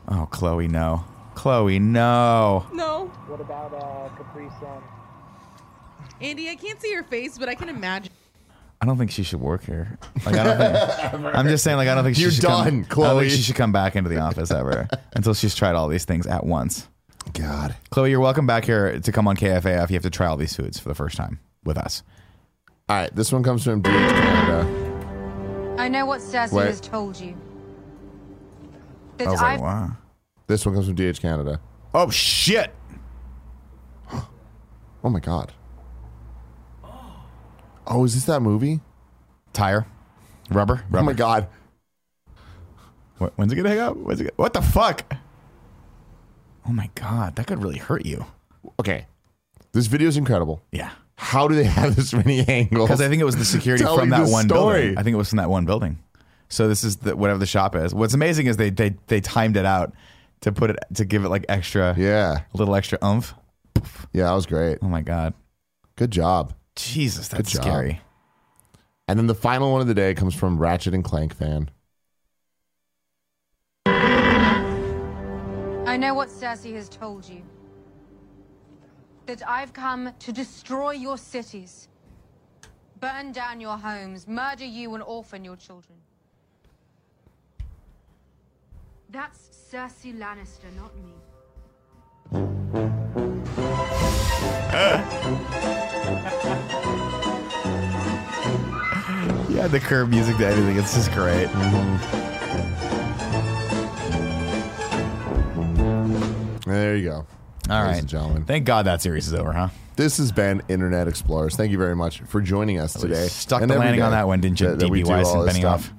[SPEAKER 2] Oh, Chloe, no. Chloe, no.
[SPEAKER 4] No.
[SPEAKER 15] What about uh, Capri Sun?
[SPEAKER 4] Andy, I can't see your face, but I can imagine.
[SPEAKER 2] I don't think she should work here. Like I don't think, I'm just saying. Like I don't think she
[SPEAKER 1] You're
[SPEAKER 2] should
[SPEAKER 1] done,
[SPEAKER 2] come, I don't
[SPEAKER 1] Chloe.
[SPEAKER 2] think she should come back into the office ever until she's tried all these things at once.
[SPEAKER 1] God,
[SPEAKER 2] Chloe, you're welcome back here to come on KFAF. You have to try all these foods for the first time with us.
[SPEAKER 1] All right, this one comes from DH Canada.
[SPEAKER 16] I know what Cersei
[SPEAKER 1] Wait.
[SPEAKER 16] has told you. That
[SPEAKER 1] I was like,
[SPEAKER 16] I've
[SPEAKER 1] wow. This one comes from DH Canada.
[SPEAKER 2] Oh shit!
[SPEAKER 1] Oh my god. Oh, is this that movie?
[SPEAKER 2] Tire, rubber, rubber.
[SPEAKER 1] Oh my god.
[SPEAKER 2] What, when's it gonna hang up? When's it gonna, what the fuck? Oh my god, that could really hurt you.
[SPEAKER 1] Okay, this video is incredible.
[SPEAKER 2] Yeah.
[SPEAKER 1] How do they have this many angles?
[SPEAKER 2] Because I think it was the security
[SPEAKER 1] Telling
[SPEAKER 2] from that
[SPEAKER 1] this
[SPEAKER 2] one
[SPEAKER 1] story.
[SPEAKER 2] building. I think it was from that one building. So this is the, whatever the shop is. What's amazing is they they they timed it out to put it to give it like extra
[SPEAKER 1] yeah
[SPEAKER 2] a little extra oomph.
[SPEAKER 1] Yeah, that was great.
[SPEAKER 2] Oh my god.
[SPEAKER 1] Good job.
[SPEAKER 2] Jesus, that's
[SPEAKER 1] Good job.
[SPEAKER 2] scary.
[SPEAKER 1] And then the final one of the day comes from Ratchet and Clank fan.
[SPEAKER 16] I know what Cersei has told you. That I've come to destroy your cities, burn down your homes, murder you and orphan your children. That's Cersei Lannister, not me.
[SPEAKER 2] Yeah, the curb music to everything. It's just great.
[SPEAKER 1] There you go.
[SPEAKER 2] All
[SPEAKER 1] Ladies
[SPEAKER 2] right.
[SPEAKER 1] and gentlemen.
[SPEAKER 2] Thank God that series is over, huh?
[SPEAKER 1] This has been Internet Explorers. Thank you very much for joining us today.
[SPEAKER 2] stuck
[SPEAKER 1] And
[SPEAKER 2] the
[SPEAKER 1] every
[SPEAKER 2] landing on
[SPEAKER 1] day
[SPEAKER 2] that one, didn't you,
[SPEAKER 1] that- that we
[SPEAKER 2] DB
[SPEAKER 1] do
[SPEAKER 2] Weiss
[SPEAKER 1] all
[SPEAKER 2] and
[SPEAKER 1] this
[SPEAKER 2] Benioff?
[SPEAKER 1] stuff.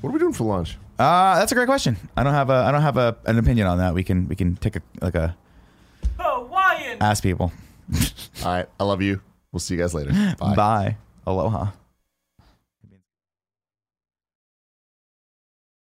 [SPEAKER 1] What are we doing for lunch?
[SPEAKER 2] Uh, that's a great question. I don't have a I don't have a, an opinion on that. We can we can take a like a
[SPEAKER 3] Hawaiian.
[SPEAKER 2] ask people.
[SPEAKER 1] All right. I love you. We'll see you guys later. Bye.
[SPEAKER 2] Bye. Aloha.